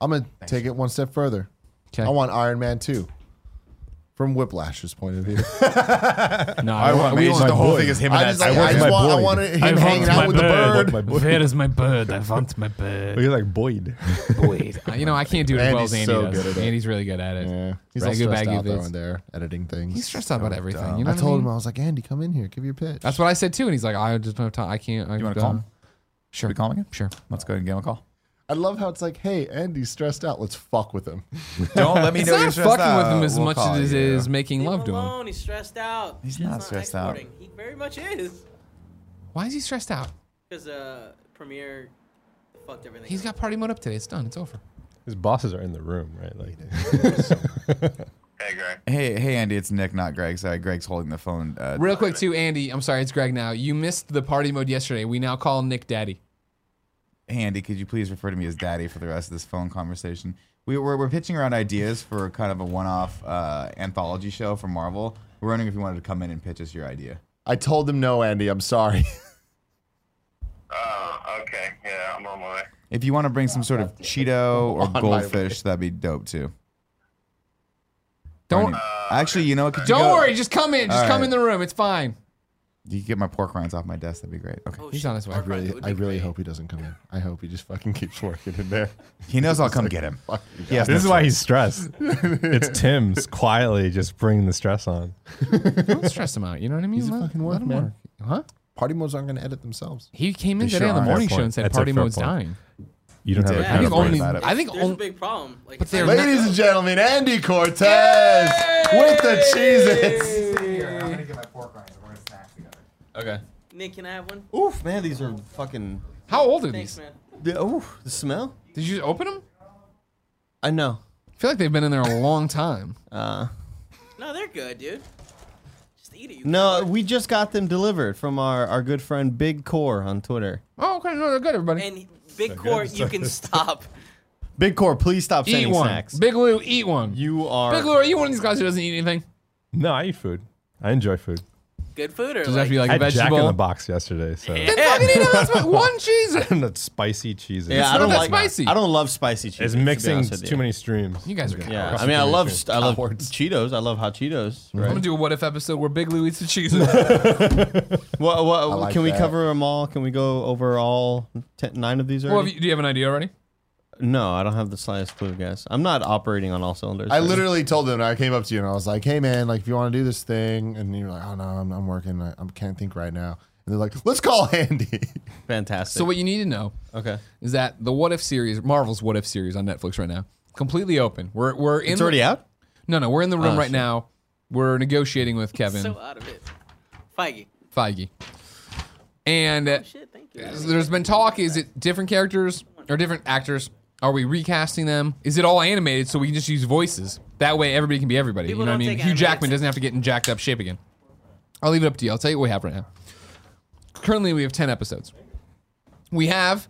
Speaker 5: I'm going to take it one step further.
Speaker 1: 'Kay.
Speaker 5: I want Iron Man 2 from Whiplash's point of view.
Speaker 1: No,
Speaker 2: I want.
Speaker 1: we
Speaker 2: We
Speaker 1: want-
Speaker 2: the whole
Speaker 3: boy.
Speaker 2: thing is him
Speaker 5: I
Speaker 2: and
Speaker 5: just,
Speaker 2: that.
Speaker 5: like,
Speaker 2: I
Speaker 5: I
Speaker 2: want
Speaker 5: just
Speaker 2: my
Speaker 5: want, I
Speaker 2: boy.
Speaker 5: want him hanging out with the bird.
Speaker 3: My boy.
Speaker 7: Where is my bird? I want my bird.
Speaker 3: Look at like Boyd.
Speaker 1: Uh, you know, I can't do it as well as Andy
Speaker 5: Andy's so
Speaker 1: does.
Speaker 5: good at it.
Speaker 1: Andy's really good at it.
Speaker 5: Yeah, he's all
Speaker 1: Ragu
Speaker 5: stressed
Speaker 1: bagu
Speaker 5: out though
Speaker 1: vids.
Speaker 5: in there editing things.
Speaker 1: He's stressed out about everything. You know
Speaker 5: I
Speaker 1: what
Speaker 5: told
Speaker 1: mean?
Speaker 5: him
Speaker 2: uh,
Speaker 5: I was like, Andy, come in here, give your pitch.
Speaker 1: That's what I said too, and he's like, I just don't have time. I can't. I,
Speaker 2: You want to
Speaker 1: uh,
Speaker 2: call him?
Speaker 1: Sure.
Speaker 2: We call him again?
Speaker 1: Sure.
Speaker 2: Let's go ahead and give him a call.
Speaker 5: I love how it's like, hey, Andy's stressed out. Let's fuck with him.
Speaker 2: Don't let me
Speaker 1: It's
Speaker 2: know you're
Speaker 1: not
Speaker 2: stressed
Speaker 1: fucking with him
Speaker 2: out.
Speaker 1: as
Speaker 2: We'll
Speaker 1: much
Speaker 2: call
Speaker 1: as it
Speaker 2: you.
Speaker 1: is making
Speaker 4: Leave
Speaker 1: love
Speaker 4: him
Speaker 1: to him.
Speaker 4: alone. He's stressed out.
Speaker 2: He's not stressed out.
Speaker 4: exporting. He very much is.
Speaker 1: Why is he stressed out?
Speaker 4: Because uh, Premiere fucked everything.
Speaker 1: He's
Speaker 4: up.
Speaker 1: got party mode up today. It's done. It's over.
Speaker 3: His bosses are in the room, right? Like
Speaker 8: Hey, Greg.
Speaker 2: Hey, hey, Andy, it's Nick, not Greg. Sorry, Greg's holding the phone. Uh,
Speaker 1: Real quick too, Andy. I'm sorry, it's Greg now. You missed the party mode yesterday. We now call Nick Daddy.
Speaker 2: hey, Andy, could you please refer to me as Daddy for the rest of this phone conversation? We, we're, we're pitching around ideas for kind of a one-off uh, anthology show for Marvel. We're wondering if you wanted to come in and pitch us your idea.
Speaker 5: I told him no, Andy. I'm sorry.
Speaker 8: Oh, okay. Yeah, I'm on my way.
Speaker 2: If you want to bring some sort of Cheeto or
Speaker 5: On my
Speaker 2: goldfish, that'd be dope too.
Speaker 1: Don't
Speaker 2: Actually, you know, what, could you
Speaker 1: don't
Speaker 2: go-
Speaker 1: worry. Just come in. Just
Speaker 2: All
Speaker 1: come
Speaker 2: right.
Speaker 1: in the room. It's fine.
Speaker 2: you could get my pork rinds off my desk. That'd be great. Okay,
Speaker 4: Oh,
Speaker 1: He's
Speaker 4: shit,
Speaker 1: on his way.
Speaker 4: Mark
Speaker 1: I
Speaker 5: I really,
Speaker 4: Ruffalo would
Speaker 5: I
Speaker 4: be
Speaker 5: really
Speaker 4: great.
Speaker 5: hope he doesn't come in. I hope he just fucking keeps working in there.
Speaker 2: he knows I'll come get him.
Speaker 5: Fuck you.
Speaker 2: Yes,
Speaker 3: this is why he's stressed. it's Tim's quietly just bringing the stress on.
Speaker 1: Don't stress him out. You know what I mean?
Speaker 5: He's a
Speaker 1: Let-
Speaker 5: fucking
Speaker 1: let
Speaker 5: work,
Speaker 1: him
Speaker 5: man.
Speaker 1: Huh?
Speaker 5: Party modes aren't going to edit themselves.
Speaker 1: He came in
Speaker 2: They
Speaker 1: today
Speaker 2: sure
Speaker 1: on the
Speaker 2: aren't.
Speaker 1: morning show
Speaker 3: Fair point.
Speaker 1: and said
Speaker 3: That's a
Speaker 1: party
Speaker 3: fair
Speaker 1: mode's
Speaker 3: point.
Speaker 1: dying.
Speaker 3: You don't
Speaker 2: He
Speaker 3: have
Speaker 2: did.
Speaker 1: I
Speaker 2: I
Speaker 3: a kind
Speaker 1: think
Speaker 3: of
Speaker 2: don't worry
Speaker 1: only.
Speaker 2: about it.
Speaker 1: I think
Speaker 4: There's a
Speaker 1: only.
Speaker 4: big problem. Like,
Speaker 1: But they're
Speaker 5: Ladies and gentlemen, Andy Cortez with the cheeses.
Speaker 2: I'm gonna get my pork rinds. We're gonna snack together.
Speaker 9: Okay.
Speaker 4: Nick, can I have one?
Speaker 9: Oof, man, these are fucking.
Speaker 1: How old are
Speaker 4: Thanks,
Speaker 1: these?
Speaker 4: man.
Speaker 9: The, oof, the smell?
Speaker 1: Did you open them?
Speaker 9: I know.
Speaker 1: I feel like they've been in there a long time.
Speaker 9: Uh,
Speaker 4: No, they're good, dude. Just eat it. You
Speaker 9: no, we just got them delivered from our, our good friend Big Core on Twitter.
Speaker 1: Oh, okay, no, they're good, everybody.
Speaker 4: And Big Core, you can stop.
Speaker 9: Big Core, please stop
Speaker 1: eat
Speaker 9: sending
Speaker 1: one,
Speaker 9: snacks.
Speaker 1: Big Lou. Eat one.
Speaker 9: you are.
Speaker 1: Big Lou, are you one of these guys who doesn't eat anything?
Speaker 3: No, I eat food. I enjoy food.
Speaker 4: Good food or
Speaker 1: Does that have
Speaker 4: like,
Speaker 1: to be like
Speaker 3: I
Speaker 1: a
Speaker 3: had Jack
Speaker 1: vegetable?
Speaker 3: in the Box yesterday, so
Speaker 1: Then fucking eat it. That's what- one cheese.
Speaker 3: and the spicy cheese.
Speaker 9: yeah, I
Speaker 1: not
Speaker 9: don't
Speaker 1: that
Speaker 9: like
Speaker 1: spicy.
Speaker 9: I don't love spicy cheese.
Speaker 3: It's
Speaker 9: to be
Speaker 3: mixing
Speaker 9: honest with you.
Speaker 3: too many streams.
Speaker 1: You guys are. cowards.
Speaker 9: Yeah,
Speaker 3: Across
Speaker 9: I mean,
Speaker 3: the
Speaker 9: I love
Speaker 3: country.
Speaker 9: I love Cheetos. I love hot Cheetos.
Speaker 1: I'm gonna
Speaker 9: Right?
Speaker 1: do a what if episode where Big Lou eats the cheese.
Speaker 9: What, what,
Speaker 5: like
Speaker 9: can we
Speaker 5: that.
Speaker 9: cover them all? Can we go over all ten, nine of these? Already?
Speaker 1: well, have you, do you have an idea already?
Speaker 9: no, I don't have the slightest clue, guys. I'm not operating on all cylinders.
Speaker 5: I literally told him. I came up to you and I was like, "Hey, man, like if you want to do this thing," and you're like, "Oh no, I'm, I'm working. I, I can't think right now." And they're like, "Let's call Andy."
Speaker 9: fantastic.
Speaker 1: So what you need to know
Speaker 9: okay,
Speaker 1: is that the What If series, Marvel's What If series on Netflix right now, completely open. We're we're in.
Speaker 9: it's
Speaker 1: the-
Speaker 9: already out.
Speaker 1: No, no, we're in the room
Speaker 9: Oh,
Speaker 1: right
Speaker 9: shit.
Speaker 1: now. We're negotiating with Kevin
Speaker 4: so out of it? Feige.
Speaker 1: Feige, and uh,
Speaker 4: Oh, Shit, thank you.
Speaker 1: there's been talk. Is it different characters or different actors? Are we recasting them? Is it all animated so we can just use voices? That way, everybody can be everybody.
Speaker 4: People
Speaker 1: you know what I
Speaker 4: don't
Speaker 1: mean?
Speaker 4: take
Speaker 1: Hugh
Speaker 4: animated
Speaker 1: Jackman
Speaker 4: to-
Speaker 1: doesn't have to get in jacked up shape again. I'll leave it up to you. I'll tell you what we have right now. Currently, we have ten episodes. We have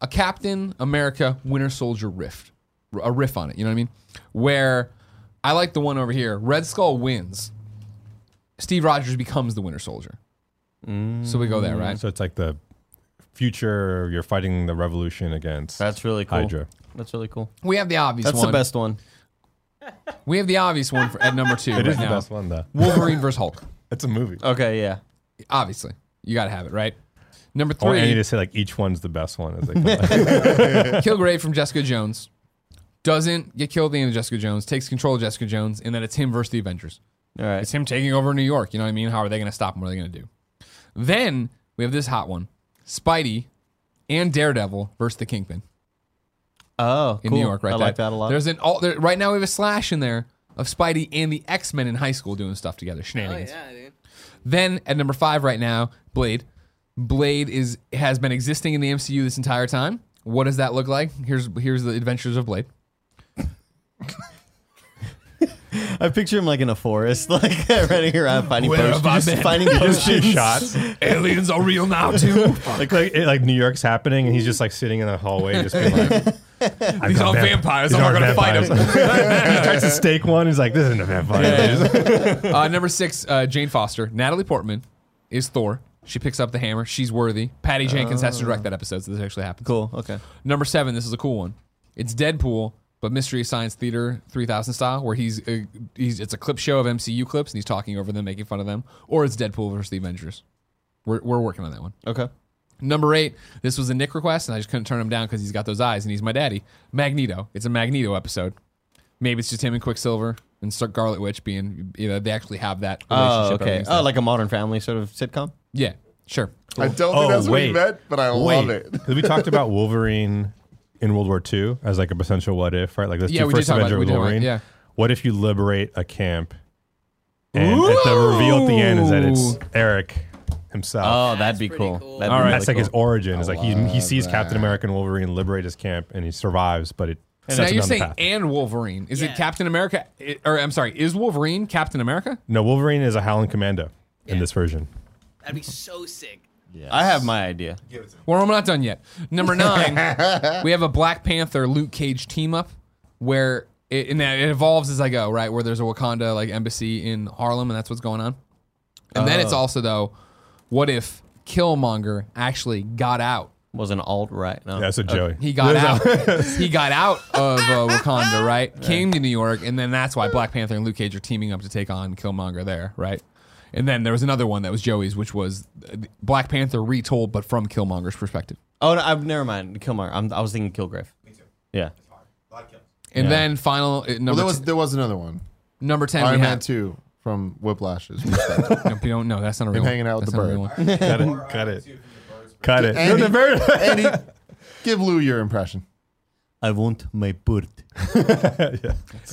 Speaker 1: a Captain America Winter Soldier rift, a riff on it. You know what I mean? Where I like the one over here. Red Skull wins. Steve Rogers becomes the Winter Soldier. So we go there, right?
Speaker 3: So it's like the future. You're fighting the revolution against
Speaker 9: That's really cool.
Speaker 3: Hydra.
Speaker 9: That's really cool.
Speaker 1: We have the obvious
Speaker 9: That's
Speaker 1: one.
Speaker 9: the best one.
Speaker 1: We have the obvious one for, at number two
Speaker 3: It
Speaker 1: right
Speaker 3: is the
Speaker 1: now.
Speaker 3: best one though.
Speaker 1: Wolverine versus Hulk.
Speaker 3: It's a movie.
Speaker 9: Okay, yeah.
Speaker 1: Obviously, you got to have it right. Number
Speaker 3: I want Andy
Speaker 1: three,
Speaker 3: to say like each one's the best one as they come out.
Speaker 1: Kilgrave from Jessica Jones doesn't get killed at the end of Jessica Jones, takes control of Jessica Jones, and then it's him versus the Avengers.
Speaker 9: All right.
Speaker 1: It's him taking over New York. You know what I mean? How are they going to stop him? What are they going to do? Then we have this hot one: Spidey and Daredevil versus the Kingpin
Speaker 9: Oh,
Speaker 1: in
Speaker 9: cool.
Speaker 1: New York. Right?
Speaker 9: I like that a lot.
Speaker 1: There's an all there, right now. We have a slash in there of Spidey and the X Men in high school doing stuff together,
Speaker 4: Oh
Speaker 1: shenanigans.
Speaker 4: yeah, dude.
Speaker 1: Then at number five right now, Blade. Blade is has been existing in the MCU this entire time. What does that look like? Here's here's the adventures of Blade.
Speaker 9: I picture him like in a forest, like running around finding
Speaker 1: Where have I
Speaker 9: potions,
Speaker 1: been?
Speaker 9: finding
Speaker 3: Just shoot
Speaker 9: potions.
Speaker 3: shots.
Speaker 1: Aliens are real now too.
Speaker 3: Like, like, it- like New York's happening, and he's just like sitting in the hallway, just being like,
Speaker 1: These aren't vampires. I'm not gonna fight 'em."
Speaker 3: he tries to stake one. He's like, "This isn't a vampire."
Speaker 1: uh, number six, uh, Jane Foster. Natalie Portman is Thor. She picks up the hammer. She's worthy. Patty Jenkins has to direct that episode, so this actually happens.
Speaker 9: Cool. Okay.
Speaker 1: Number seven, this is a cool one. It's Deadpool, but Mystery Science Theater 3000 style, where he's, uh, he's it's a clip show of MCU clips and he's talking over them, making fun of them. Or it's Deadpool versus the Avengers. We're, we're working on that one.
Speaker 9: Okay.
Speaker 1: Number eight, this was a Nick request, and I just couldn't turn him down because he's got those eyes and he's my daddy. Magneto. It's a Magneto episode. Maybe it's just him and Quicksilver and Sir Scarlet Witch being, you know, they actually have that
Speaker 9: Oh,
Speaker 1: relationship.
Speaker 9: okay.
Speaker 1: everything's
Speaker 9: Oh,
Speaker 1: there.
Speaker 9: like a Modern Family sort of sitcom.
Speaker 1: yeah, sure.
Speaker 5: I don't think that's what he meant, but I love it.
Speaker 3: 'Cause we talked about Wolverine in World War II as like a potential what if, right? Like that's
Speaker 1: Yeah,
Speaker 3: the
Speaker 1: we did
Speaker 3: first
Speaker 1: talk about-
Speaker 3: Avenger
Speaker 1: we
Speaker 3: with
Speaker 1: did talk about-
Speaker 3: Wolverine.
Speaker 1: yeah.
Speaker 3: What if you liberate a camp? And at the reveal at the end is that it's
Speaker 1: Ooh.
Speaker 3: Eric himself.
Speaker 9: Oh,
Speaker 4: That's
Speaker 9: that'd be
Speaker 4: pretty
Speaker 9: cool.
Speaker 4: cool.
Speaker 9: That'd
Speaker 3: All
Speaker 9: be
Speaker 3: right,
Speaker 9: really
Speaker 3: that's like his
Speaker 9: cool.
Speaker 3: origin. It's like he he
Speaker 5: love
Speaker 3: sees Captain
Speaker 5: that.
Speaker 3: America and Wolverine liberate his camp, and he survives, but it.
Speaker 1: So now
Speaker 3: sets him
Speaker 1: you're
Speaker 3: down the
Speaker 1: saying
Speaker 3: path.
Speaker 1: and Wolverine. Is
Speaker 4: Yeah.
Speaker 1: it Captain America? i- Or I'm sorry, is Wolverine Captain America?
Speaker 3: no Wolverine is a Howling Commando in this version.
Speaker 4: That'd be so sick.
Speaker 9: I have my idea.
Speaker 1: Well, I'm not done yet. Number nine, we have a Black Panther Luke Cage team up where it, and that it evolves as I go, right? Where there's a Wakanda like embassy in Harlem, and that's what's going on. And then it's also though, what if Killmonger actually got out?
Speaker 9: Was an alt right? No.
Speaker 3: Yeah, so Joey.
Speaker 1: He got out. he got out of uh, Wakanda, right? Came to New York, and then that's why Black Panther and Luke Cage are teaming up to take on Killmonger there, right? And then there was another one that was Joey's, which was uh, Black Panther retold, but from Killmonger's perspective.
Speaker 9: Oh, no, I'm, never mind. Killmonger. I'm, I was thinking Kilgrave. Yeah.
Speaker 1: And then final uh,
Speaker 5: Well,
Speaker 1: number
Speaker 5: there was there was another one.
Speaker 1: t- number ten.
Speaker 5: Iron
Speaker 1: we
Speaker 5: Man
Speaker 1: had.
Speaker 5: two from Whiplashes.
Speaker 1: No, you don't- no, that's not a real. one.
Speaker 5: hanging out with
Speaker 1: That's
Speaker 5: the
Speaker 1: not a real
Speaker 5: bird.
Speaker 1: one.
Speaker 3: cut it. Cut it. Cut it. No, the bird.
Speaker 5: Andy, give Lou your impression.
Speaker 9: I want my bird.
Speaker 1: and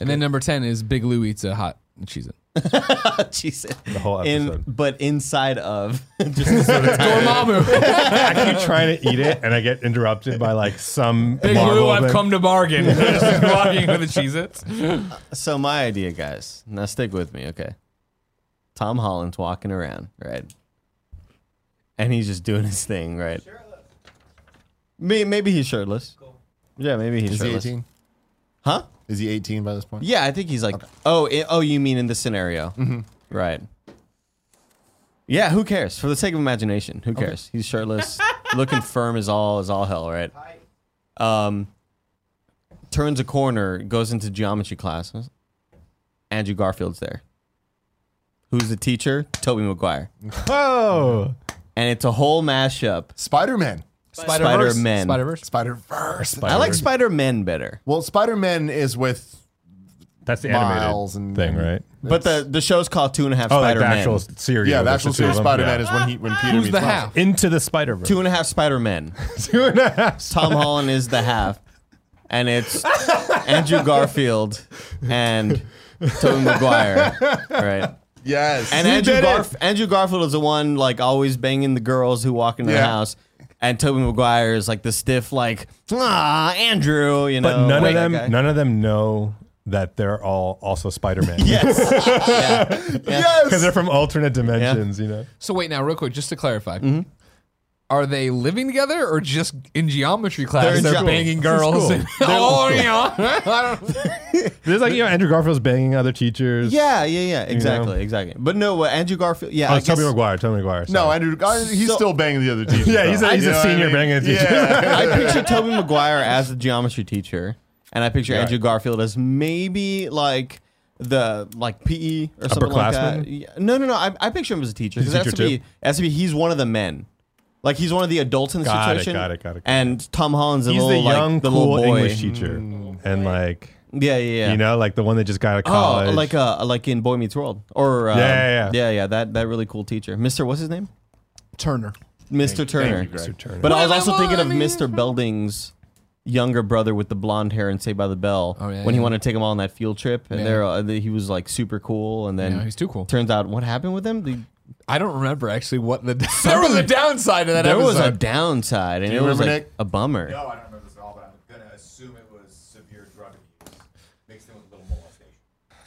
Speaker 1: then number ten is Big Lou eats a hot cheese. It.
Speaker 9: Jesus. The
Speaker 3: whole
Speaker 9: In,
Speaker 3: episode.
Speaker 9: but inside of. just the sort of time.
Speaker 1: Dormammu,
Speaker 3: I keep trying to eat it, and I get interrupted by like some
Speaker 1: Big
Speaker 3: Marvel
Speaker 1: Lou, I've
Speaker 3: thing.
Speaker 1: come to bargain. Just walking with the Cheez-Its.
Speaker 9: So my idea, guys. Now stick with me, okay? Tom Holland's walking around, right? And he's just doing his thing, right? Maybe, maybe he's shirtless. Yeah, maybe he's
Speaker 5: Is he
Speaker 9: shirtless.
Speaker 5: eighteen?
Speaker 9: Huh?
Speaker 5: Is he eighteen by this point? Mm-hmm.
Speaker 9: Yeah, I think he's like, oh, i oh, you mean in this scenario, right? Yeah, who cares? For the sake of imagination, who cares? He's shirtless, looking firm as all as all hell, right? Um, turns a corner, goes into geometry class. Andrew Garfield's there. Who's the teacher? Toby Maguire.
Speaker 3: Oh,
Speaker 9: And it's a whole mashup.
Speaker 5: Spider Man.
Speaker 1: Spider-Verse.
Speaker 9: Spider-Man.
Speaker 1: Spider-Verse.
Speaker 5: Spider Verse.
Speaker 9: I like Spider Man better,
Speaker 5: Well, Spider Man is with
Speaker 3: that's the
Speaker 5: Miles
Speaker 3: animated
Speaker 5: and-
Speaker 3: thing, right?
Speaker 9: but the the show's called Two and a Half
Speaker 3: Oh, like
Speaker 9: Spider
Speaker 3: the
Speaker 9: Man.
Speaker 3: actual series.
Speaker 5: yeah. The
Speaker 3: with
Speaker 5: actual
Speaker 3: two of them.
Speaker 5: Spider Man
Speaker 3: Yeah.
Speaker 5: is when he when Peter
Speaker 1: Who's
Speaker 5: meets
Speaker 1: the
Speaker 5: Miles.
Speaker 1: half?
Speaker 3: into the Spider Verse.
Speaker 9: Two and a Half Spider Men.
Speaker 3: two and a half.
Speaker 9: Tom Holland is the half, and it's Andrew Garfield and Tobey Maguire, right?
Speaker 5: Yes.
Speaker 9: And
Speaker 5: You
Speaker 9: Andrew,
Speaker 5: did it.
Speaker 9: Garf- Andrew Garfield is the one like always banging the girls who walk into the
Speaker 5: Yeah.
Speaker 9: house, and Tobey Maguire is like the stiff like ah Andrew, you know.
Speaker 3: But none
Speaker 9: Wait,
Speaker 3: of them,
Speaker 9: that guy.
Speaker 3: none of them know that they're all also Spider Man.
Speaker 9: Yes. Yeah. Yeah.
Speaker 3: because they're from alternate dimensions. You know,
Speaker 1: So wait now, real quick, just to clarify.
Speaker 5: Mm-hmm.
Speaker 1: Are they living together or just in geometry class?
Speaker 9: in
Speaker 1: They're,
Speaker 9: geo-
Speaker 1: banging girls. and- oh, yeah. I don't-
Speaker 3: there's like you know Andrew Garfield's banging other teachers.
Speaker 9: Yeah, yeah, yeah, exactly, exactly. But no, what Andrew Garfield? Yeah,
Speaker 3: oh,
Speaker 9: I
Speaker 3: it's Tobey
Speaker 9: guess-
Speaker 3: Maguire. Tobey Maguire. sorry.
Speaker 5: No, Andrew. I- He's
Speaker 9: So-
Speaker 5: still banging the other teacher.
Speaker 3: Yeah, he's a-
Speaker 5: though.
Speaker 3: he's a
Speaker 5: You know what I
Speaker 3: senior
Speaker 5: mean?
Speaker 3: banging the teacher.
Speaker 5: Yeah.
Speaker 9: I picture Toby Maguire as the geometry teacher and I picture Andrew Garfield as maybe like the like PE or something like that.
Speaker 3: Upperclassman?
Speaker 9: Yeah. No, no, no. I, I picture him as a teacher because
Speaker 3: He's a
Speaker 9: has to
Speaker 3: teacher
Speaker 9: be
Speaker 3: too?
Speaker 9: it has to be he's one of the men. Like he's one of the adults in the
Speaker 3: Got it,
Speaker 9: situation.
Speaker 3: got it, got it, got
Speaker 9: And Tom Holland's the
Speaker 3: He's the
Speaker 9: little
Speaker 3: young,
Speaker 9: like the
Speaker 3: cool
Speaker 9: little boy.
Speaker 3: English teacher, and like
Speaker 9: Yeah, yeah, yeah.
Speaker 3: you know, like the one that just got out of college.
Speaker 9: Oh, like uh, like in Boy Meets World, or um,
Speaker 3: Yeah, yeah, yeah.
Speaker 9: yeah, That that really cool teacher, Mister. What's his name?
Speaker 1: Turner.
Speaker 9: Mister Turner.
Speaker 3: Mr. Turner.
Speaker 9: But I was
Speaker 1: Well,
Speaker 9: also
Speaker 1: well,
Speaker 9: thinking
Speaker 1: I
Speaker 9: of
Speaker 1: mean-
Speaker 9: Mister Belding's younger brother with the blonde hair and Saved by the Bell.
Speaker 1: Oh, yeah,
Speaker 9: when he
Speaker 1: yeah.
Speaker 9: wanted to take them all on that field trip, and
Speaker 1: Yeah.
Speaker 9: they're uh, he was like super cool, and then
Speaker 1: Yeah, he's too cool.
Speaker 9: Turns out, what happened with him? The,
Speaker 1: I don't remember actually what the there was a downside to that
Speaker 9: there was
Speaker 1: episode.
Speaker 9: a downside, and it was
Speaker 5: remember,
Speaker 9: like
Speaker 5: Nick?
Speaker 9: a bummer.
Speaker 2: I don't remember this at all, but I'm gonna assume it was severe drug abuse mixed in with a little molestation.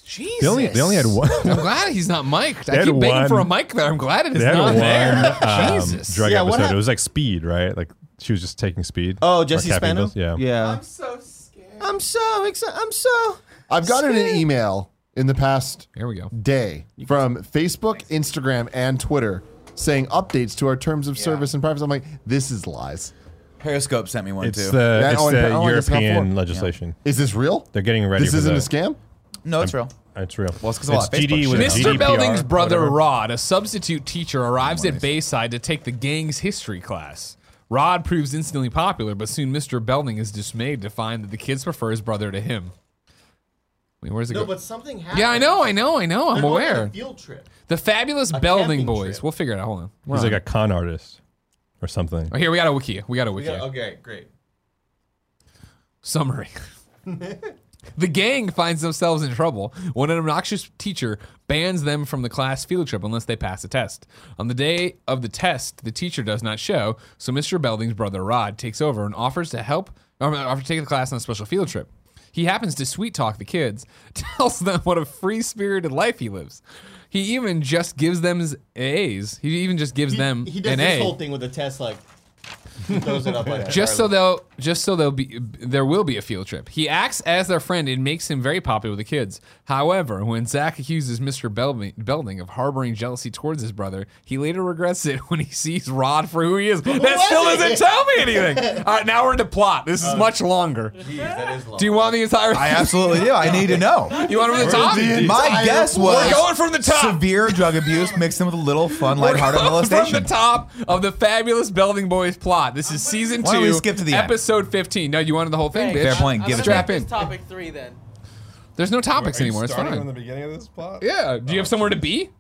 Speaker 1: Jesus.
Speaker 3: They only- they only had one-
Speaker 1: I'm glad he's not mic'd.
Speaker 3: They
Speaker 1: I
Speaker 3: had
Speaker 1: keep begging for a
Speaker 3: one-
Speaker 1: mic there. I'm glad it is
Speaker 3: they had
Speaker 1: not
Speaker 3: one
Speaker 1: there.
Speaker 3: um,
Speaker 1: Jesus.
Speaker 3: drug
Speaker 9: Yeah, what
Speaker 3: episode.
Speaker 9: hap-
Speaker 3: It was like speed, right? Like she was just taking speed.
Speaker 9: Oh,
Speaker 3: Or
Speaker 9: Jesse
Speaker 3: caffeine
Speaker 9: Spano.
Speaker 3: pills. Yeah.
Speaker 9: yeah.
Speaker 2: so scared.
Speaker 9: I'm so excited. I'm so.
Speaker 5: I've gotten an email in the past
Speaker 1: Here we go.
Speaker 5: day from Facebook, Instagram, and Twitter saying updates to our terms of service and privacy. I'm like, this is lies.
Speaker 2: Periscope sent me one
Speaker 3: It's
Speaker 2: too.
Speaker 3: the,
Speaker 5: That-
Speaker 3: it's
Speaker 5: oh, and-
Speaker 3: the
Speaker 5: oh, I guess not
Speaker 3: European
Speaker 5: four.
Speaker 3: legislation.
Speaker 5: Is this real?
Speaker 3: They're getting ready.
Speaker 5: this
Speaker 3: for
Speaker 5: isn't
Speaker 3: the,
Speaker 5: a scam?
Speaker 2: no, it's real.
Speaker 3: It's real.
Speaker 2: Well, it's 'cause of all that Facebook
Speaker 3: GD with
Speaker 2: shit.
Speaker 3: GDPR,
Speaker 1: Mr. Belding's brother
Speaker 3: whatever.
Speaker 1: Rod, a substitute teacher, arrives at Bayside to take the gang's history class. Rod proves instantly popular, but soon Mr. Belding is dismayed to find that the kids prefer his brother to him. I mean, where's it go?
Speaker 9: something happened.
Speaker 1: yeah, I know, I know, I know. I'm aware.
Speaker 9: field trip.
Speaker 1: The fabulous Belding
Speaker 9: camping
Speaker 1: boys.
Speaker 9: trip.
Speaker 1: We'll figure it out. Hold on. We're
Speaker 3: He's
Speaker 1: on.
Speaker 3: like a con artist or something.
Speaker 1: oh, here we got a wiki. We got a wiki.
Speaker 9: okay, great.
Speaker 1: Summary. the gang finds themselves in trouble when an obnoxious teacher bans them from the class field trip unless they pass a test. On the day of the test, the teacher does not show, so Mr. Belding's brother Rod takes over and offers to help or uh, offers to take the class on a special field trip. He happens to sweet talk the kids, tells them what a free spirited life he lives. He even just gives them his A's. He even just gives them
Speaker 9: He does
Speaker 1: an
Speaker 9: this
Speaker 1: A
Speaker 9: whole thing with a test, like he throws it up like that.
Speaker 1: just so they'll just so they'll be there will be a field trip. He acts as their friend and makes him very popular with the kids. However, when Zach accuses Mr. Belding, Belding of harboring jealousy towards his brother, he later regrets it when he sees Rod for who he is. That still doesn't tell me anything. All right, now we're into plot. This is much longer.
Speaker 9: that is long.
Speaker 1: Do you want the entire?
Speaker 2: I absolutely do. I need to know.
Speaker 1: you want it from the top?
Speaker 2: My guess was
Speaker 1: We're going from the top.
Speaker 2: severe drug abuse mixed in with a little fun,
Speaker 1: We're
Speaker 2: lighthearted
Speaker 1: going
Speaker 2: molestation.
Speaker 1: From the top of the fabulous Belding Boys plot. This is season two,
Speaker 2: Why don't we skip to the end?
Speaker 1: episode fifteen. No, you wanted the whole thing,
Speaker 4: Thanks.
Speaker 1: bitch.
Speaker 2: Fair point.
Speaker 4: I'm
Speaker 2: Give
Speaker 4: gonna
Speaker 2: it to
Speaker 1: Strap
Speaker 4: make
Speaker 1: in.
Speaker 4: this Topic three, then.
Speaker 1: There's no topics anymore. It's fine.
Speaker 3: the beginning of this plot?
Speaker 1: yeah. Do you have somewhere to be?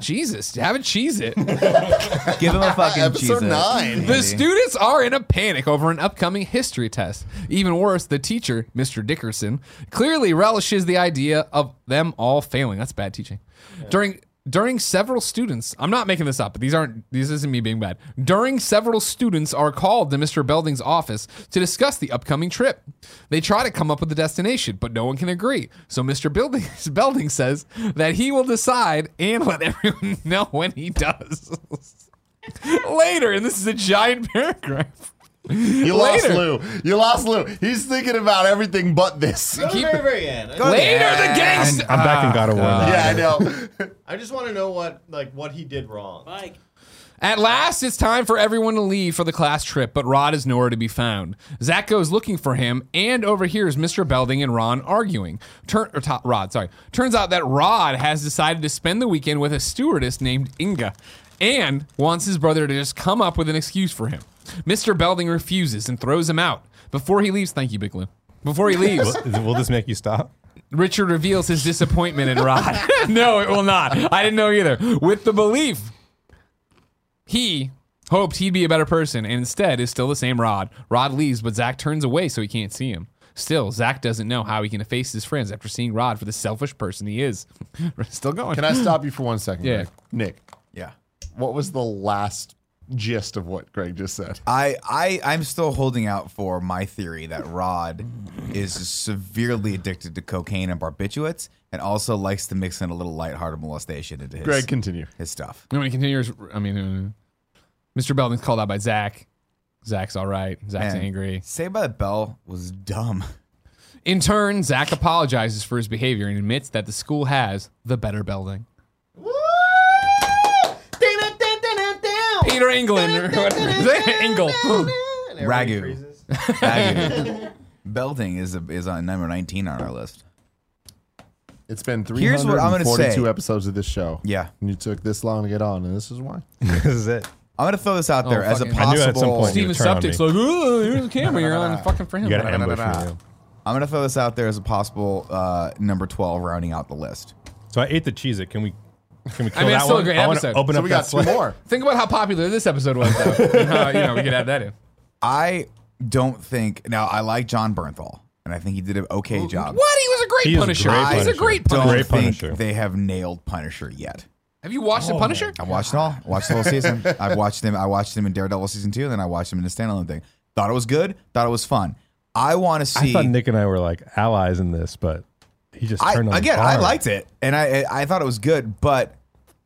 Speaker 1: Jesus, have a cheese it.
Speaker 2: Give him a fucking
Speaker 5: Episode
Speaker 2: cheese.
Speaker 5: nine.
Speaker 1: The students are in a panic over an upcoming history test. Even worse, the teacher, Mr. Dickerson, clearly relishes the idea of them all failing. That's bad teaching. During during several students, I'm not making this up, but these aren't this isn't me being bad. During several students are called to Mr. Belding's office to discuss the upcoming trip. They try to come up with a destination, but no one can agree. So Mr. Belding, Belding says that he will decide and let everyone know when he does. Later, and this is a giant paragraph. Later.
Speaker 5: You lost Lou. You lost Lou. He's thinking about everything but this.
Speaker 1: Keep-
Speaker 9: very, very end. I,
Speaker 1: Later, the
Speaker 3: I'm,
Speaker 1: gangster.
Speaker 3: I'm back in God of War. now.
Speaker 5: Yeah, I know.
Speaker 9: I just want to know what like what he did wrong.
Speaker 4: Mike.
Speaker 1: At last, it's time for everyone to leave for the class trip, but Rod is nowhere to be found. Zach goes looking for him and overhears Mr. Belding and Ron arguing. Turn, or to- Rod, sorry. Turns out that Rod has decided to spend the weekend with a stewardess named Inga and wants his brother to just come up with an excuse for him. Mr. Belding refuses and throws him out. Before he leaves, thank you, Big Lou. Before he leaves,
Speaker 3: Will- is- Will this make you stop?
Speaker 1: Richard reveals his disappointment in Rod. no, it will not. I didn't know either. With the belief he hoped he'd be a better person and instead is still the same Rod. Rod leaves, but Zach turns away so he can't see him. Still, Zach doesn't know how he can efface his friends after seeing Rod for the selfish person he is. We're still going.
Speaker 5: Can I stop you for one second?
Speaker 1: Yeah.
Speaker 5: Greg? Nick,
Speaker 2: Yeah.
Speaker 5: what was the last gist of what Greg just said?
Speaker 2: I, I I'm still holding out for my theory that Rod is severely addicted to cocaine and barbiturates, and also likes to mix in a little lighthearted molestation into his
Speaker 5: Greg, continue.
Speaker 2: his stuff.
Speaker 1: You want me to continue? or is- I mean, uh, Mr. Belding's called out by Zach. Zach's all right. Zach's
Speaker 2: Man,
Speaker 1: angry.
Speaker 2: Saved by the Bell was dumb.
Speaker 1: In turn, Zach apologizes for his behavior and admits that the school has the better Belding. Peter England or whatever. Engel.
Speaker 2: Ragu. Ragu. Belting is a, is on number 19 on our list.
Speaker 5: It's been
Speaker 2: Here's what I'm gonna
Speaker 5: 342
Speaker 2: say.
Speaker 5: episodes of this show.
Speaker 2: Yeah.
Speaker 5: And you took this long to get on, and this is why.
Speaker 3: this is it. Oh,
Speaker 2: I'm going to throw this out there as a
Speaker 1: fucking- I
Speaker 3: knew at
Speaker 2: possible.
Speaker 3: some point
Speaker 1: Steven
Speaker 3: turn on
Speaker 1: Septic's
Speaker 3: me.
Speaker 1: like, oh, here's the camera. You're on fucking for him.
Speaker 3: You got an
Speaker 2: no, no,
Speaker 3: ambush
Speaker 2: no, no.
Speaker 3: me.
Speaker 2: I'm going to throw this out there as a possible uh, number 12 rounding out the list.
Speaker 3: So I ate the cheese. It can we? Can we kill
Speaker 1: mean,
Speaker 3: that
Speaker 1: it's still a
Speaker 3: one?
Speaker 1: great
Speaker 3: I wanna
Speaker 1: episode.
Speaker 3: Open
Speaker 5: So
Speaker 3: up
Speaker 5: we
Speaker 3: that
Speaker 5: got two
Speaker 3: slate.
Speaker 5: more.
Speaker 1: Think about how popular this episode was, though. and how, you know, we could add that in.
Speaker 2: I don't think now I like John Bernthal and I think he did an okay job.
Speaker 1: What? He was a great
Speaker 3: He's a
Speaker 1: Punisher.
Speaker 3: great
Speaker 1: He's a
Speaker 3: Punisher.
Speaker 1: great
Speaker 2: Don't
Speaker 1: Punisher.
Speaker 3: Great
Speaker 2: think
Speaker 3: Punisher.
Speaker 2: they have nailed Punisher yet.
Speaker 1: Have you watched The Punisher?
Speaker 2: I watched it all. I watched the whole season. I've watched them. I watched them in Daredevil season two, and then I watched them in the standalone thing. Thought it was good. Thought it was fun. I want to see.
Speaker 3: I thought Nick and I were like allies in this, but he just
Speaker 2: I-
Speaker 3: turned on
Speaker 2: again, I
Speaker 3: hard.
Speaker 2: liked it, and I I thought it was good, but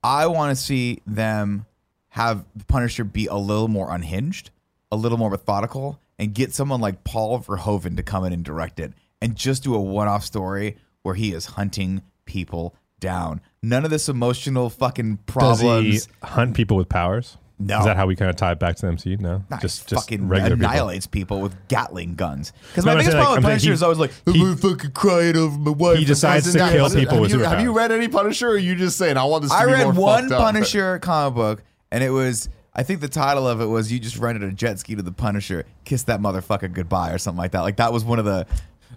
Speaker 2: I want to see them have the Punisher be a little more unhinged, a little more methodical, and get someone like Paul Verhoeven to come in and direct it, and just do a one-off story where he is hunting people down. None of this emotional fucking
Speaker 3: Does he
Speaker 2: problems.
Speaker 3: hunt people with powers?
Speaker 2: No.
Speaker 3: Is that how we kind of tie it back to the MCU? No,
Speaker 2: Nah,
Speaker 3: just
Speaker 2: he
Speaker 3: just
Speaker 2: fucking
Speaker 3: regular people.
Speaker 2: annihilates people. with Gatling guns. Because
Speaker 3: No,
Speaker 2: my
Speaker 3: I'm
Speaker 2: biggest
Speaker 3: saying, like,
Speaker 2: problem with
Speaker 3: I'm saying
Speaker 2: Punisher
Speaker 3: he-
Speaker 2: is always like, I'm
Speaker 3: he-
Speaker 2: gonna fucking crying over my wife.
Speaker 3: He
Speaker 2: and
Speaker 3: decides
Speaker 2: this
Speaker 3: to
Speaker 2: and that."
Speaker 3: kill
Speaker 5: Have you-
Speaker 3: people with
Speaker 5: have you, have you
Speaker 3: superpowers.
Speaker 5: read any Punisher, or are you just saying, I want this to
Speaker 2: I
Speaker 5: be
Speaker 2: read
Speaker 5: more
Speaker 2: one
Speaker 5: fucked up"?
Speaker 2: Punisher comic book, and it was I think the title of it was "You just rented a jet ski to the Punisher, kiss that motherfucker goodbye" or something like that. Like that was one of the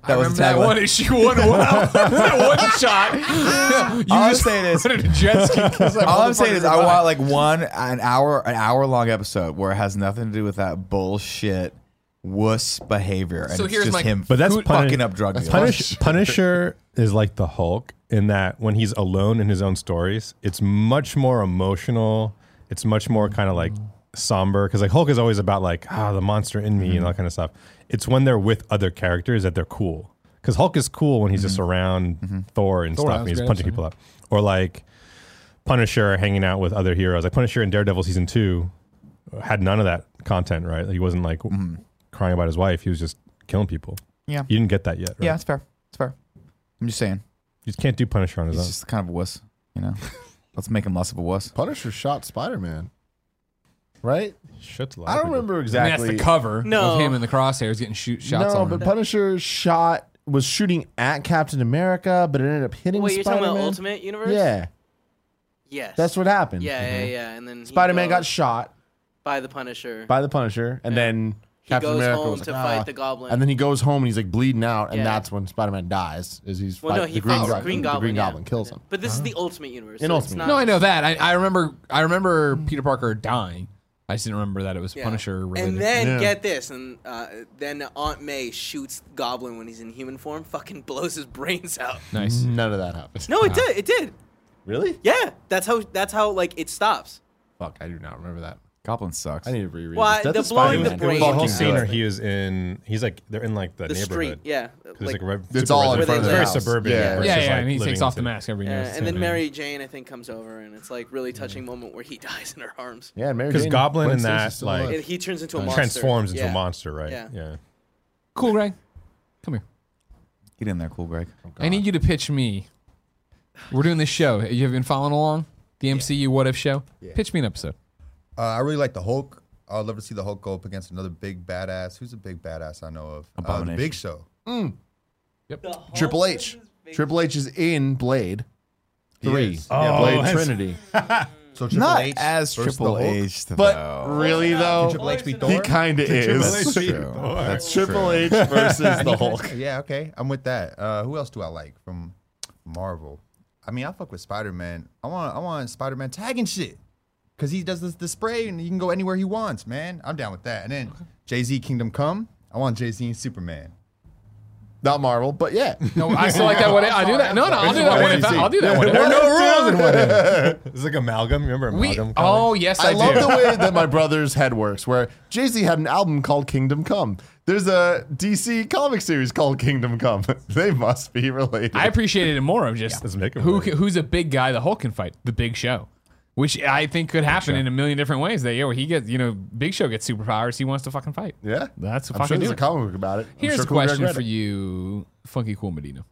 Speaker 2: that
Speaker 1: I
Speaker 2: was
Speaker 1: remember
Speaker 2: the
Speaker 1: that
Speaker 2: tagline.
Speaker 1: one issue one well. that one shot. You
Speaker 2: All I'm
Speaker 1: just
Speaker 2: saying is-
Speaker 1: rented a jet ski 'cause that
Speaker 2: All I'm saying
Speaker 1: motherfucker
Speaker 2: is I
Speaker 1: died.
Speaker 2: want like one an hour an hour long episode where it has nothing to do with that bullshit wuss behavior, and
Speaker 1: So
Speaker 2: it's
Speaker 1: here's
Speaker 2: just
Speaker 1: my-
Speaker 2: him.
Speaker 3: But that's
Speaker 2: fu-
Speaker 3: Punish-
Speaker 2: fucking up drug dealers.
Speaker 3: Punish, Punisher is like the Hulk in that when he's alone in his own stories, it's much more emotional. It's much more kind of like somber because like Hulk is always about like ah the monster in me and all that kind of stuff. It's when they're with other characters that they're cool because Hulk is cool when he's just around Thor and
Speaker 1: Thor, that
Speaker 3: stuff and
Speaker 1: was
Speaker 3: he's
Speaker 1: great
Speaker 3: punching
Speaker 1: episode,
Speaker 3: people up or like Punisher hanging out with other heroes like Punisher in Daredevil season two had none of that content right. He wasn't like crying about his wife. He was just killing people.
Speaker 2: Yeah.
Speaker 3: you didn't get that yet. Right?
Speaker 2: Yeah, it's fair. It's fair. I'm just saying.
Speaker 3: You just can't do Punisher on his
Speaker 2: He's
Speaker 3: own.
Speaker 2: just kind of a wuss, you know. Let's make him less of a wuss.
Speaker 5: Punisher shot Spider Man. Right?
Speaker 3: Shit's
Speaker 5: I don't remember
Speaker 1: I mean, that's
Speaker 5: exactly.
Speaker 1: the cover
Speaker 4: No.
Speaker 1: of him in the crosshairs getting shoot shots
Speaker 5: no,
Speaker 1: on
Speaker 5: but
Speaker 1: him.
Speaker 5: Punisher shot was shooting at Captain America, but it ended up hitting
Speaker 4: Wait, you're
Speaker 5: Spider-Man.
Speaker 4: talking about Ultimate Universe?
Speaker 5: Yeah,
Speaker 4: Yes.
Speaker 5: that's what happened.
Speaker 4: Yeah, yeah, yeah. And then he
Speaker 5: Spider-Man got
Speaker 4: goes
Speaker 5: shot
Speaker 4: by the Punisher.
Speaker 5: by the Punisher, and then
Speaker 4: he
Speaker 5: Captain
Speaker 4: goes
Speaker 5: America
Speaker 4: home
Speaker 5: was
Speaker 4: to
Speaker 5: like,
Speaker 4: fight
Speaker 5: "Ah."
Speaker 4: the Goblin.
Speaker 5: And then he goes home and he's like bleeding out, and
Speaker 4: Yeah.
Speaker 5: that's when Spider-Man dies. Is he's
Speaker 4: well,
Speaker 5: fight-
Speaker 4: no, he
Speaker 5: the Green,
Speaker 4: fights
Speaker 5: Goblin,
Speaker 4: Green
Speaker 5: the
Speaker 4: Goblin.
Speaker 5: Green
Speaker 4: yeah.
Speaker 5: Goblin kills him.
Speaker 4: But this is the Ultimate Universe.
Speaker 5: In
Speaker 4: so
Speaker 5: Ultimate
Speaker 4: it's not,
Speaker 5: Universe.
Speaker 1: No, I know that. I, I remember. I remember Peter Parker dying. I just didn't remember that it was
Speaker 4: Yeah.
Speaker 1: Punisher related.
Speaker 4: And then
Speaker 5: Yeah.
Speaker 4: get this, and uh, then Aunt May shoots Goblin when he's in human form, fucking blows his brains out.
Speaker 1: nice.
Speaker 5: None of that happens.
Speaker 4: No, it did. It did.
Speaker 5: Really?
Speaker 4: Yeah, that's how. That's how like it stops.
Speaker 5: Fuck, I do not remember that.
Speaker 2: Goblin sucks.
Speaker 5: I need to reread.
Speaker 4: Why,
Speaker 5: this. Death
Speaker 4: the
Speaker 5: of
Speaker 4: blowing the
Speaker 5: Spider-Man.
Speaker 3: There was
Speaker 4: brain-
Speaker 3: a whole
Speaker 4: Fucking
Speaker 3: scene
Speaker 4: good.
Speaker 3: where he was in. He's like they're in like the,
Speaker 4: The
Speaker 3: neighborhood.
Speaker 4: street. Yeah.
Speaker 3: It's like, rev-
Speaker 5: It's
Speaker 3: super
Speaker 5: all in
Speaker 3: residential.
Speaker 4: front of
Speaker 3: very
Speaker 4: the house.
Speaker 3: suburban.
Speaker 5: Yeah.
Speaker 3: versus,
Speaker 1: Yeah, yeah,
Speaker 3: like,
Speaker 1: and he
Speaker 3: living
Speaker 1: takes off
Speaker 3: in
Speaker 1: the mask every
Speaker 4: uh,
Speaker 1: year.
Speaker 4: and then Mary Jane, I think, comes over, and it's like really touching moment where he dies in her arms.
Speaker 5: Yeah, Mary
Speaker 3: 'Cause
Speaker 5: Jane
Speaker 3: Goblin
Speaker 5: Gwen
Speaker 3: in that,
Speaker 5: Stacy's still
Speaker 3: like-
Speaker 5: alive.
Speaker 4: And he turns into a
Speaker 3: city.
Speaker 4: monster.
Speaker 3: Transforms into
Speaker 4: Yeah.
Speaker 3: a monster, right?
Speaker 4: Yeah.
Speaker 3: yeah.
Speaker 1: Cool, Greg. Come here.
Speaker 2: Get in there, cool Greg.
Speaker 1: I need you to pitch me. We're doing this show. You have been following along the MCU What If show. Pitch me an episode.
Speaker 10: Uh, I really like the Hulk. I'd love to see the Hulk go up against another big badass. Who's a big badass I know of? Uh, the
Speaker 2: Abomination.
Speaker 10: Big Show.
Speaker 5: Triple H. Triple H is in Blade
Speaker 10: He
Speaker 5: Three.
Speaker 10: is.
Speaker 5: yeah,
Speaker 3: Oh,
Speaker 5: Blade
Speaker 3: that's-
Speaker 5: Trinity.
Speaker 10: So Triple
Speaker 2: Not
Speaker 10: H
Speaker 2: as
Speaker 10: versus the
Speaker 2: Triple
Speaker 10: Hulk.
Speaker 2: H, though.
Speaker 5: But really
Speaker 10: Triple
Speaker 5: though,
Speaker 10: H beat
Speaker 5: he
Speaker 10: Thor.
Speaker 5: kind of is.
Speaker 2: H- true.
Speaker 3: That's
Speaker 5: Triple H versus the Hulk.
Speaker 10: Yeah, okay. I'm with that. Uh, who else do I like from Marvel? I mean, I fuck with Spider Man. I want I want Spider Man tagging shit. Cause he does this the spray and he can go anywhere he wants, man. I'm down with that. And then Jay Z Kingdom Come. I want Jay Z and Superman.
Speaker 5: Not Marvel, but yeah.
Speaker 1: No, I still like that. What if, I do that? No, no, I'll do that. What if? I'll do that. What if?
Speaker 3: There are no rules in one. end. It's like amalgam. You remember
Speaker 1: We,
Speaker 3: amalgam?
Speaker 1: oh yes, I,
Speaker 5: I love
Speaker 1: do.
Speaker 5: the way that my brother's head works, where Jay Z had an album called Kingdom Come. There's a DC comic series called Kingdom Come. they must be related.
Speaker 1: I appreciated it more of just
Speaker 3: Let's make it
Speaker 1: who
Speaker 3: work.
Speaker 1: ca- who's a big guy the Hulk can fight, the Big Show, which I think could happen in a million different ways. That yo, he gets you know, Big Show gets superpowers, he wants to fucking fight.
Speaker 5: yeah,
Speaker 1: That's a
Speaker 5: I'm sure
Speaker 1: fucking
Speaker 5: there's
Speaker 1: do
Speaker 5: a
Speaker 1: it.
Speaker 5: comic book about it. I'm
Speaker 1: Here's
Speaker 5: sure
Speaker 1: a
Speaker 5: Cool Greg
Speaker 1: question
Speaker 5: read
Speaker 1: for
Speaker 5: it.
Speaker 1: you, Funky Cool Medina.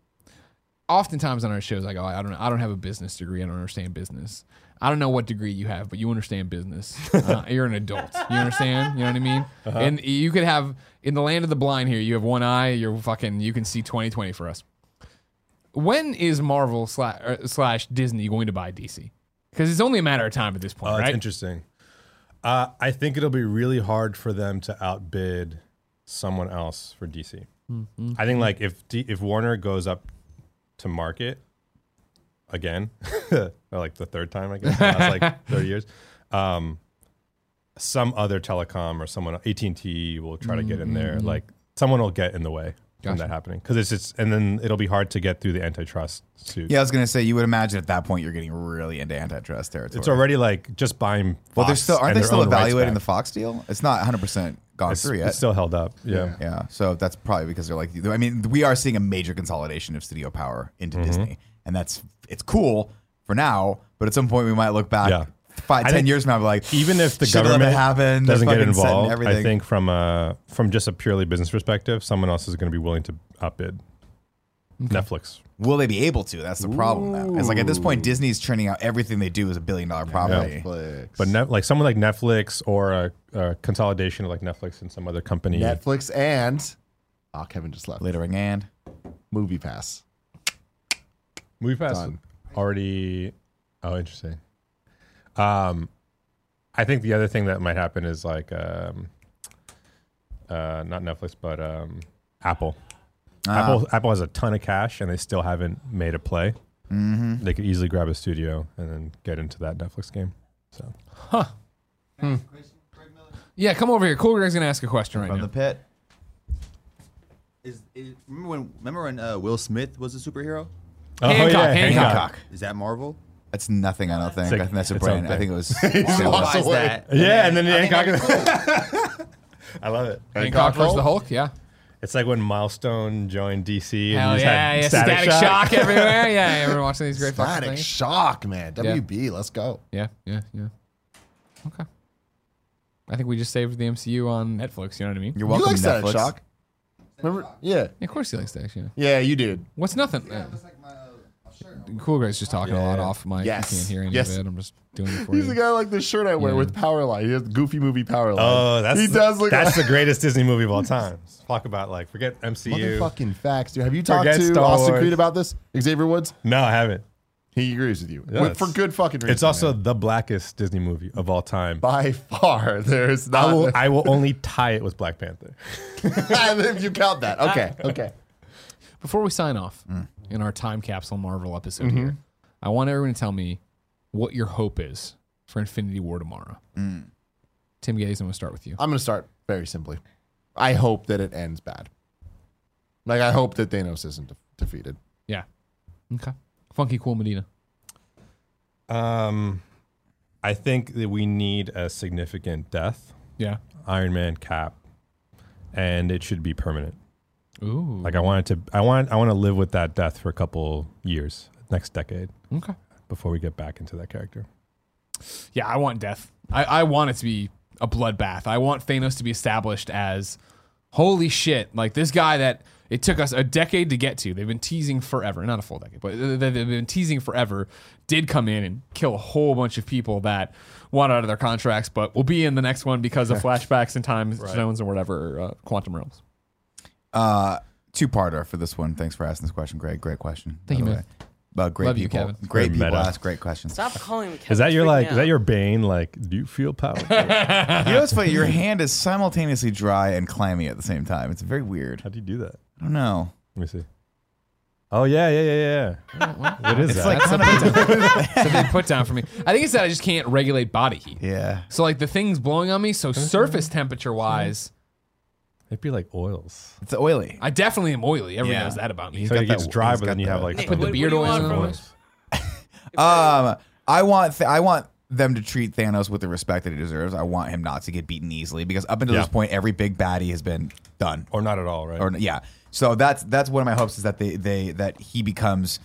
Speaker 1: oftentimes on our shows, I go, I don't, I don't have a business degree. I don't understand business. I don't know what degree you have, but you understand business. Uh, you're an adult. You understand? You know what I mean? And you could have in the land of the blind here. You have one eye. You're fucking. You can see 2020 for us. When is Marvel slash, er, slash Disney going to buy DC? Because it's only a matter of time at this point,
Speaker 3: Oh,
Speaker 1: right?
Speaker 3: That's interesting. Uh, I think it'll be really hard for them to outbid someone else for DC. I think like if D- if Warner goes up to market again, or like the third time, I guess, in the last like thirty years, um, some other telecom or someone AT and T will try to get in there. Like someone will get in the way from that happening because it's just and then it'll be hard to get through the antitrust suit.
Speaker 2: Yeah, I was gonna say you would imagine at that point you're getting really into antitrust territory.
Speaker 3: It's already like just buying.
Speaker 2: well, they're
Speaker 3: Fox
Speaker 2: still aren't
Speaker 3: and
Speaker 2: they
Speaker 3: their
Speaker 2: still
Speaker 3: own rights
Speaker 2: evaluating the
Speaker 3: back.
Speaker 2: Fox deal? It's not 100 percent gone
Speaker 3: It's,
Speaker 2: through yet.
Speaker 3: it's still held up. yeah.
Speaker 2: yeah, so that's probably because they're like, I mean, we are seeing a major consolidation of studio power into
Speaker 3: Mm-hmm.
Speaker 2: Disney, and that's it's cool for now, but at some point we might look back
Speaker 3: Yeah.
Speaker 2: five,
Speaker 3: I
Speaker 2: ten
Speaker 3: think
Speaker 2: years from now, and be like,
Speaker 3: even if the
Speaker 2: "Should've let
Speaker 3: government
Speaker 2: it happen, they're
Speaker 3: doesn't get
Speaker 2: fucking setting
Speaker 3: involved,
Speaker 2: everything.
Speaker 3: I think from a from just a purely business perspective, someone else is going to be willing to outbid Netflix.
Speaker 2: will they be able to? That's the problem now. It's like at this point, Disney's churning out everything they do is a billion dollar property.
Speaker 5: Netflix.
Speaker 3: But net, like someone like Netflix or a, a consolidation of like Netflix and some other company.
Speaker 5: Netflix and oh, Kevin just left.
Speaker 2: Later and
Speaker 5: Movie Pass.
Speaker 3: Movie Pass
Speaker 5: Done.
Speaker 3: already. Oh, interesting. Um, I think the other thing that might happen is like um, uh, not Netflix, but um, Apple. Apple Apple has a ton of cash and they still haven't made a play. Mm-hmm. They could easily grab a studio and then get into that Netflix game. So
Speaker 1: yeah, come over here. Cool Greg's gonna ask a question right
Speaker 2: from
Speaker 1: now.
Speaker 2: the pit.
Speaker 10: Is, is remember when remember when uh, Will Smith was a superhero?
Speaker 3: oh,
Speaker 1: Hancock, Hancock.
Speaker 2: Cock.
Speaker 10: Is that Marvel?
Speaker 2: That's nothing. I don't think.
Speaker 3: like-
Speaker 2: I think that's a
Speaker 3: it's own
Speaker 2: brand. I
Speaker 3: thing.
Speaker 2: think it was. it was-
Speaker 10: Buys that.
Speaker 3: Yeah, and then Hancock. I love it.
Speaker 1: Hancock versus the Hulk. Yeah.
Speaker 3: It's like when Milestone joined DC.
Speaker 1: Hell
Speaker 3: and you just
Speaker 1: yeah,
Speaker 3: had
Speaker 1: yeah. Static, shock. everywhere. Yeah, yeah, we're watching these great fucking
Speaker 5: Static
Speaker 1: things.
Speaker 5: Shock, man. WB, let's go.
Speaker 1: yeah, yeah, yeah. Okay. I think we just saved the MCU on Netflix. You know what I mean?
Speaker 2: You're welcome,
Speaker 5: you like Static
Speaker 2: Netflix.
Speaker 5: Shock? Remember? Yeah.
Speaker 1: Yeah, of course he likes Static Shock.
Speaker 5: Yeah, you did.
Speaker 1: What's nothing? cool Greg's just talking a lot off mic.
Speaker 5: Yes.
Speaker 1: You can't hear any
Speaker 5: Yes.
Speaker 1: of it. I'm just doing it for
Speaker 5: He's
Speaker 1: you.
Speaker 5: the guy like the shirt I wear
Speaker 1: Yeah.
Speaker 5: with Powerline. He has the Goofy movie Powerline.
Speaker 3: Oh, that's
Speaker 5: he does look
Speaker 3: that's
Speaker 5: like
Speaker 3: the greatest Disney movie of all time. Talk about like forget MCU.
Speaker 5: motherfucking facts, dude. Have you talked
Speaker 3: Forget
Speaker 5: to
Speaker 3: Star
Speaker 5: Austin
Speaker 3: Wars.
Speaker 5: Creed about this? Xavier Woods,
Speaker 3: No, I haven't.
Speaker 5: he agrees with you
Speaker 3: Yeah,
Speaker 5: With- for
Speaker 3: it's-
Speaker 5: good fucking reason.
Speaker 3: It's also
Speaker 5: man.
Speaker 3: the blackest Disney movie of all time.
Speaker 5: by far there's not.
Speaker 3: I will I will only tie it with Black Panther.
Speaker 5: if you count that, okay, okay.
Speaker 1: Before we sign off
Speaker 5: Mm.
Speaker 1: in our time capsule Marvel episode
Speaker 5: Mm-hmm.
Speaker 1: here, I want everyone to tell me what your hope is for Infinity War tomorrow.
Speaker 5: Mm.
Speaker 1: Tim Geddes, I'm going to start with you.
Speaker 5: I'm gonna start very simply. I hope that it ends bad. Like I hope that Thanos isn't de- defeated.
Speaker 1: Yeah. Okay. Funky Cool Medina.
Speaker 3: Um I think that we need a significant death.
Speaker 1: Yeah.
Speaker 3: Iron Man cap. And it should be permanent.
Speaker 1: Ooh.
Speaker 3: Like I wanted to I want I want to live with that death for a couple years, next decade,
Speaker 1: Okay.
Speaker 3: before we get back into that character.
Speaker 1: Yeah, I want death. I, I want it to be a bloodbath. I want Thanos to be established as holy shit, like this guy that it took us a decade to get to. They've been teasing forever, not a full decade, but th- th- they've been teasing forever. Did come in and kill a whole bunch of people that want out of their contracts, but will be in the next one because of flashbacks and time zones or whatever uh, quantum realms.
Speaker 2: Uh, two parter for this one. Thanks for asking this question, Greg. Great question.
Speaker 1: Thank
Speaker 2: by
Speaker 1: you,
Speaker 2: the
Speaker 1: man.
Speaker 2: way. Uh, great
Speaker 1: Love you,
Speaker 2: people.
Speaker 1: Kevin.
Speaker 2: Great
Speaker 3: Very
Speaker 2: people
Speaker 3: meta.
Speaker 2: ask great questions.
Speaker 4: Stop calling me.
Speaker 3: Is that your
Speaker 4: Freak
Speaker 3: like
Speaker 4: me
Speaker 3: is that
Speaker 4: out.
Speaker 3: your bane? Like, do you feel powerful?
Speaker 2: You know what's funny? Your hand is simultaneously dry and clammy at the same time. It's very weird.
Speaker 3: How do you do that?
Speaker 2: I don't know.
Speaker 3: Let me see. Oh yeah, yeah, yeah, yeah. what is that?
Speaker 1: That's a big, that's a big put down for me. I think it's that I just can't regulate body heat.
Speaker 2: Yeah.
Speaker 1: So like the thing's blowing on me, so surface temperature wise,
Speaker 3: It'd be like oils.
Speaker 2: It's oily.
Speaker 1: I definitely am oily. Everyone
Speaker 2: Yeah.
Speaker 1: knows that about me.
Speaker 3: So
Speaker 2: got
Speaker 3: it gets
Speaker 2: that-
Speaker 3: dry,
Speaker 2: he's
Speaker 3: but then
Speaker 2: got
Speaker 3: you have
Speaker 2: the-
Speaker 3: like
Speaker 4: Nick,
Speaker 1: Put the
Speaker 4: what- what
Speaker 1: beard
Speaker 4: do you
Speaker 1: oil
Speaker 4: want
Speaker 1: in
Speaker 4: from
Speaker 1: it.
Speaker 4: us?
Speaker 2: Um, I want th- I want them to treat Thanos with the respect that he deserves. I want him not to get beaten easily because up until
Speaker 3: Yeah.
Speaker 2: this point, every big baddie has been done.
Speaker 3: or not at all, right?
Speaker 2: Or yeah. So that's that's one of my hopes is that they they that he becomes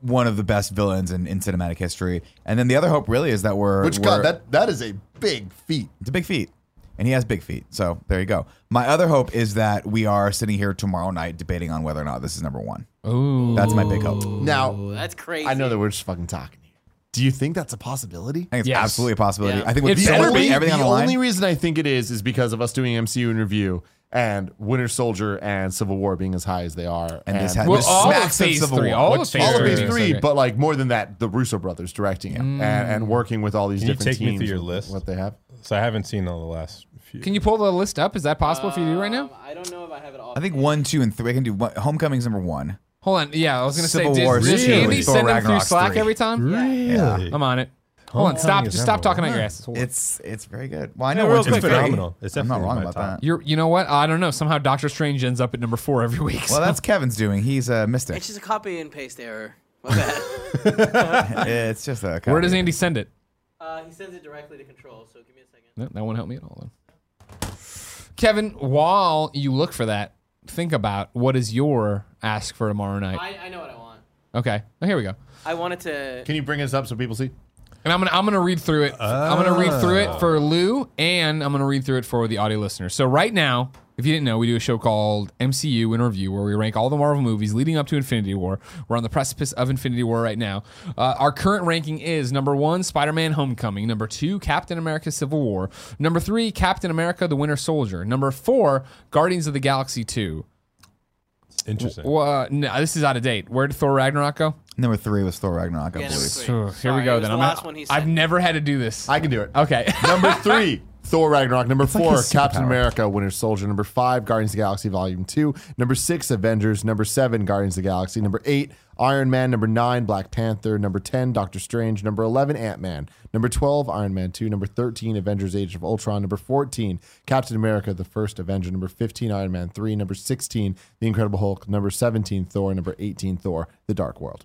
Speaker 2: one of the best villains in, in cinematic history. And then the other hope really is that we're
Speaker 5: Which
Speaker 2: we're,
Speaker 5: God, that that is a big feat.
Speaker 2: it's a big feat. and he has big feet. So there you go. My other hope is that we are sitting here tomorrow night debating on whether or not this is number one.
Speaker 1: Ooh.
Speaker 2: That's my big hope.
Speaker 5: Now,
Speaker 4: That's crazy.
Speaker 5: I know that we're just fucking talking here. Do you think that's a possibility?
Speaker 2: I think it's
Speaker 1: Yes.
Speaker 2: absolutely a possibility.
Speaker 4: Yeah.
Speaker 2: I think with
Speaker 1: It's
Speaker 2: so
Speaker 1: better
Speaker 2: much-
Speaker 1: be-
Speaker 2: everything on
Speaker 5: the
Speaker 2: the
Speaker 5: only
Speaker 2: line,
Speaker 5: reason I think it is is because of us doing MCU in review and Winter Soldier and Civil War being as high as they are.
Speaker 2: and this, had,
Speaker 1: Well,
Speaker 2: this
Speaker 1: all of
Speaker 2: smacks of
Speaker 1: phase
Speaker 2: Civil
Speaker 1: three.
Speaker 2: War.
Speaker 1: All
Speaker 3: What
Speaker 1: of
Speaker 3: phase
Speaker 1: phase
Speaker 5: all of
Speaker 3: three?
Speaker 5: these
Speaker 1: three.
Speaker 5: three, but like more than that, the Russo brothers directing it and, and working with all these
Speaker 3: Mm. Can you
Speaker 5: different
Speaker 3: take me
Speaker 5: teams.
Speaker 3: through your
Speaker 5: with
Speaker 3: list?
Speaker 5: What they have.
Speaker 3: So I haven't seen all the last few.
Speaker 1: Can you pull the list up? Is that possible for you to do right now?
Speaker 4: Um,
Speaker 2: Uh,
Speaker 4: I don't know if I have it all.
Speaker 2: I think one, two, and three. I can do one, Homecoming's number one.
Speaker 1: Hold on. Yeah, I was gonna
Speaker 2: Civil
Speaker 1: say, did,
Speaker 2: War
Speaker 1: does
Speaker 2: two
Speaker 1: Andy
Speaker 2: and Thor
Speaker 1: send them through
Speaker 2: Ragnarok's
Speaker 1: Slack
Speaker 2: three.
Speaker 1: every time?
Speaker 3: Really?
Speaker 1: I'm on it. Hold on.
Speaker 3: Homecoming
Speaker 1: Stop.
Speaker 3: is
Speaker 1: Just stop
Speaker 3: number
Speaker 1: talking out
Speaker 3: one.
Speaker 1: your asses. Hold on.
Speaker 2: It's it's very good. Well, I know
Speaker 3: real
Speaker 2: one's
Speaker 3: quick,
Speaker 2: three.
Speaker 3: phenomenal. It's
Speaker 2: I'm not
Speaker 3: definitely
Speaker 2: wrong
Speaker 3: my
Speaker 2: about
Speaker 3: top.
Speaker 2: that.
Speaker 1: You're, you know what? I don't know. Somehow Doctor Strange ends up at number four every week.
Speaker 2: Well, that's Kevin's doing. He's a mystic.
Speaker 4: It's just a copy and paste error. My bad.
Speaker 2: it's just a.
Speaker 1: Where does Andy send it?
Speaker 4: uh, he sends it directly to control, so give me a second.
Speaker 1: No, that won't help me at all. Then. Kevin, while you look for that, think about what is your ask for tomorrow night.
Speaker 4: I, I know what I want.
Speaker 1: Okay, oh, here we go.
Speaker 4: I wanted to.
Speaker 5: Can you bring us up so people see?
Speaker 1: And I'm gonna I'm gonna read through it. I'm gonna read through it for Lou, and I'm gonna read through it for the audio listeners. So right now, if you didn't know, we do a show called MCU in Review, where we rank all the Marvel movies leading up to Infinity War. We're on the precipice of Infinity War right now. Uh, our current ranking is number one, Spider-Man: Homecoming. Number two, Captain America: Civil War. Number three, Captain America: The Winter Soldier. Number four, Guardians of the Galaxy Two.
Speaker 3: Interesting.
Speaker 1: Well, uh, no, this is out of date. Where did Thor Ragnarok go?
Speaker 2: Number three was Thor Ragnarok, I
Speaker 4: Yeah, number
Speaker 2: believe.
Speaker 4: three.
Speaker 1: Here
Speaker 4: Sorry,
Speaker 1: we go.
Speaker 4: it was
Speaker 1: Then
Speaker 4: the
Speaker 1: I'm
Speaker 4: last
Speaker 1: not-
Speaker 4: one he sent.
Speaker 1: I've never had to do this.
Speaker 5: I can do it.
Speaker 1: okay.
Speaker 5: Number three, Thor Ragnarok. Number four,
Speaker 2: his
Speaker 5: Captain
Speaker 2: superpower.
Speaker 5: America, Winter Soldier. Number five, Guardians of the Galaxy Volume 2. Number six, Avengers. Number seven, Guardians of the Galaxy. Number eight, Iron Man. Number nine, Black Panther. Number 10, Doctor Strange. Number 11, Ant Man. Number 12, Iron Man 2. Number 13, Avengers Age of Ultron. Number 14, Captain America, the first Avenger. Number 15, Iron Man 3. Number 16, The Incredible Hulk. Number 17, Thor. Number 18, Thor, The Dark World.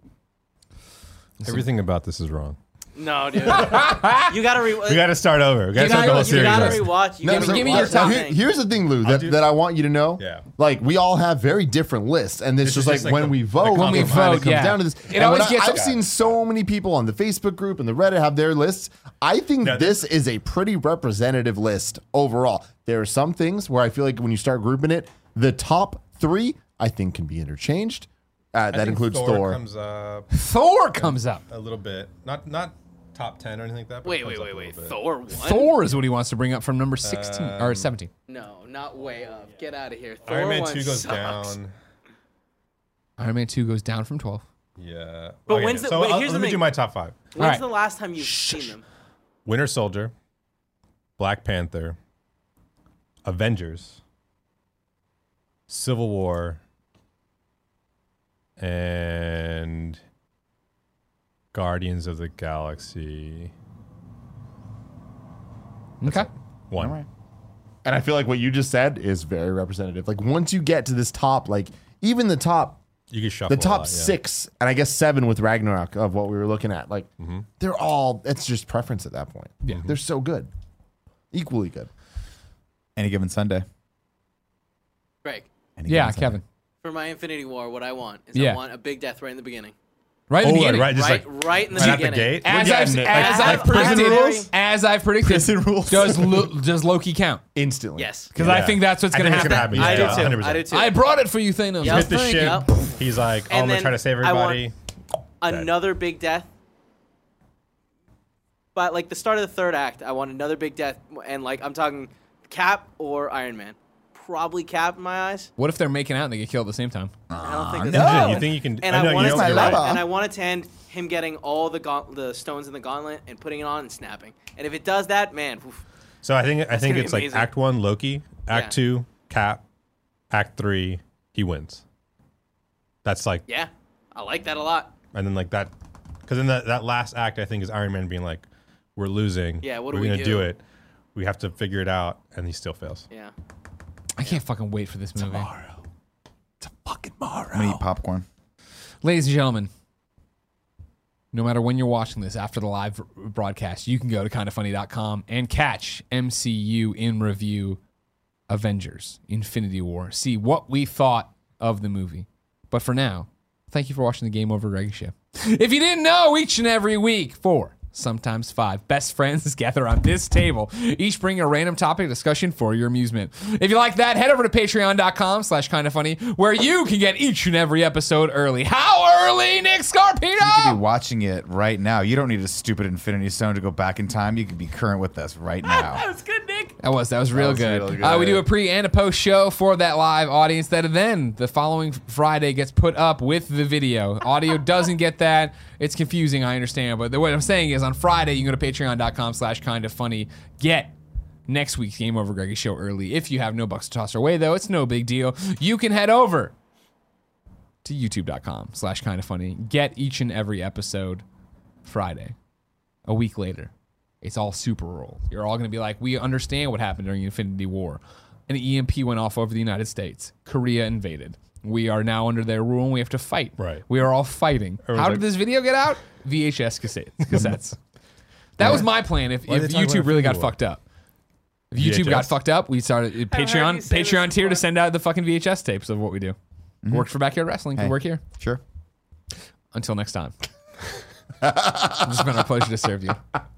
Speaker 3: Everything about this is wrong.
Speaker 4: No, dude. you gotta re.
Speaker 3: We got to start over. We got to start the whole
Speaker 4: you
Speaker 3: series.
Speaker 4: gotta
Speaker 3: over.
Speaker 4: rewatch. You
Speaker 5: No,
Speaker 4: gotta
Speaker 5: so-
Speaker 1: give me
Speaker 4: rewatch
Speaker 1: your
Speaker 4: the
Speaker 1: top
Speaker 5: now,
Speaker 4: whole
Speaker 5: here-
Speaker 4: thing.
Speaker 5: here's the thing, Lou, that, that I want you to know.
Speaker 3: Yeah.
Speaker 5: Like, we all have very different lists, and it's
Speaker 3: This
Speaker 5: just
Speaker 3: is
Speaker 5: like,
Speaker 3: just like
Speaker 5: when
Speaker 3: the-
Speaker 5: we
Speaker 3: the
Speaker 5: vote,
Speaker 1: When we
Speaker 5: it kinda
Speaker 1: vote,
Speaker 5: comes
Speaker 1: yeah.
Speaker 5: down to this.
Speaker 1: It
Speaker 5: And
Speaker 1: always
Speaker 5: when I,
Speaker 1: gets-
Speaker 5: I've seen so many people on the Facebook group and the Reddit have their lists. I think
Speaker 3: No,
Speaker 5: this is a pretty representative list overall. There are some things where I feel like when you start grouping it, the top three, I think, can be interchanged. Uh,
Speaker 3: I
Speaker 5: that
Speaker 3: think
Speaker 5: includes Thor.
Speaker 3: comes up
Speaker 1: Thor comes up.
Speaker 3: a little bit. Not not top ten or anything like that. but it
Speaker 4: Wait,
Speaker 3: comes
Speaker 4: wait,
Speaker 3: up
Speaker 4: wait,
Speaker 3: a
Speaker 4: wait.
Speaker 3: little bit.
Speaker 4: Thor one.
Speaker 1: Thor is what he wants to bring up from number 16 or 17.
Speaker 4: No, not way up. Get out of here. Thor
Speaker 3: Iron Man
Speaker 4: one
Speaker 3: two goes
Speaker 4: sucks.
Speaker 3: down.
Speaker 1: Iron Man 2 goes down from 12.
Speaker 3: Yeah.
Speaker 4: But when's the-
Speaker 3: so
Speaker 4: wait,
Speaker 3: I'll-
Speaker 4: here's
Speaker 3: let
Speaker 4: the
Speaker 3: me do
Speaker 4: thing.
Speaker 3: my top five.
Speaker 4: When's
Speaker 1: Alright.
Speaker 4: the last time you've seen them?
Speaker 3: Winter Soldier, Black Panther, Avengers, Civil War, and Guardians of the Galaxy.
Speaker 1: Okay.
Speaker 3: One.
Speaker 5: And I feel like what you just said is very representative. Like, once you get to this top, like, even the top
Speaker 3: You can shuffle
Speaker 5: the
Speaker 3: a
Speaker 5: top
Speaker 3: lot, uh, yeah.
Speaker 5: six and I guess seven with Ragnarok of what we were looking at. Like they're all it's just preference at that point. Yeah, they're so good, equally good.
Speaker 2: Any given Sunday.
Speaker 4: Greg,
Speaker 2: Any
Speaker 1: Yeah,
Speaker 2: given Sunday.
Speaker 1: Kevin.
Speaker 4: for my Infinity War, what I want is
Speaker 1: Yeah.
Speaker 4: I want a big death right in the beginning.
Speaker 1: Right in the
Speaker 3: Oh,
Speaker 1: beginning.
Speaker 3: right, just
Speaker 4: Right,
Speaker 3: like
Speaker 4: right in the
Speaker 3: right at the
Speaker 4: beginning.
Speaker 3: gate.
Speaker 1: As I've,
Speaker 5: Like-
Speaker 1: as
Speaker 4: like
Speaker 1: I've
Speaker 4: prison
Speaker 1: predicted,
Speaker 4: rules?
Speaker 1: as I've predicted,
Speaker 2: Prison rules.
Speaker 1: does Lo- does Loki count?
Speaker 5: Instantly,
Speaker 4: Yes.
Speaker 1: Because I
Speaker 3: Yeah.
Speaker 1: think that's what's
Speaker 3: I
Speaker 1: going to
Speaker 3: think it's
Speaker 1: happen.
Speaker 3: gonna happen,
Speaker 4: I
Speaker 3: yeah,
Speaker 4: do too.
Speaker 3: 100%.
Speaker 4: I do too.
Speaker 1: I brought it for you, Thanos.
Speaker 4: Yep.
Speaker 3: hit the
Speaker 4: Thank
Speaker 3: ship.
Speaker 4: you.
Speaker 3: He's like, oh,
Speaker 4: And
Speaker 3: I'm gonna
Speaker 4: then
Speaker 3: try to save
Speaker 4: I want-
Speaker 3: everybody.
Speaker 4: another big death. But like the start of the third act, I want another big death, and like I'm talking Cap or Iron Man, probably Cap in my eyes.
Speaker 1: What if they're making out and they get killed at the same time?
Speaker 4: I don't think
Speaker 2: no.
Speaker 4: that's gonna happen.
Speaker 3: You think you can-
Speaker 4: And
Speaker 3: Ah, I know,
Speaker 4: I,
Speaker 3: you
Speaker 4: want it
Speaker 3: know
Speaker 4: to
Speaker 3: you're
Speaker 4: end-
Speaker 5: right.
Speaker 4: and I want it to end him getting all the gaunt- the stones in the gauntlet and putting it on and snapping. And if it does that, man, oof.
Speaker 3: So I think I think
Speaker 4: gonna be
Speaker 3: it's like
Speaker 4: amazing.
Speaker 3: Act One, Loki. Act
Speaker 4: Yeah.
Speaker 3: Two, Cap. Act Three, he wins. That's like,
Speaker 4: yeah, I like that a lot.
Speaker 3: and then like that, because then that, that last act I think is Iron Man being like, "We're losing.
Speaker 4: Yeah, what do
Speaker 3: we're
Speaker 4: we
Speaker 3: gonna
Speaker 4: do?"
Speaker 3: do it. We have to figure it out," and he still fails.
Speaker 4: Yeah,
Speaker 1: I can't fucking wait for this movie.
Speaker 2: I'm
Speaker 4: Oh.
Speaker 2: gonna eat popcorn.
Speaker 1: Ladies and gentlemen, no matter when you're watching this after the live broadcast, you can go to kindoffunny.com and catch MCU in review Avengers Infinity War. See what we thought of the movie. But for now, thank you for watching the Game Over Reggae Show. If you didn't know, each and every week for sometimes five. Best friends gather on this table, each bringing a random topic of discussion for your amusement. If you like that, head over to patreon.com slash kind of funny, where you can get each and every episode early. How early, Nick
Speaker 2: You could
Speaker 1: Scarpino?
Speaker 2: be watching it right now. You don't need a stupid Infinity Stone to go back in time. You could be current with us right now.
Speaker 4: That's good, Nick.
Speaker 1: That was that was real
Speaker 2: was
Speaker 1: good.
Speaker 2: really good.
Speaker 1: Uh, we do a pre and a post show for that live audience. That then the following Friday gets put up with the video. Audio doesn't get that. It's confusing. I understand, but the, what I'm saying is on Friday you can go to Patreon.com/slash Kind of Funny. Get next week's Game Over Greggy show early. If you have no bucks to toss our way, though, it's no big deal. You can head over to youtube.com slash kind of funny get each and every episode friday a week later it's all super old you're all going to be like we understand what happened during infinity war an emp went off over the united states korea invaded we are now under their rule and we have to fight
Speaker 3: Right.
Speaker 1: we are all fighting how
Speaker 3: like-
Speaker 1: did this video get out vhs cassettes cassettes that was my plan if,
Speaker 3: Why are
Speaker 1: if
Speaker 3: they talking about
Speaker 1: youtube really got
Speaker 3: Infinity War?
Speaker 1: fucked up if youtube got
Speaker 3: VHS?
Speaker 1: fucked up we started patreon
Speaker 4: you say this
Speaker 1: patreon tier
Speaker 4: before.
Speaker 1: to send out the fucking vhs tapes of what we do
Speaker 3: Mm-hmm.
Speaker 1: worked for backyard wrestling could
Speaker 2: Hey.
Speaker 1: work here
Speaker 2: Sure.
Speaker 1: until next time. it's been our pleasure to serve you.